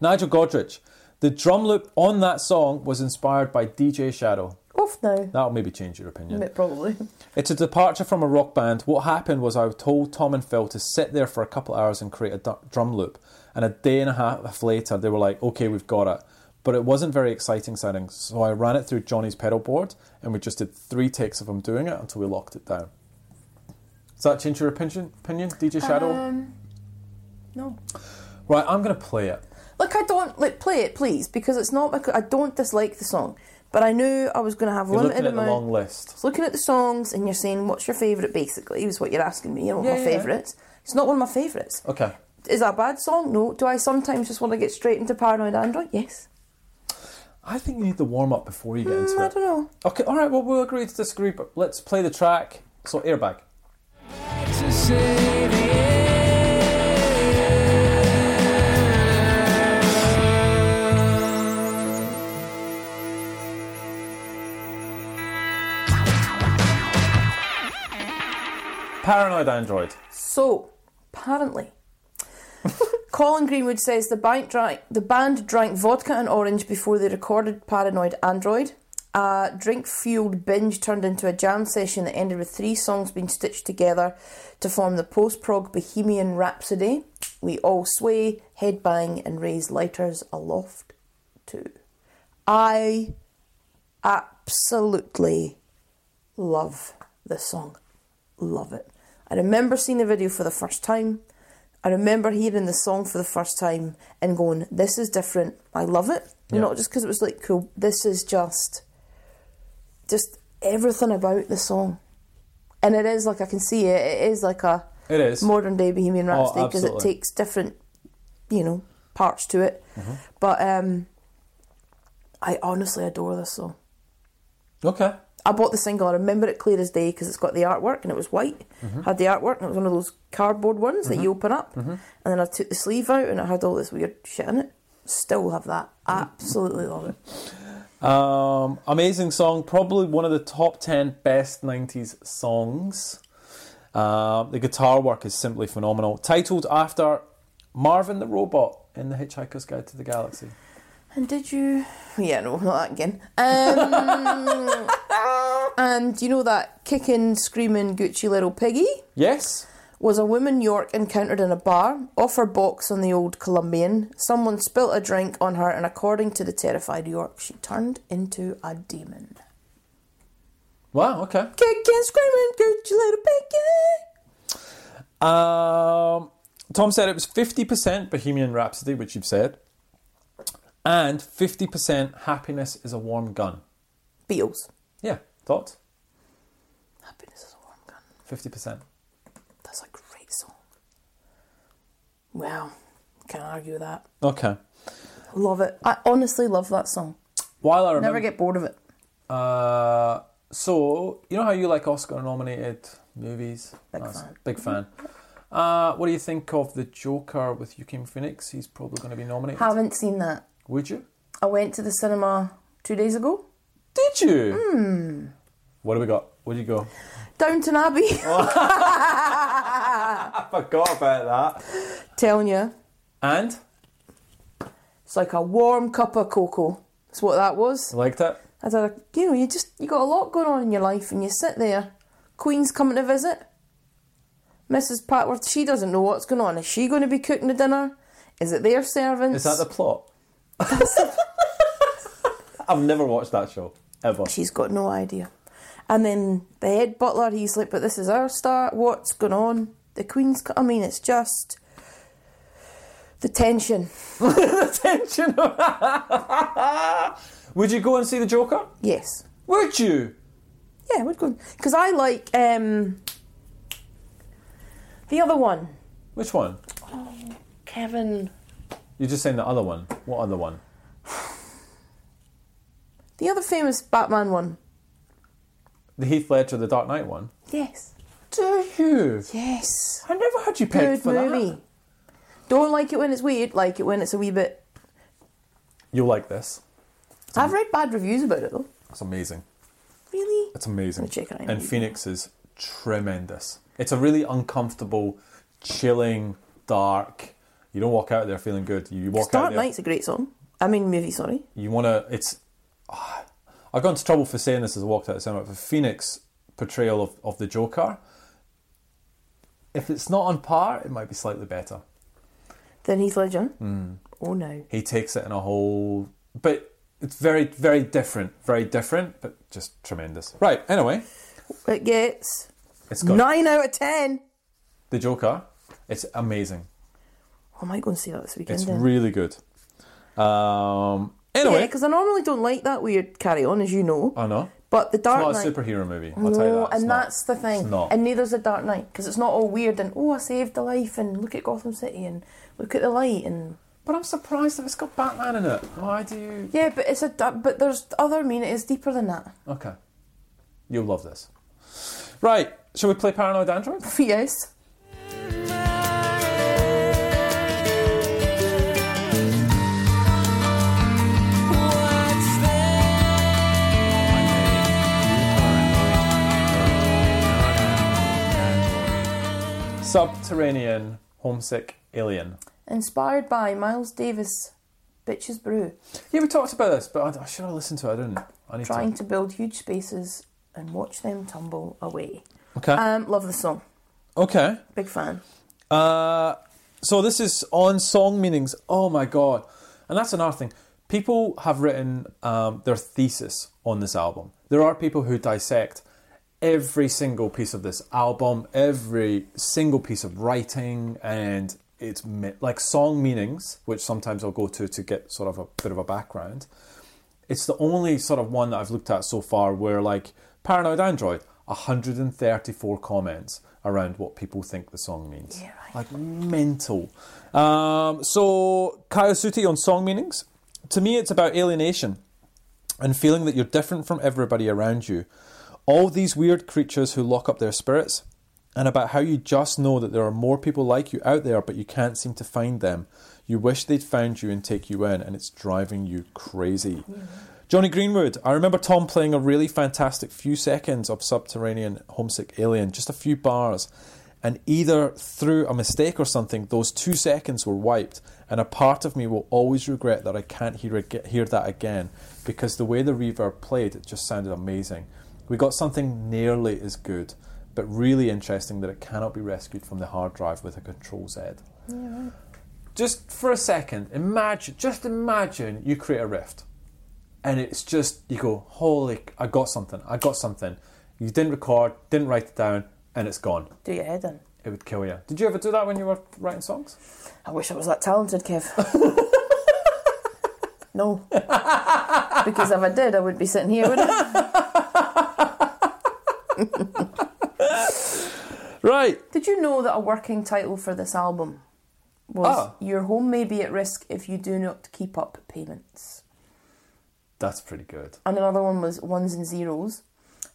S1: Nigel Godrich, the drum loop on that song was inspired by DJ Shadow.
S2: off now,
S1: That'll maybe change your opinion.
S2: but probably.
S1: It's a departure from a rock band. What happened was I told Tom and Phil to sit there for a couple hours and create a du- drum loop. And a day and a half later, they were like, okay, we've got it. But it wasn't very exciting sounding, so I ran it through Johnny's pedal board and we just did three takes of him doing it until we locked it down. Does that change your opinion, opinion DJ Shadow?
S2: Um, no.
S1: right, I'm going to play it.
S2: Like I don't like play it, please, because it's not. My, I don't dislike the song. But I knew I was going to have
S1: You're
S2: limited
S1: looking at the
S2: amount.
S1: long list.
S2: It's looking at the songs and you're saying, what's your favourite, basically, is what you're asking me. You know, what
S1: Yeah,
S2: my
S1: yeah, yeah.
S2: favourites. It's not one of my favourites.
S1: Okay.
S2: Is that a bad song? No. Do I sometimes just want to get straight into Paranoid Android? Yes.
S1: I think you need the warm up before you get
S2: Mm,
S1: into
S2: I
S1: it.
S2: don't know.
S1: Okay, all right. Well, we'll agree to disagree, but let's play the track. So, airbag. Paranoid Android.
S2: So, apparently, Colin Greenwood says the, bank drank, the band drank vodka and orange before they recorded Paranoid Android. A drink fueled binge turned into a jam session that ended with three songs being stitched together to form the post prog Bohemian Rhapsody. We all sway, headbang, and raise lighters aloft, too. I absolutely love this song. Love it. I remember seeing the video for the first time. I remember hearing the song for the first time and going, this is different. I love it.
S1: Yeah.
S2: Not just because it was like cool. This is just, just everything about the song. And it is like, I can see it. It is like a
S1: It is.
S2: modern day Bohemian
S1: Oh,
S2: Rhapsody because it
S1: absolutely. Mm-hmm.
S2: takes different, you know, parts to it. But um, I honestly adore this song.
S1: Okay.
S2: I bought the single. I remember it clear as day because it's got the artwork and it was white. Had the artwork and it was one of those cardboard ones that you open up. And then I took the sleeve out and it had all this weird shit in it. Still have that. Absolutely love it.
S1: Um, amazing song, probably one of the top 10 best 90s songs. Uh, the guitar work is simply phenomenal. Titled after Marvin the Robot in The Hitchhiker's Guide to the Galaxy.
S2: And did you? Yeah, no, not that again. Um, and you know that kicking, screaming Gucci little piggy?
S1: Yes?
S2: was a woman York encountered in a bar, off her box on the old Colombian. Someone spilt a drink on her, and according to the terrified York, she turned into a demon.
S1: Wow, okay.
S2: Kicking, screaming, good you little piggy.
S1: Um, Tom said it was 50% Bohemian Rhapsody, which you've said, and 50% Happiness is a Warm Gun.
S2: Beatles.
S1: Yeah, thoughts?
S2: Happiness is a warm gun.
S1: 50%.
S2: That's a great song. Wow, can't argue with that.
S1: Okay.
S2: Love it. I honestly love that song.
S1: While I remember.
S2: Never get bored of it.
S1: Uh, so you know how you like Oscar-nominated movies?
S2: Big
S1: Nice.
S2: fan.
S1: Big fan. Uh, what do you think of the Joker with Joaquin Phoenix? He's probably going to be nominated.
S2: Haven't seen that.
S1: Would you?
S2: I went to the cinema two days ago.
S1: Did you? Hmm. What do we got? Where'd you go?
S2: Downton Abbey.
S1: Oh. I forgot about that.
S2: Telling you.
S1: And
S2: It's like a warm cup of cocoa. That's what that was.
S1: liked it.
S2: I did a, you know, you just you got a lot going on in your life, and you sit there. Queen's coming to visit. Mrs. Patworth, she doesn't know what's going on. Is she going to be cooking the dinner? Is it their servants?
S1: Is that the plot? I've never watched that show ever.
S2: She's got no idea. And then the head butler, he's like, "But this is our start. What's going on? The Queen's. Co- I mean, it's just the tension.
S1: Attention! Would you go and see the Joker?
S2: Yes,
S1: Would you?
S2: Yeah, we'd go because I like um, the other one,
S1: Which one?
S2: Kevin.
S1: You're just saying the other one. What other one?
S2: The other famous Batman one.
S1: The Heath Ledger, the Dark Knight one.
S2: Yes.
S1: Do you?
S2: Yes.
S1: I never had you picked
S2: Good
S1: for
S2: movie.
S1: that.
S2: Don't like it when it's weird. Like it when it's a wee bit.
S1: You'll like this.
S2: I've read bad reviews about it though.
S1: It's amazing.
S2: Really?
S1: It's amazing.
S2: I'm gonna check it out.
S1: and Phoenix is tremendous. It's a really uncomfortable, chilling, dark. You don't walk out of there feeling good. You walk out
S2: Dark
S1: there.
S2: Knight's a great song. I mean movie. Sorry.
S1: You want to. It's. ah, I got into trouble for saying this as I walked out of the cinema. But Phoenix portrayal of, of the Joker. If it's not on par, it might be slightly better.
S2: Then Heath Ledger.
S1: Hmm.
S2: Oh no.
S1: he takes it in a whole but it's very very different very different but just tremendous right anyway
S2: It gets
S1: it's got
S2: nine out of ten.
S1: the joker it's amazing
S2: Oh, I might go and see that this weekend.
S1: it's
S2: then.
S1: really good um Anyway,
S2: Yeah, because I normally don't like that weird carry on, as you know.
S1: I know.
S2: But the Dark
S1: Uh, It's not a
S2: Knight.
S1: superhero movie. I'll tell you
S2: No,
S1: that. It's
S2: and
S1: not.
S2: that's the thing.
S1: It's not.
S2: And neither's the Dark Knight because it's not all weird and oh, I saved a life and look at Gotham City and look at the light and
S1: But I'm surprised that it's got Batman in it. Why do you?
S2: yeah, but it's a da- but there's other meaning. It's deeper than that.
S1: Okay, you'll love this. Right, shall we play Paranoid Android?
S2: Yes.
S1: Subterranean homesick alien.
S2: Inspired by Miles Davis, Bitches Brew,
S1: Yeah, we talked about this, but I, I should have listened to it. I didn't. I need
S2: trying
S1: to.
S2: to build huge spaces and watch them tumble away.
S1: Okay.
S2: Um, love the song.
S1: okay.
S2: Big fan.
S1: Uh, so this is on song meanings. Oh my god! And that's another thing. People have written um, their thesis on this album. There are people who dissect every single piece of this album, every single piece of writing, and it's me- like song meanings, which sometimes I'll go to to get sort of a bit of a background it's the only sort of one that I've looked at so far where like Paranoid Android, 134 comments around what people think the song means.
S2: Yeah, right.
S1: Like mental. Um, so Kyosuti on song meanings. To me, it's about alienation and feeling that you're different from everybody around you. All these weird creatures who lock up their spirits, and about how you just know that there are more people like you out there, but you can't seem to find them. You wish they'd found you and take you in, and it's driving you crazy. Johnny Greenwood, I remember Tom playing a really fantastic few seconds of Subterranean Homesick Alien, just a few bars. And either through a mistake or something, those two seconds were wiped, and a part of me will always regret that I can't hear, ag- hear that again because the way the reverb played, it just sounded amazing. We got something nearly as good, but really interesting that it cannot be rescued from the hard drive with a Control Z. Just for a second, imagine, just imagine you create a rift and it's just you go holy i got something i got something you didn't record didn't write it down and it's gone
S2: Do your head in.
S1: it would kill you did you ever do that when you were writing songs
S2: I wish I was that talented, Kev. no. because if I did, I wouldn't be sitting here, would I?
S1: right
S2: Did you know that a working title for this album was
S1: Ah.
S2: Your Home May Be at Risk If You Do Not Keep Up Payments?
S1: that's pretty good
S2: And another one was Ones and Zeros.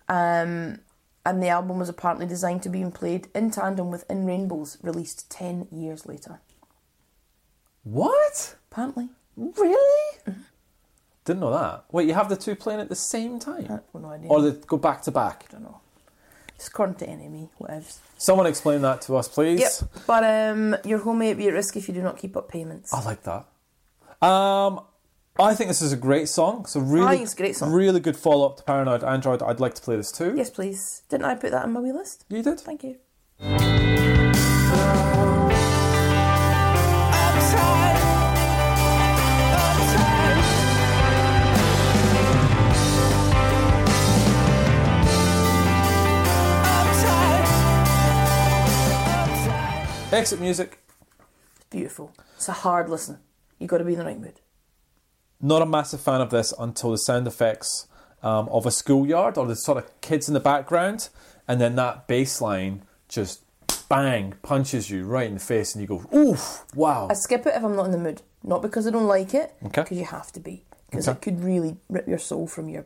S2: Um, and the album was apparently designed to be played in tandem with In Rainbows, released 10 years later.
S1: what
S2: Apparently.
S1: Hmm. really didn't know that wait you have the two playing at the same time
S2: I've got no idea.
S1: or they go back to back
S2: I don't know. Just according to NME, whatevs.
S1: someone explain that to us please
S2: Yep. But um, your home may be at risk if you do not keep up payments.
S1: I like that. Um, I think this is a great song. It's a really,
S2: I think it's a great song.
S1: really good follow up to Paranoid Android. I'd like to play this too.
S2: Yes, please. Didn't I put that on my wee list?
S1: You did?
S2: Thank you.
S1: Exit music.
S2: It's beautiful. It's a hard listen. you got to be in the right mood.
S1: Not a massive fan of this until the sound effects um, of a schoolyard or the sort of kids in the background, and then that bass line just bang punches you right in the face, and you go, "Oof! Wow!"
S2: I skip it if I'm not in the mood. Not because I don't like it,
S1: Okay.
S2: because you have to be. Because
S1: Okay.
S2: it could really rip your soul from your.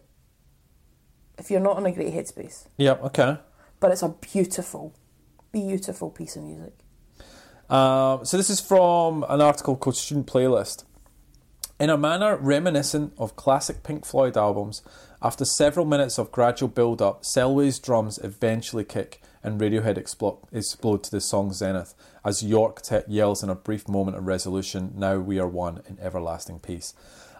S2: If you're not in a great headspace.
S1: Yep. Okay.
S2: But it's a beautiful, beautiful piece of music.
S1: Um, so this is from an article called Student Playlist. In a manner reminiscent of classic Pink Floyd albums, after several minutes of gradual build up, Selway's drums eventually kick and Radiohead explo- explode to the song Zenith as York Tet yells in a brief moment of resolution, Now we are one in everlasting peace.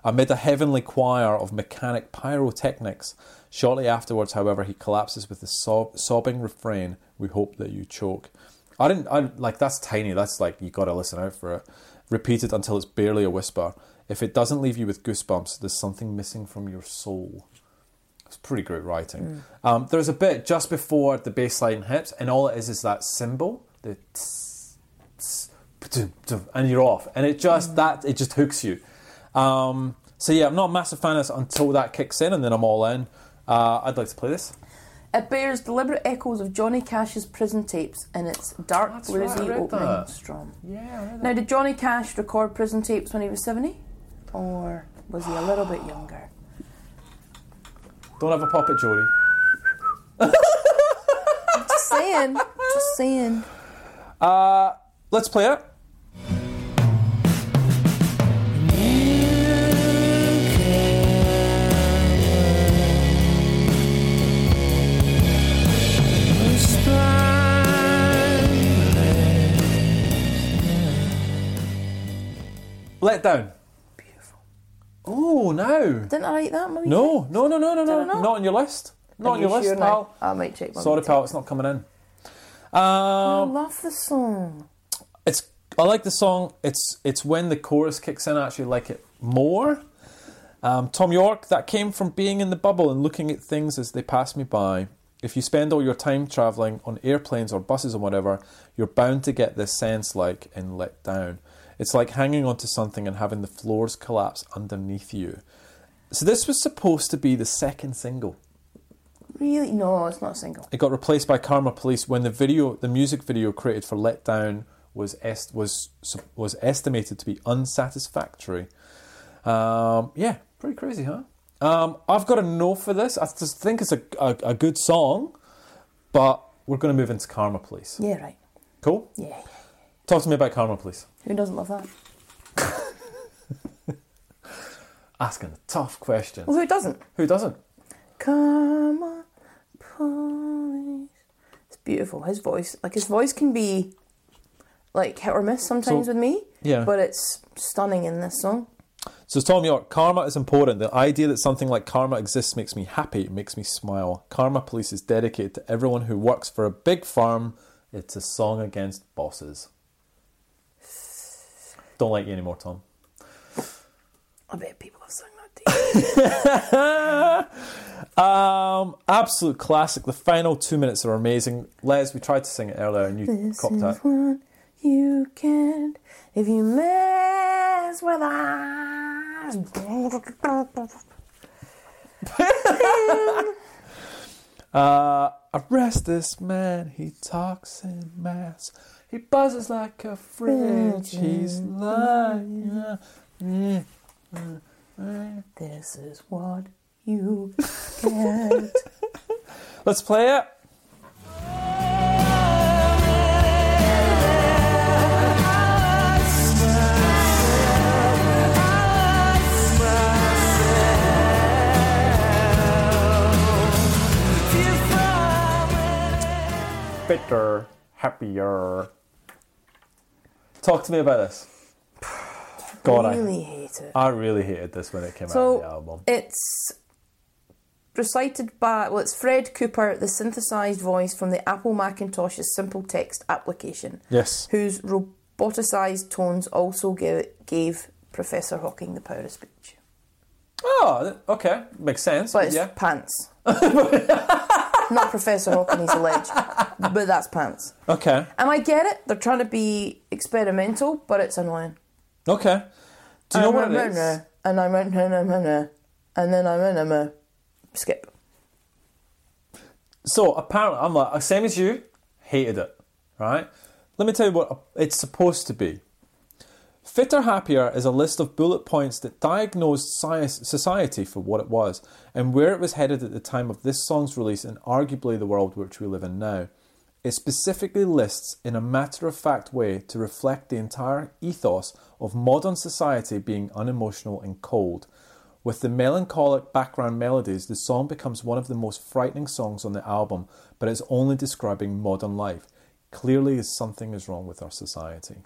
S1: Amid a heavenly choir of mechanic pyrotechnics, shortly afterwards, however, he collapses with the sob- sobbing refrain, We hope that you choke. I didn't. I like that's tiny. That's like you got to listen out for it. Repeat it until it's barely a whisper. If it doesn't leave you with goosebumps, there's something missing from your soul. It's pretty great writing. Um, there's a bit just before the bass line hits, and all it is is that cymbal, the tss, tss, p-tum, tum, and you're off. And it just that it just hooks you. Um, So yeah, I'm not a massive fan of this until that kicks in, and then I'm all in. Uh, I'd like to play this.
S2: It bears deliberate echoes of Johnny Cash's prison tapes in its dark,
S1: That's right, I
S2: bluesy
S1: read
S2: opening
S1: that.
S2: strum.
S1: Yeah.
S2: Now, did Johnny Cash record prison tapes when he was 70? Or was he a little bit younger?
S1: Don't have a puppet, Jody.
S2: Just saying. Just saying.
S1: Uh, let's play it. Let down.
S2: Beautiful.
S1: Oh no!
S2: Didn't I write that movie?
S1: No, no, no, no, no,
S2: Did
S1: no!
S2: I not?
S1: Not on your list. Not
S2: Are
S1: on
S2: you
S1: your list,
S2: sure now?
S1: pal.
S2: I might check my
S1: Sorry,
S2: meter.
S1: pal. It's not coming in. Um,
S2: I love the song.
S1: it's I like the song. It's it's when the chorus kicks in. I actually like it more. Um, Tom York, that came from being in the bubble and looking at things as they pass me by. If you spend all your time travelling on airplanes or buses or whatever, you're bound to get this sense like and let down. It's like hanging onto something and having the floors collapse underneath you. So this was supposed to be the second single.
S2: Really? No, it's not a single.
S1: It got replaced by Karma Police when the video, the music video created for Let Down, was est- was sup- was estimated to be unsatisfactory. Um, yeah, pretty crazy, huh? Um, I've got a no for this. I just think it's a a, a good song, but we're going to move into Karma Police.
S2: Yeah, right.
S1: Cool.
S2: Yeah.
S1: Talk to me about Karma Police.
S2: Who doesn't love that?
S1: Asking a tough question.
S2: Well, who doesn't?
S1: Who doesn't?
S2: Come on, please. It's beautiful. His voice, like his voice, can be like hit or miss sometimes
S1: So-
S2: with me.
S1: Yeah.
S2: But it's stunning in this song.
S1: So Tom York, karma is important. The idea that something like karma exists makes me happy, it makes me smile. Karma Police is dedicated to everyone who works for a big firm. It's a song against bosses. Don't like you anymore, Tom.
S2: I bet people have sung that. To you.
S1: Um, absolute classic. The final two minutes are amazing. Les, we tried to sing it earlier and you
S2: This
S1: copped
S2: is
S1: out.
S2: what you can if you mess with us.
S1: Uh, arrest this man. He talks in mass. He buzzes like a fridge. He's like.
S2: This is what you get.
S1: Let's play it. Bitter, happier. Talk to me about this. God,
S2: I really hate it.
S1: I, I really hated this when it came out
S2: So-
S1: of the album.
S2: It's recited by, well, it's Fred Cooper, the synthesized voice from the Apple Macintosh's simple text application,
S1: Yes.
S2: whose roboticized tones also gave, gave Professor Hawking the power of speech.
S1: Oh, th- okay. Makes sense.
S2: But it's
S1: yeah.
S2: pants. Not Professor Hawking, he's a ledge, but that's pants.
S1: Okay.
S2: And I get it, they're trying to be experimental, but it's annoying.
S1: Okay. Do you know what it
S2: I'm
S1: is?
S2: a- And I'm a- and I'm a- and then I'm a- I'm a skip.
S1: So apparently, I'm like same as you, hated it. Right? Let me tell you what it's supposed to be. Fitter Happier is a list of bullet points that diagnosed science, society for what it was and where it was headed at the time of this song's release and arguably the world which we live in now. It specifically lists in a matter of fact way to reflect the entire ethos of modern society being unemotional and cold. With the melancholic background melodies, the song becomes one of the most frightening songs on the album, but it's only describing modern life. Clearly, something is wrong with our society.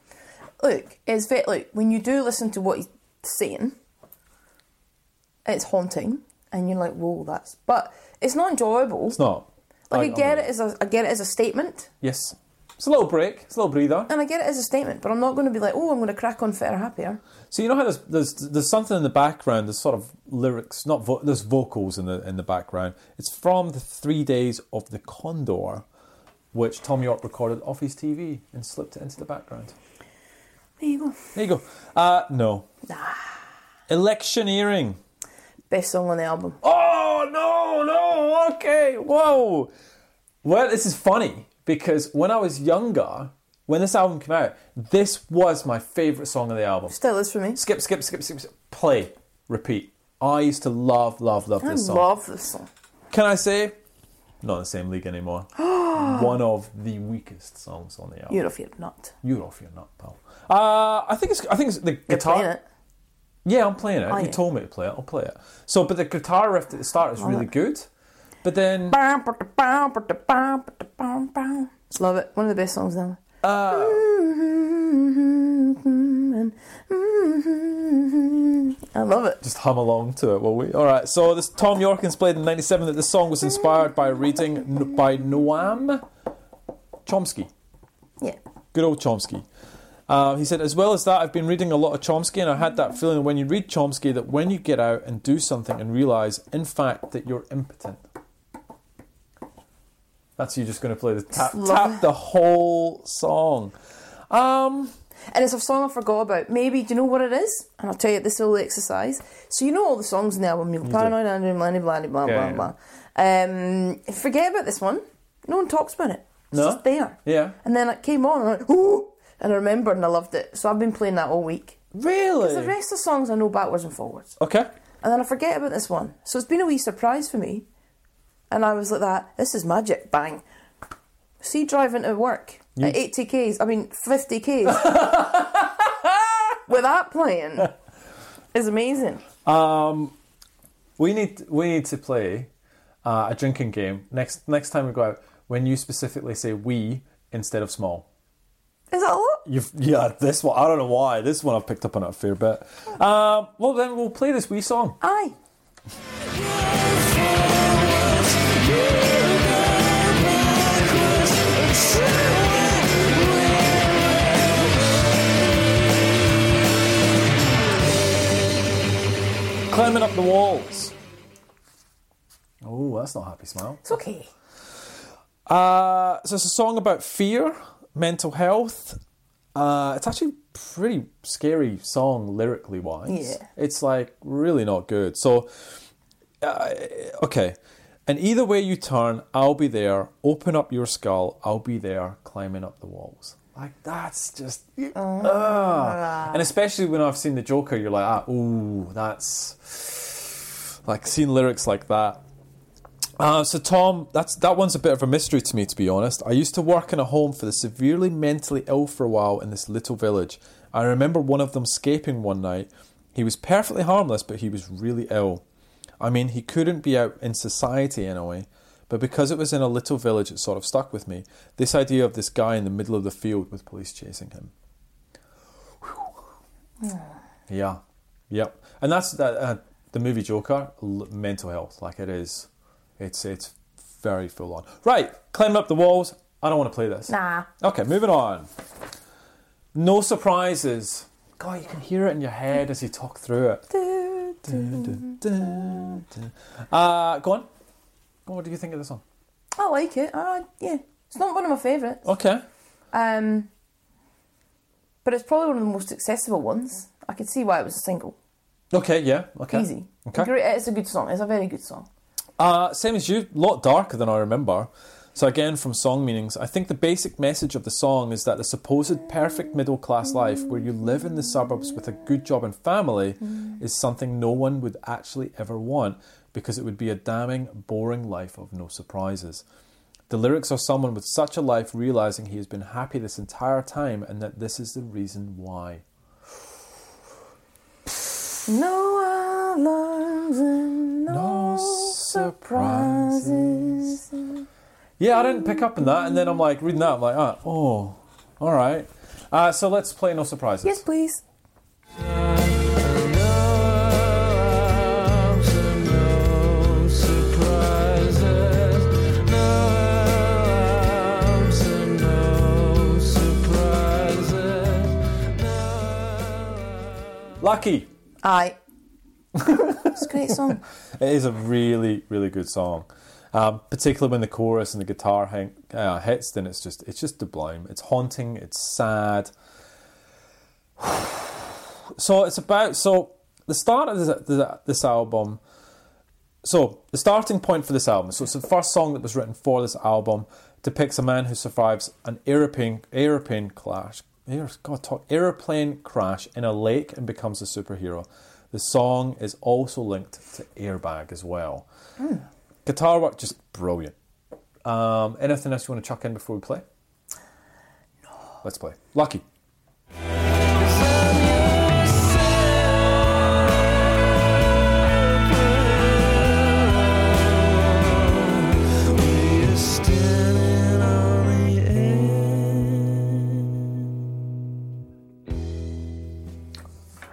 S2: look, it's very look when you do listen to what he's saying, it's haunting, and you're like, whoa, that's. But it's not enjoyable.
S1: It's not.
S2: like I,
S1: I'm
S2: get
S1: with
S2: it as a I get it as a statement,
S1: Yes. It's a little break. It's a little breather.
S2: and I get it as a statement, but I'm not going to be like, oh, I'm going to crack on fitter happier.
S1: So you know how there's there's, there's something in the background. There's sort of lyrics, not vo- there's vocals in the in the background. It's from the Three Days of the Condor, which Tom York recorded off his TV and slipped it into the background.
S2: There you go.
S1: There you go. Uh, no. Electioneering.
S2: Best song on the album.
S1: Oh no, no, okay, whoa. Well, this is funny because when I was younger, when this album came out, this was my favourite song of the album.
S2: Still is for me.
S1: Skip, skip, skip, skip, skip, play, repeat. I used to love, love, love
S2: I
S1: this song.
S2: love this song.
S1: Can I say, not in the same league anymore. One of the weakest songs on the album.
S2: You're a fear nut.
S1: You're off your nut, pal. Uh, I think it's. I think it's the
S2: You're
S1: guitar.
S2: playing it. Oh,
S1: Yeah, I'm playing it. you
S2: yeah. Oh,
S1: told me to play it. I'll play it. So, but the guitar riff at the start is really
S2: it.
S1: good. But then
S2: Love it. One of the best songs ever. I love it.
S1: just hum along to it, will we? All right. So this Tom Yorkins played in '97 that this song was inspired by reading n- by Noam Chomsky.
S2: Yeah.
S1: Good old Chomsky. Uh, he said, as well as that, I've been reading a lot of Chomsky, and I had that feeling when you read Chomsky that when you get out and do something and realize, in fact, that you're impotent. That's you just going to play the tap,
S2: Love
S1: tap
S2: it.
S1: the whole song. Um,
S2: And it's a song I forgot about. Maybe, do you know what it is? And I'll tell you this little exercise. So, you know all the songs in the album, you know, Paranoid Andrew, blah, blah, blah, blah,
S1: Yeah,
S2: blah, blah. Um, forget about this one. No one talks about it. It's
S1: No?
S2: just there.
S1: yeah.
S2: And then it came on, and I went, ooh! And I remembered and I loved it. So, I've been playing that all week. The
S1: Really?
S2: rest of the songs I know backwards and forwards.
S1: Okay.
S2: And then I forget about this one. So it's been a wee surprise for me. And I was like that, this is magic, bang. See driving to work at 80Ks, I mean 50Ks. with that playing is amazing.
S1: We need we need to play uh, a drinking game next next time we go out. When you specifically say "we" instead of "small."
S2: Is that a lot?
S1: You've, yeah, this one. I don't know why. This one I've picked up on it a fair bit. Um, well, then we'll play this wee song.
S2: Aye.
S1: Climbing up the walls. Oh, that's not a happy smile.
S2: It's okay.
S1: Uh, so it's a song about fear, mental health. Uh, it's actually pretty scary song lyrically wise.
S2: Yeah.
S1: It's like really not good. So, uh, okay. And either way you turn, I'll be there. Open up your skull, I'll be there. Climbing up the walls. Like that's just, ah. and especially when I've seen the Joker, you're like, ah, ooh, that's like seeing lyrics like that. Uh, so Tom, that's that one's a bit of a mystery to me, to be honest. I used to work in a home for the severely mentally ill for a while in this little village. I remember one of them escaping one night. He was perfectly harmless, but he was really ill. I mean, he couldn't be out in society anyway. But because it was in a little village, it sort of stuck with me. This idea of this guy in the middle of the field with police chasing him. Yeah, yep, and that's that. Uh, the movie Joker, l- mental health, like it is, it's it's very full on. Right, climbing up the walls. I don't want to play this.
S2: Nah.
S1: Okay, moving on. No surprises. God, you can hear it in your head as you talk through it.
S2: Mm-hmm.
S1: Uh, go on. Go on, What do you think of this one?
S2: I like it. Uh, yeah. It's not one of my favourites.
S1: Okay.
S2: Um, but it's probably one of the most accessible ones. I could see why it was a single.
S1: Okay, yeah. Okay.
S2: Easy.
S1: Okay.
S2: Great. It's a good song. It's a very good song.
S1: Uh, same as you, lot darker than I remember. So again, from song meanings, I think the basic message of the song is that the supposed perfect middle class life, where you live in the suburbs with a good job and family, is something no one would actually ever want because it would be a damning, boring life of no surprises. The lyrics are someone with such a life realizing he has been happy this entire time and that this is the reason why.
S2: No alarms and
S1: No
S2: no,
S1: surprises.
S2: surprises.
S1: Yeah, I didn't pick up on that, and then I'm like reading that. I'm like, ah, oh, all right. Uh, so let's play No Surprises.
S2: Yes, please.
S1: Lucky.
S2: Aye. it's a great song.
S1: It is a really, really good song. Um, particularly when the chorus and the guitar hang, uh, hits, then it's just it's just sublime. It's haunting. It's sad. so it's about so the start of this, this- this album. So the starting point for this album. So it's the first song that was written for this album. Depicts a man who survives an aeroplane aeroplane crash. aer- God, talk aeroplane crash in a lake and becomes a superhero. The song is also linked to Airbag as well. Guitar work just brilliant. Um, anything else you want to chuck in before we play? No. Let's play. Lucky.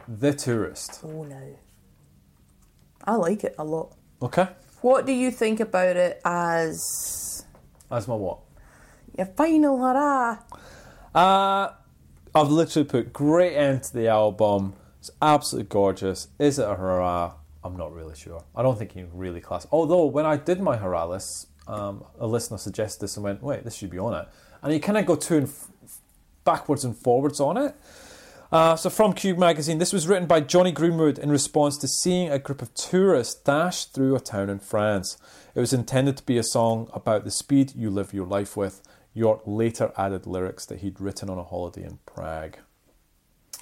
S1: The tourist.
S2: Oh no. I like it a lot.
S1: Okay.
S2: What do you think about it as
S1: That's my what.
S2: your final hurrah?
S1: Uh, I've literally put great end to the album. It's absolutely gorgeous. Is it a hurrah? I'm not really sure. I don't think you can really class. Although when I did my hurrah list, um, a listener suggested this and went, "Wait, this should be on it." And you kind of go to and f- backwards and forwards on it. Uh, so from Cube magazine, this was written by Johnny Greenwood in response to seeing a group of tourists dash through a town in France. It was intended to be a song about the speed you live your life with. York later added lyrics that he'd written on a holiday in Prague.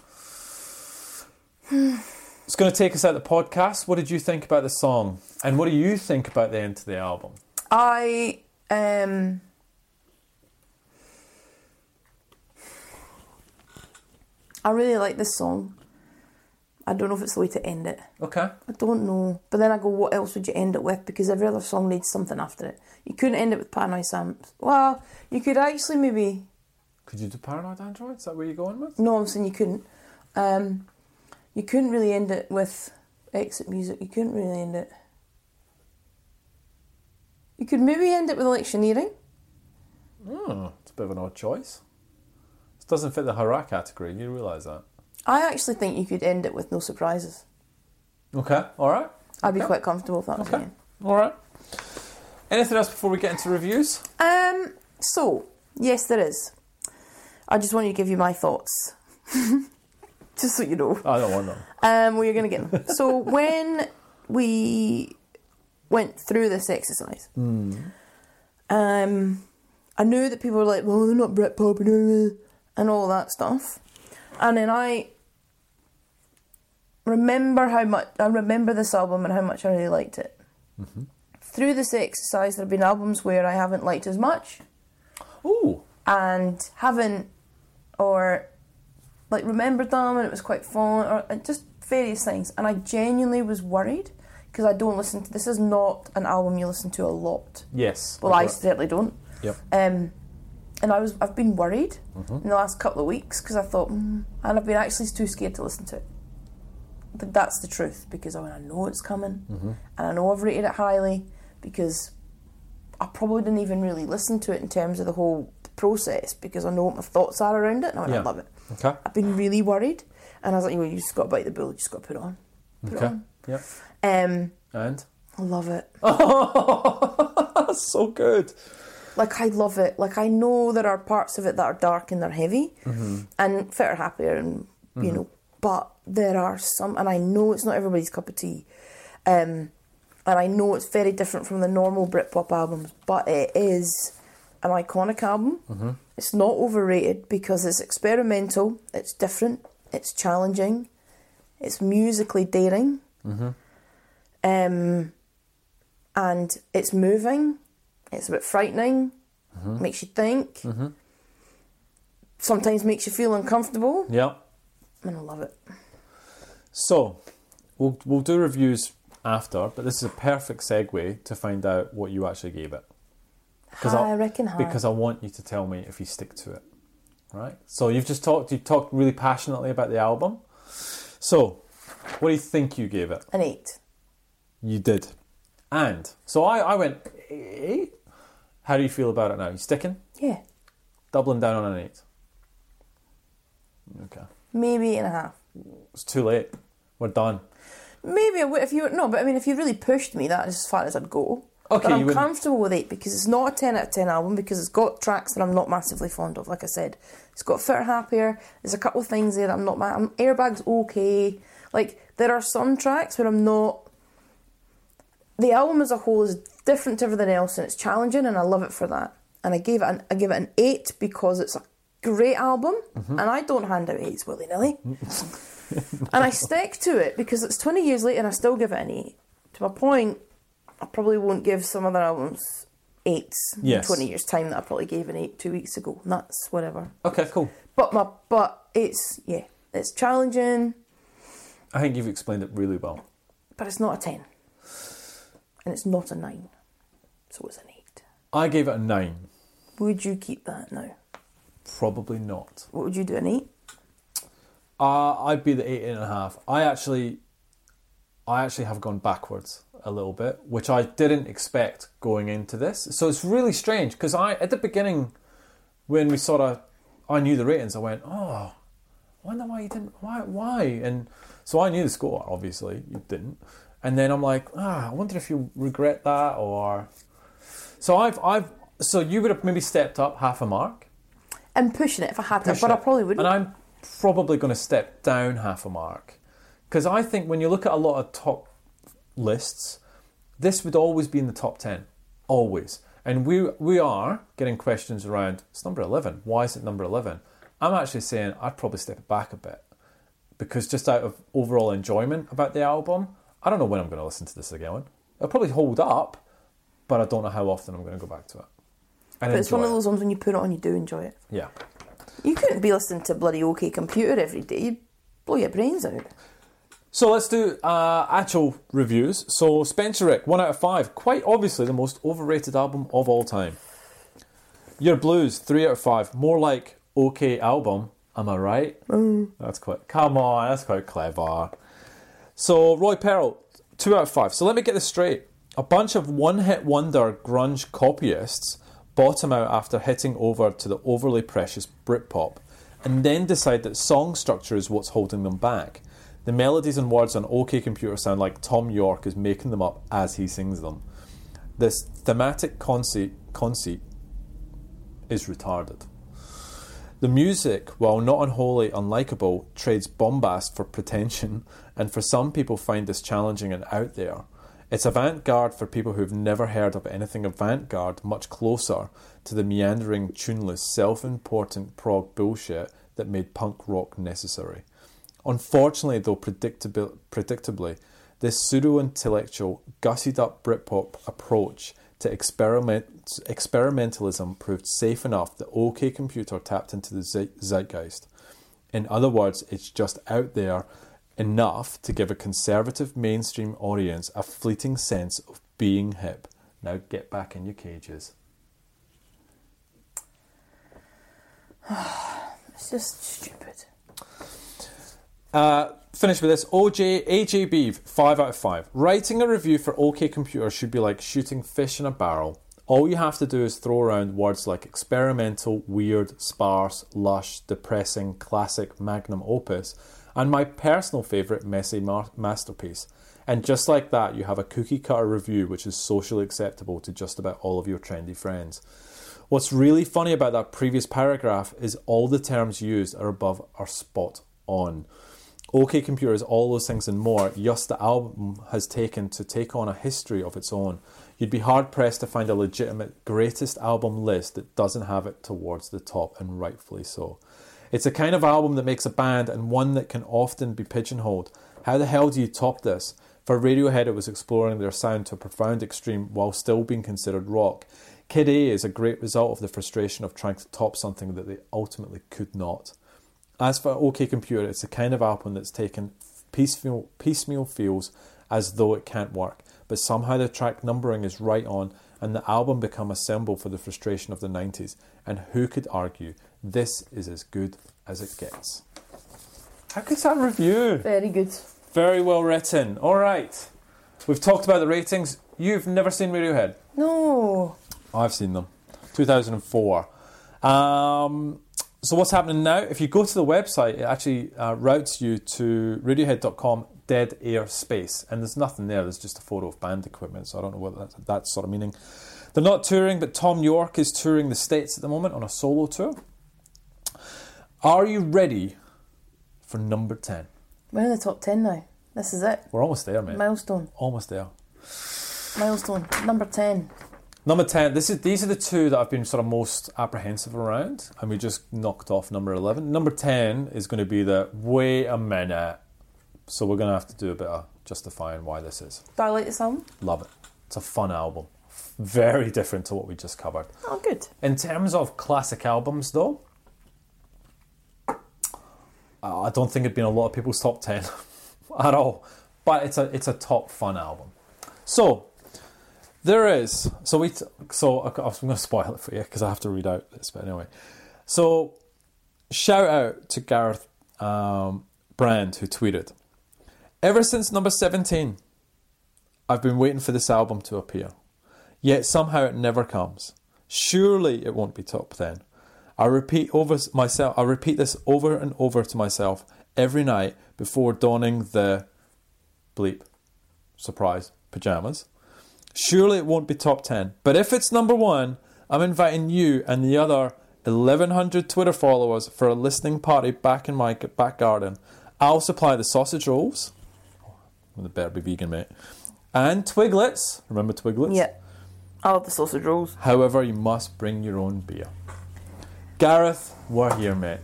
S1: it's going to take us out the podcast. What did you think about the song? And what do you think about the end of the album?
S2: I um I really like this song. I don't know if it's the way to end it.
S1: Okay.
S2: I don't know. But then I go, what else would you end it with? Because every other song needs something after it. You couldn't end it with Paranoid Sam. Well, you could actually maybe.
S1: Could you do Paranoid Android? Is that where you're going with?
S2: No, I'm saying you couldn't. Um, you couldn't really end it with exit music. You couldn't really end it. You could maybe end it with electioneering.
S1: Hmm, it's a bit of an odd choice. This doesn't fit the hurrah category. You realise that?
S2: I actually think you could end it with no surprises.
S1: Okay. All right.
S2: I'd be
S1: Okay.
S2: quite comfortable if that was
S1: Okay.
S2: the end.
S1: All right. Anything else before we get into reviews?
S2: Um, so, yes, there is. I just wanted to give you my thoughts. just so you know.
S1: I don't want them.
S2: Um, well, you're going to get them. so when we went through this exercise, um, I knew that people were like, "Well, they're not Britpop and all- eh," and all that stuff," and then I remember how much I remember this album and how much I really liked it. Through this exercise, there have been albums where I haven't liked as much
S1: Ooh.
S2: and haven't or like remembered them and it was quite fun or and just various things and i genuinely was worried because i don't listen to this is not an album you listen to a lot
S1: Yes.
S2: well i certainly don't
S1: Yep.
S2: um and i was i've been worried in the last couple of weeks because i thought mm, and i've been actually too scared to listen to it but that's the truth because i, I know it's coming and i know i've rated it highly because I probably didn't even really listen to it in terms of the whole process because I know what my thoughts are around it and I, went, I
S1: Yeah.
S2: love it.
S1: Okay.
S2: I've been really worried and I was like, well, you just got to bite the bullet, you just got to put it on. Put
S1: Okay.
S2: it on.
S1: Yep.
S2: Um,
S1: And
S2: I love it.
S1: that's so good.
S2: Like, I love it. Like, I know there are parts of it that are dark and they're heavy and fitter, happier, and, you know, but there are some, and I know it's not everybody's cup of tea. Um, and I know it's very different from the normal Britpop albums, but it is an iconic album.
S1: Mm-hmm.
S2: It's not overrated because it's experimental, it's different, it's challenging, it's musically daring,
S1: Mm-hmm.
S2: um, and it's moving. It's a bit frightening,
S1: Mm-hmm.
S2: makes you think, sometimes makes you feel uncomfortable,
S1: Yep.
S2: and I love it.
S1: So, we'll we'll do reviews after, but this is a perfect segue to find out what you actually gave it.
S2: I reckon high.
S1: because I want you to tell me if you stick to it. Right? So you've just talked you talked really passionately about the album. So, what do you think you gave it?
S2: An eight.
S1: You did. And so I, I went eight. How do you feel about it now? You sticking?
S2: Yeah,
S1: Doubling down on an eight. Okay.
S2: maybe eight and a half.
S1: It's too late. We're done.
S2: Maybe I would, if you no, but I mean, if you really pushed me, that is as far as I'd go.
S1: Okay,
S2: but
S1: you
S2: I'm
S1: wouldn't-
S2: comfortable with it because it's not a ten out of ten album because it's got tracks that I'm not massively fond of. Like I said, it's got Fitter Happier. There's a couple of things there that I'm not. Ma- I'm, Airbags okay. Like There are some tracks where I'm not. The album as a whole is different to everything else, and it's challenging, and I love it for that. And I gave it an, I give it an eight because it's a great album,
S1: Mm-hmm.
S2: and I don't hand out eights willy nilly. and I stick to it because it's 20 years later, and I still give it an eight. To my point, I probably won't give some other albums eights
S1: Yes.
S2: in 20 years' time that I probably gave an eight two weeks ago. And that's whatever.
S1: Okay, cool.
S2: But my but it's yeah, it's challenging,
S1: I think you've explained it really well.
S2: but it's not a ten. And it's not a nine. So it's an eight.
S1: I gave it a nine.
S2: Would you keep that now?
S1: Probably not.
S2: What would you do an eight?
S1: Uh, I'd be the eight and a half. I actually, I actually have gone backwards a little bit, which I didn't expect going into this. So it's really strange because I at the beginning, when we sort of, I knew the ratings. I went, oh, I wonder why you didn't. Why? Why? And so I knew the score. Obviously, you didn't. And then I'm like, ah, I wonder if you regret that or. So I've I've so you would have maybe stepped up half a mark.
S2: I'm pushing it if I had to,
S1: Push
S2: but I
S1: it.
S2: probably wouldn't.
S1: And I'm probably going to step down half a mark because I think when you look at a lot of top lists, this would always be in the top ten, always. And we we are getting questions around it's number eleven. Why is it number eleven? I'm actually saying I'd probably step it back a bit because just out of overall enjoyment about the album, I don't know when I'm going to listen to this again. It'll probably hold up, but I don't know how often I'm going to go back to it. And
S2: but it's one
S1: enjoy
S2: of those ones when you put it on, you do enjoy it.
S1: it. Yeah.
S2: You couldn't be listening to bloody OK Computer every day. You'd blow your brains out.
S1: So let's do uh, actual reviews. So Spencer Rick, one out of five, quite obviously the most overrated album of all time. Your Blues, three out of five, more like okay album. Am I right? That's quite. Come on, that's quite clever. So Roy Peril, two out of five. So let me get this straight: a bunch of one-hit wonder grunge copyists bottom out after hitting over to the overly precious Britpop, and then decide that song structure is what's holding them back. The melodies and words on OK Computer sound like Tom York is making them up as he sings them. This thematic conceit, conceit is retarded. The music, while not unwholly unlikable, trades bombast for pretension, and for some people find this challenging and out there. It's avant-garde for people who've never heard of anything avant-garde, much closer to the meandering, tuneless, self-important prog bullshit that made punk rock necessary. Unfortunately, though, predictabil predictably, this pseudo-intellectual, gussied-up Britpop approach to experiment experimentalism proved safe enough that OK Computer tapped into the ze- zeitgeist. In other words, it's just out there enough to give a conservative mainstream audience a fleeting sense of being hip. Now get back in your cages.
S2: It's just stupid.
S1: Uh, finish with this. OJ AJ Beeve, five out of five. Writing a review for OK Computer should be like shooting fish in a barrel. All you have to do is throw around words like experimental, weird, sparse, lush, depressing, classic, magnum opus, and my personal favourite, messy mar- masterpiece. And just like that, you have a cookie cutter review which is socially acceptable to just about all of your trendy friends. What's really funny about that previous paragraph is all the terms used are above are spot on. OK Computer is all those things and more, Yes, the album has taken to take on a history of its own. You'd be hard pressed to find a legitimate greatest album list that doesn't have it towards the top, and rightfully so. It's a kind of album that makes a band and one that can often be pigeonholed. How the hell do you top this? For Radiohead, it was exploring their sound to a profound extreme while still being considered rock. Kid A is a great result of the frustration of trying to top something that they ultimately could not. As for OK Computer, it's the kind of album that's taken piecemeal, piecemeal feels as though it can't work, but somehow the track numbering is right on and the album become a symbol for the frustration of the 90s. And who could argue this is as good as it gets? How could that review?
S2: Very good.
S1: Very well written. All right. We've talked about the ratings. You've never seen Radiohead.
S2: No.
S1: I've seen them. 2004. Um, so what's happening now? If you go to the website, it actually uh, routes you to radiohead.com dead air space, and there's nothing there. There's just a photo of band equipment, so I don't know what that, that's sort of meaning. They're not touring, but Tom York is touring the states at the moment on a solo tour. Are you ready for number ten?
S2: We're in the top ten now. This is it.
S1: We're almost there, mate.
S2: Milestone.
S1: almost there.
S2: Milestone. Number 10.
S1: Number ten. This is these are the two that I've been sort of most apprehensive around, and we just knocked off number eleven. Number ten is going to be the wait a minute. So we're going to have to do a bit of justifying why this is.
S2: Do I like this album?
S1: Love it. It's a fun album. Very different to what we just covered.
S2: Oh, good.
S1: In terms of classic albums, though, uh, I don't think it'd been a lot of people's top ten at all. But it's a it's a top fun album. So there is so we t- so I- I'm going to spoil it for you because I have to read out this. But anyway, so shout out to Gareth um, Brand who tweeted. Ever since number 17, I've been waiting for this album to appear. Yet somehow it never comes. Surely it won't be top 10. I repeat over s- myself I repeat this over and over to myself every night before donning the bleep surprise pajamas. Surely it won't be top 10. But if it's number 1, I'm inviting you and the other 1100 Twitter followers for a listening party back in my g- back garden. I'll supply the sausage rolls. Well, they better be vegan, mate. And twiglets. Remember twiglets?
S2: Yeah. I love the sausage rolls.
S1: However, you must bring your own beer. Gareth, we're here, mate.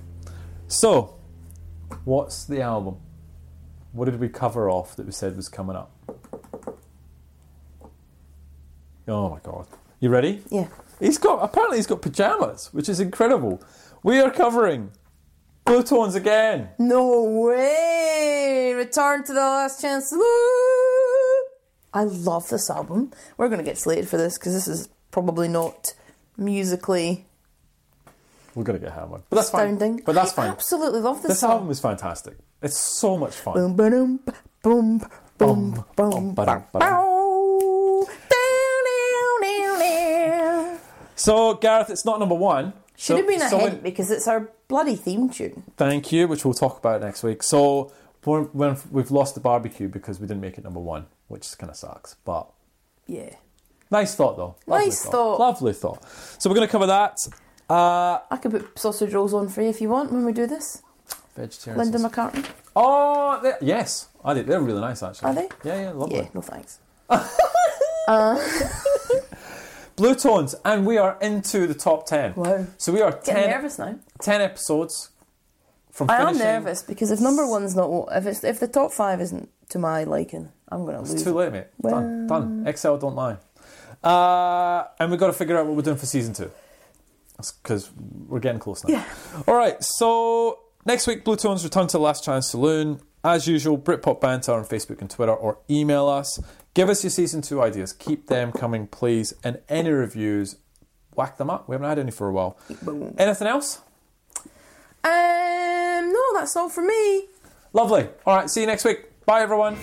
S1: So, what's the album? What did we cover off that we said was coming up? Oh my god. You ready?
S2: Yeah.
S1: He's got apparently he's got pajamas, which is incredible. We are covering Blue Tones again.
S2: No way! Return to the last chance saloon! I love this album. We're going to get slated for this because this is probably not musically
S1: We're gonna get hammered. But that's
S2: astounding.
S1: fine. But that's
S2: I
S1: fine.
S2: absolutely love this,
S1: This
S2: song.
S1: album is fantastic. It's so much fun.
S2: Boom, ba-dum, ba- boom, boom,
S1: Bum,
S2: boom,
S1: bum,
S2: ba-
S1: ba-dum,
S2: bow.
S1: ba-dum.
S2: Down, down, down, down.
S1: So Gareth, it's not number one.
S2: Should
S1: So-
S2: have been a
S1: someone-
S2: hint because it's our bloody theme tune.
S1: Thank you, which we'll talk about next week. So we're, we're, we've lost the barbecue because we didn't make it number one, which kind of sucks. But
S2: Yeah.
S1: nice thought, though.
S2: Nice thought.
S1: Lovely thought. So we're going to cover that. Uh,
S2: I could put sausage rolls on for you if you want when we do this.
S1: vegetarian.
S2: Linda McCartney.
S1: oh, they- yes. I think they're really nice, actually.
S2: Are they?
S1: Yeah, yeah, lovely.
S2: Yeah, no thanks.
S1: Blue Tones, and we are into the top 10.
S2: Wow.
S1: So we are
S2: Getting
S1: 10,
S2: nervous now.
S1: 10 episodes from
S2: I am
S1: finishing.
S2: nervous because if number one's not, if it's if the top five isn't to my liking, I'm gonna lose.
S1: It's too late, mate. Done. Done. Excel don't lie. Uh, and we've got to figure out what we're doing for season two. That's because we're getting close now.
S2: Yeah.
S1: All right. So next week, Blue Tones return to Last Chance Saloon. As usual, Britpop Banter on Facebook and Twitter, or email us. Give us your season two ideas. Keep them coming, please. And any reviews, whack them up. We haven't had any for a while. Anything else?
S2: Um, no, that's all for me.
S1: Lovely. All right. See you next week. Bye, everyone.